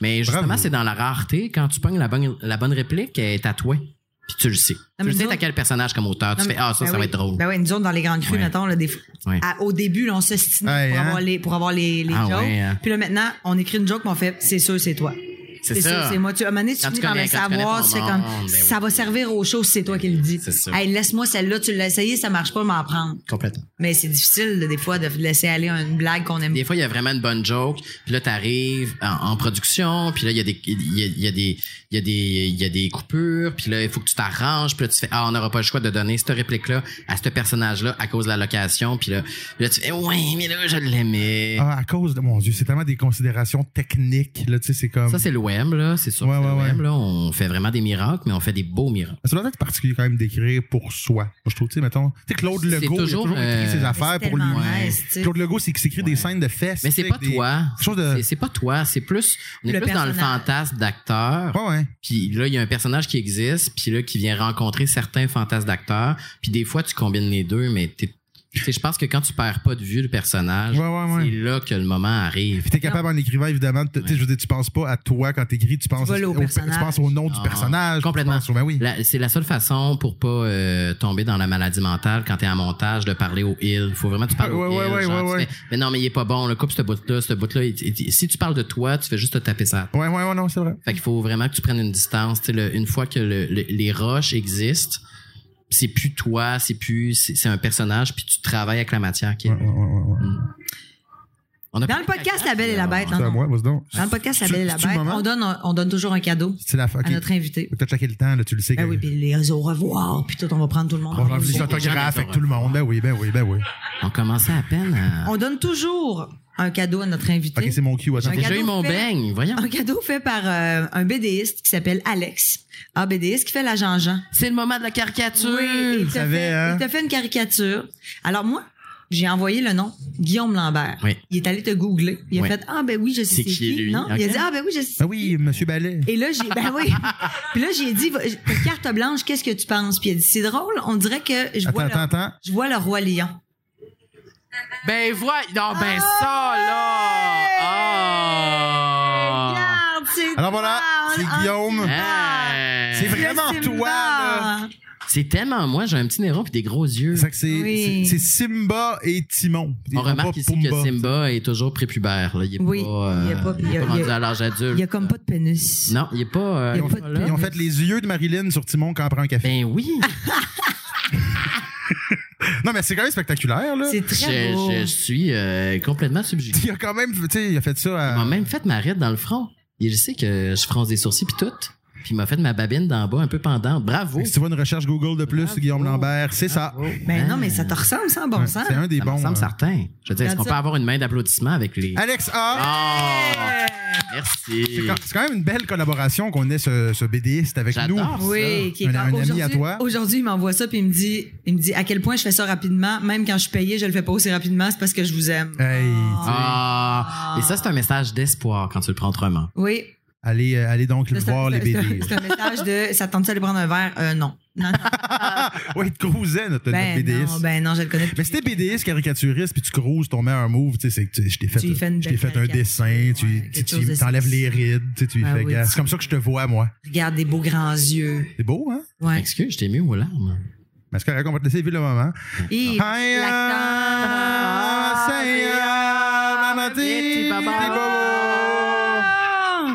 Speaker 3: Mais justement,
Speaker 2: Bravo.
Speaker 3: c'est dans la rareté. Quand tu pognes la bonne, la bonne réplique, elle est tatouée. Puis tu le sais.
Speaker 1: mais
Speaker 3: tu le sais,
Speaker 1: nous-
Speaker 3: t'as quel personnage comme auteur. Tu
Speaker 1: Non, mais-
Speaker 3: fais, ah, ça,
Speaker 1: ben
Speaker 3: ça va
Speaker 1: oui.
Speaker 3: être drôle.
Speaker 1: Ben ouais, nous autres, dans les grandes crues,
Speaker 3: Ouais.
Speaker 1: mettons, là, des...
Speaker 3: Ouais.
Speaker 1: à- au début, là, on s'estimait
Speaker 2: Ouais,
Speaker 1: pour,
Speaker 2: hein?
Speaker 1: avoir les, pour avoir les, les
Speaker 3: Ah
Speaker 1: jokes.
Speaker 3: ouais, hein?
Speaker 1: Puis là, maintenant, on écrit une joke, mais on fait, c'est sûr, c'est toi.
Speaker 3: C'est
Speaker 1: sûr,
Speaker 3: ça.
Speaker 1: C'est moi. Tu, à un moment donné, tu
Speaker 3: Quand tu
Speaker 1: finis par le
Speaker 3: connais- quand tu
Speaker 1: savoir, tu fais
Speaker 3: connais ton
Speaker 1: comme,
Speaker 3: monde, ben oui.
Speaker 1: ça va servir aux choses, c'est toi qui le dis.
Speaker 3: C'est ça.
Speaker 1: Hey, laisse-moi celle-là, tu l'as essayé, ça marche pas, m'en prendre.
Speaker 3: Complètement.
Speaker 1: Mais c'est difficile, là, des fois, de laisser aller une blague qu'on aime.
Speaker 3: Des fois, il y a vraiment une bonne joke, puis là, t'arrives en, en production, puis là, il y a des, il y a, il y a des, il y a des, il y a des coupures, puis là, il faut que tu t'arranges, puis là, tu fais, ah, on n'aura pas le choix de donner cette réplique-là à ce personnage-là à cause de la location, puis là, puis là, tu fais, Eh ouais, mais là, je l'aimais.
Speaker 2: Ah, à cause de. Mon Dieu, c'est tellement des considérations techniques. Là, tu sais, c'est comme.
Speaker 3: Ça,
Speaker 2: Ça,
Speaker 3: c'est le web, là, c'est sûr.
Speaker 2: Ouais,
Speaker 3: que c'est
Speaker 2: ouais,
Speaker 3: le
Speaker 2: ouais.
Speaker 3: web, là, on fait vraiment des miracles, mais on fait des beaux miracles.
Speaker 2: doit être particulier quand même d'écrire pour soi. Moi, je trouve, tu sais, mettons. Tu sais, Claude
Speaker 3: C'est
Speaker 2: Legault,
Speaker 3: toujours,
Speaker 2: il a toujours écrit
Speaker 3: euh,
Speaker 2: ses affaires
Speaker 1: C'est
Speaker 2: pour lui.
Speaker 1: tellement nice, tu sais.
Speaker 2: Claude Legault, c'est qu'il s'écrit des scènes de fesses.
Speaker 3: Mais c'est
Speaker 2: tu sais,
Speaker 3: pas
Speaker 2: avec des-
Speaker 3: toi.
Speaker 2: quelque chose de-
Speaker 3: C'est- C'est pas toi. C'est plus. On est
Speaker 1: Le
Speaker 3: plus dans le
Speaker 1: personnage.
Speaker 3: fantasme d'acteur.
Speaker 2: Ouais, ouais.
Speaker 3: Puis là, il y a un personnage qui existe, puis là, qui vient rencontrer certains fantasmes d'acteurs. Puis des fois, tu combines les deux, mais t'es- tu sais, je pense que quand tu perds pas de vue le personnage,
Speaker 2: Ouais, ouais, ouais.
Speaker 3: c'est là que le moment arrive.
Speaker 2: Puis t'es capable en écrivant, évidemment, de te- tu sais, je veux dire, tu penses pas à toi quand t'écris, tu penses,
Speaker 1: vas là au
Speaker 2: au,
Speaker 1: personnage.
Speaker 2: tu penses au nom du
Speaker 3: Ah,
Speaker 2: personnage.
Speaker 3: complètement.
Speaker 2: tu penses au- ben oui.
Speaker 3: La- C'est la seule façon pour pas euh, tomber dans la maladie mentale quand t'es en montage de parler au il. Faut vraiment que tu parles
Speaker 2: Ouais,
Speaker 3: au
Speaker 2: ouais,
Speaker 3: il.
Speaker 2: ouais,
Speaker 3: genre,
Speaker 2: ouais,
Speaker 3: tu
Speaker 2: ouais.
Speaker 3: fais, mais non, mais il est pas bon. Le coupe ce bout-là, ce bout-là. il- il- Si tu parles de toi, tu fais juste te taper ça.
Speaker 2: Ouais, ouais, ouais, non, c'est vrai.
Speaker 3: Fait qu'il faut vraiment que tu prennes une distance. Tu sais, le- une fois que le- le- les roches existent, c'est plus toi, c'est plus c'est c'est un personnage, puis tu travailles avec la matière qui est.
Speaker 2: Ouais, ouais, ouais, ouais, ouais.
Speaker 3: On a
Speaker 1: Dans
Speaker 3: pas
Speaker 1: le
Speaker 3: de
Speaker 1: podcast
Speaker 3: caca,
Speaker 1: La Belle et la
Speaker 3: là.
Speaker 1: Bête, hein?
Speaker 2: C'est à moi, vas-y donc.
Speaker 1: Dans le podcast La
Speaker 2: C'est-
Speaker 1: Belle et la
Speaker 2: c'est-tu le
Speaker 1: Bête,
Speaker 2: moment?
Speaker 1: on donne, on donne toujours un cadeau
Speaker 2: C'est la fin.
Speaker 1: à notre invité.
Speaker 2: Faut que t'as checké le temps, là, tu le sais.
Speaker 1: Ben
Speaker 2: que-
Speaker 1: oui, puis les au revoir, puis tout, on va prendre tout le monde.
Speaker 2: On va faire
Speaker 3: les
Speaker 2: des autographes avec tout le monde. Ben oui, ben oui, ben oui.
Speaker 3: On commençait à peine. À...
Speaker 1: On donne toujours un cadeau à notre invité.
Speaker 2: Ok, c'est mon cue, attends.
Speaker 3: J'ai déjà
Speaker 1: cadeau
Speaker 3: eu mon
Speaker 1: fait.
Speaker 3: beigne, voyons.
Speaker 1: Un cadeau fait par euh, un BDiste qui s'appelle Alex. Un BDiste qui fait la Jean-Jean.
Speaker 3: C'est le moment de la caricature.
Speaker 1: il t'a
Speaker 2: savais,
Speaker 1: fait,
Speaker 2: hein?
Speaker 1: il t'a fait une caricature. Alors moi, j'ai envoyé le nom Guillaume Lambert.
Speaker 3: Oui.
Speaker 1: Il est allé te googler. Il a
Speaker 3: Oui.
Speaker 1: fait ah ben oui je sais
Speaker 3: C'est
Speaker 1: c'est
Speaker 3: qui, lui?
Speaker 1: Non, il a
Speaker 3: Ok.
Speaker 1: dit ah ben oui je sais.
Speaker 2: Ah oui, Monsieur Ballet.
Speaker 1: Et là j'ai ben oui. Puis là j'ai dit Va- ta carte blanche qu'est-ce que tu penses Puis il a dit c'est drôle. On dirait que je
Speaker 2: Attends,
Speaker 1: vois le,
Speaker 2: attends, attends.
Speaker 1: je vois le roi lion.
Speaker 3: Ben voilà. Non, ben
Speaker 1: Ah,
Speaker 3: ça, là. Ah.
Speaker 1: Regarde, c'est Ah,
Speaker 2: Alors voilà,
Speaker 1: toi,
Speaker 2: c'est
Speaker 1: un-
Speaker 2: Guillaume.
Speaker 1: un-
Speaker 3: Hey.
Speaker 2: C'est vrai.
Speaker 1: Justin
Speaker 2: Vraiment toi,
Speaker 1: Bieber.
Speaker 2: là.
Speaker 3: C'est tellement moi, j'ai un petit néron puis des gros yeux.
Speaker 2: C'est ça que c'est
Speaker 1: Oui.
Speaker 2: c'est- c'est Simba et Timon. Ils
Speaker 3: On
Speaker 2: ont
Speaker 3: remarque
Speaker 2: pas
Speaker 3: ici
Speaker 2: Pumba.
Speaker 3: que Simba est toujours prépubère. Là. Il est
Speaker 1: Oui,
Speaker 3: pas, euh,
Speaker 1: il est pas-
Speaker 3: il est
Speaker 1: il y a-
Speaker 3: pas rendu
Speaker 1: il y a-
Speaker 3: à l'âge
Speaker 1: Il y a
Speaker 3: adulte.
Speaker 1: comme pas de pénis.
Speaker 3: Non, il est pas. euh,
Speaker 1: Il y a
Speaker 3: il est
Speaker 1: pas de
Speaker 3: pas
Speaker 1: pub.
Speaker 3: là.
Speaker 2: Ils ont fait les yeux de Marilyn sur Timon quand elle prend un café.
Speaker 3: Ben oui.
Speaker 1: Ah,
Speaker 3: Ben.
Speaker 2: Non, mais c'est quand même spectaculaire, là.
Speaker 1: C'est
Speaker 3: je,
Speaker 1: très beau.
Speaker 3: je suis euh, complètement subjugué.
Speaker 2: Il a quand même, tu sais, il a fait ça
Speaker 3: Il m'a
Speaker 2: à.
Speaker 3: même fait ma ride dans le front. Il sait que je fronce des sourcils puis tout. Puis il m'a fait ma babine d'en bas un peu pendant. Bravo.
Speaker 2: Si tu vois une recherche Google de plus,
Speaker 3: Bravo.
Speaker 2: Guillaume Lambert, c'est ça.
Speaker 1: Mais
Speaker 3: Hein?
Speaker 1: Ben non, mais ça te ressemble, ça, en bon
Speaker 2: Ouais,
Speaker 1: sens.
Speaker 2: C'est un des
Speaker 3: Ça me
Speaker 2: bons.
Speaker 3: semble
Speaker 2: euh.
Speaker 3: certain. Je veux dire, est-ce
Speaker 1: Regarde
Speaker 3: qu'on
Speaker 1: ça.
Speaker 3: peut avoir une main d'applaudissement avec les.
Speaker 2: Alex A.
Speaker 3: Ah!
Speaker 2: C'est
Speaker 3: Merci.
Speaker 2: quand- c'est quand même une belle collaboration qu'on ait ce, ce BDiste avec nous.
Speaker 3: J'adore.
Speaker 1: Oui, qui est
Speaker 2: Un-
Speaker 1: quand-
Speaker 2: un ami
Speaker 1: aujourd'hui-
Speaker 2: à toi.
Speaker 1: Aujourd'hui, il m'envoie ça puis il me dit, il me dit à quel point je fais ça rapidement, même quand je suis payé, je le fais pas aussi rapidement, c'est parce que je vous aime.
Speaker 2: Hey, tu sais,
Speaker 3: Ah! Et ça, c'est un message d'espoir quand tu le prends autrement.
Speaker 1: Oui.
Speaker 2: allez, euh, allez donc le
Speaker 1: C'est un-
Speaker 2: voir, les
Speaker 1: c'est un-
Speaker 2: BDistes.
Speaker 1: C'est un message de, ça te tente de prendre un verre Euh, Non. Non, non.
Speaker 2: Oui, tu crousais notre, notre
Speaker 1: Ben
Speaker 2: BDiste.
Speaker 1: non, ben non, je le connais.
Speaker 2: Mais si t'es BDiste, caricaturiste, puis tu crouses ton meilleur move, tu sais, c'est que tu- je t'ai fait,
Speaker 1: Tu y fais une
Speaker 2: je t'ai
Speaker 1: belle
Speaker 2: fait un
Speaker 1: caricature,
Speaker 2: dessin, tu,
Speaker 1: ouais,
Speaker 2: tu,
Speaker 1: quelque chose de
Speaker 2: tu t'enlèves
Speaker 1: sexy.
Speaker 2: les rides, tu, sais, tu y
Speaker 1: Ah
Speaker 2: fais
Speaker 1: oui,
Speaker 2: gaffe.
Speaker 1: tu-
Speaker 2: C'est comme ça que je te vois, moi.
Speaker 1: Regarde des beaux grands yeux.
Speaker 2: C'est beau, hein?
Speaker 1: Ouais.
Speaker 3: Excuse, je t'ai mis aux larmes.
Speaker 2: Mais c'est correct, on va te laisser vivre le moment. ah,
Speaker 1: Et ah,
Speaker 2: Hiya, Seiya, Mamati,
Speaker 3: Mamati, Baba.
Speaker 2: Ti Baba.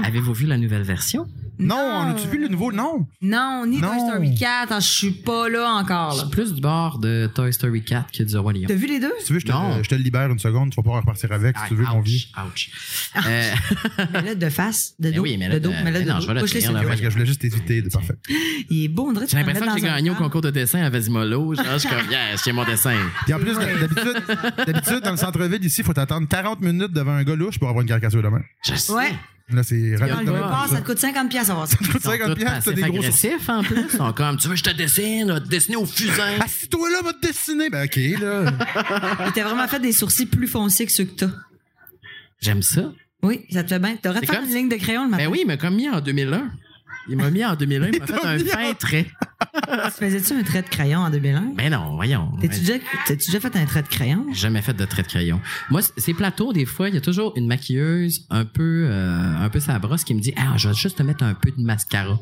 Speaker 1: Ah.
Speaker 3: Avez-vous vu la nouvelle version?
Speaker 2: Non, on a-tu vu le nouveau? Non.
Speaker 1: Non, ni Toy
Speaker 2: Non.
Speaker 1: Story 4, hein, je suis pas là encore.
Speaker 3: Je
Speaker 1: là.
Speaker 3: suis plus du bord de Toy Story 4 que du Roi Lion.
Speaker 1: T'as vu les deux?
Speaker 2: Si tu veux, je te,
Speaker 3: Non.
Speaker 2: je te le libère une seconde, tu vas pouvoir repartir avec si tu veux,
Speaker 3: Ouch,
Speaker 2: mon vie.
Speaker 3: ouch. Euh,
Speaker 1: Mais là, de face, de
Speaker 3: Ben
Speaker 1: dos,
Speaker 3: oui, mais là,
Speaker 1: de dos,
Speaker 3: de-
Speaker 1: mais là,
Speaker 3: mais
Speaker 1: de
Speaker 3: non,
Speaker 1: dos.
Speaker 3: je vais le
Speaker 1: Couche-les
Speaker 3: tenir,
Speaker 1: sur
Speaker 3: là.
Speaker 1: le
Speaker 2: Ouais, je voulais juste t'éviter, de parfait.
Speaker 1: dos. Il est beau, on dirait que
Speaker 3: J'ai
Speaker 1: tu peux le
Speaker 3: l'impression que j'ai
Speaker 1: mettre dans un
Speaker 3: gagné au
Speaker 1: cadre.
Speaker 3: concours de dessin à Vasimolo. Genre, je suis comme, yeah, c'est mon dessin.
Speaker 2: Puis en plus, d'habitude, d'habitude, dans le centre-ville, ici, il faut t'attendre 40 minutes devant un gars louche pour avoir une caricature demain.
Speaker 3: Je sais.
Speaker 1: Ouais.
Speaker 2: Là, c'est
Speaker 1: Dans le
Speaker 2: rapidement.
Speaker 1: port, ça te coûte 50 pièces à voir ça.
Speaker 2: Ça coûte
Speaker 3: Ils sont
Speaker 2: 50
Speaker 3: tous
Speaker 2: piastres, t'as des
Speaker 3: passifs
Speaker 2: gros sourcils.
Speaker 3: agressifs, en plus. Ils sont comme, tu veux, je te dessine, on va te dessiner au fusain.
Speaker 2: Assis-toi là, va te dessiner. Ben, OK, là.
Speaker 1: Il t'a vraiment fait des sourcils plus foncés que ceux que t'as.
Speaker 3: J'aime ça. Ben
Speaker 1: Oui, ça te fait bien. T'aurais
Speaker 3: C'est
Speaker 1: fait
Speaker 3: comme-
Speaker 1: une ligne de crayon le matin.
Speaker 3: Ben oui, il m'a comme mis en 2001. Il m'a mis en 2001, il m'a fait
Speaker 2: t'a
Speaker 3: un
Speaker 2: mis
Speaker 3: fin trait.
Speaker 1: Tu faisais-tu un trait de crayon en 2001?
Speaker 3: Ben non, voyons.
Speaker 1: T'as-tu déjà, t'as-tu déjà fait un trait de crayon?
Speaker 3: J'ai Jamais fait de trait de crayon. Moi, c- ces plateaux, des fois, il y a toujours une maquilleuse un peu, euh, un peu sa brosse qui me dit Ah, je vais juste te mettre un peu de mascara.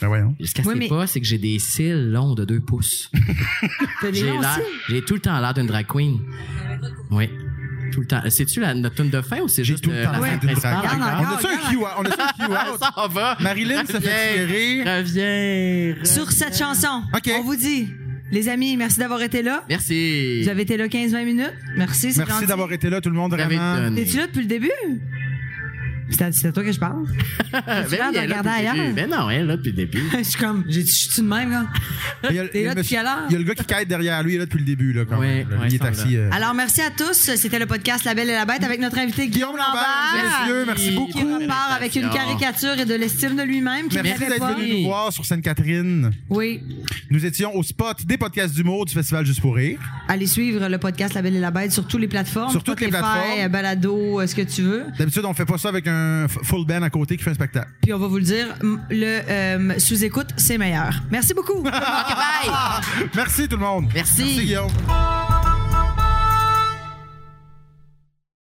Speaker 2: Ben voyons.
Speaker 3: Ce qu'elle
Speaker 1: Oui,
Speaker 3: sait
Speaker 1: mais-
Speaker 3: pas, c'est que j'ai des cils longs de deux pouces.
Speaker 1: T'as des
Speaker 3: J'ai
Speaker 1: longs
Speaker 3: l'air-
Speaker 1: cils?
Speaker 3: j'ai tout le temps l'air d'une drag queen. Oui. Tout le temps. C'est-tu la, notre tune de fin ou c'est
Speaker 2: J'ai
Speaker 3: juste
Speaker 2: tout le
Speaker 3: euh,
Speaker 2: temps
Speaker 3: la
Speaker 2: l'air
Speaker 3: scène
Speaker 2: d'une
Speaker 3: principale?
Speaker 2: drague.
Speaker 1: Regarde
Speaker 2: On
Speaker 1: encore,
Speaker 2: a-tu un
Speaker 1: regarde.
Speaker 2: QR? On a-tu un QR?
Speaker 3: Ça va.
Speaker 2: Marilyn se fait
Speaker 3: Reviens,
Speaker 2: tirer.
Speaker 3: Reviens. reviens.
Speaker 1: Sur cette chanson,
Speaker 2: OK.
Speaker 1: on vous dit, les amis, merci d'avoir été là.
Speaker 3: Merci.
Speaker 1: Vous avez été là 15-20 minutes. Merci, c'est
Speaker 2: Merci
Speaker 1: gentil.
Speaker 2: d'avoir été là, tout le monde,
Speaker 3: Vous avez
Speaker 2: vraiment.
Speaker 3: donné.
Speaker 1: T'es-tu là depuis le début? C'est à, c'est à toi que je parle.
Speaker 3: Ben
Speaker 1: l'air
Speaker 3: oui,
Speaker 1: de
Speaker 3: elle est là
Speaker 1: regarder
Speaker 3: depuis le
Speaker 1: ailleurs.
Speaker 3: début. Ben non, elle est là depuis le début.
Speaker 1: je suis comme, j'ai- je suis-tu de même, là?
Speaker 2: Il y a, il y a
Speaker 1: là
Speaker 2: le
Speaker 1: depuis à l'heure?
Speaker 2: il y a le gars qui quête derrière lui, là, depuis le début, là, quand
Speaker 3: Ouais,
Speaker 2: même. là.
Speaker 3: ouais,
Speaker 2: Lui, il est
Speaker 3: ça,
Speaker 2: assis. euh,
Speaker 1: Alors, merci à tous. C'était le podcast La Belle et la Bête avec notre invité
Speaker 2: Guillaume Lambert, mesdames et messieurs, merci
Speaker 3: Qui
Speaker 1: Qui
Speaker 2: beaucoup.
Speaker 1: repart avec une caricature et de l'estime de lui-même qu'il
Speaker 2: Merci
Speaker 1: n'avait
Speaker 2: d'être
Speaker 1: pas.
Speaker 2: venu nous voir sur Sainte-Catherine.
Speaker 1: Oui.
Speaker 2: Nous étions au spot des podcasts d'humour du Festival Juste pour Rire.
Speaker 1: Allez suivre le podcast La Belle et la Bête sur toutes les plateformes.
Speaker 2: Sur toutes les
Speaker 1: Spotify,
Speaker 2: plateformes.
Speaker 1: Balado, euh, ce que tu veux.
Speaker 2: D'habitude, on fait pas ça avec un f- full band à côté qui fait un spectacle.
Speaker 1: Puis on va vous le dire, m- le euh, sous-écoute, c'est meilleur. Merci beaucoup.
Speaker 3: Bye.
Speaker 2: Merci tout le monde.
Speaker 3: Merci.
Speaker 2: Merci Guillaume.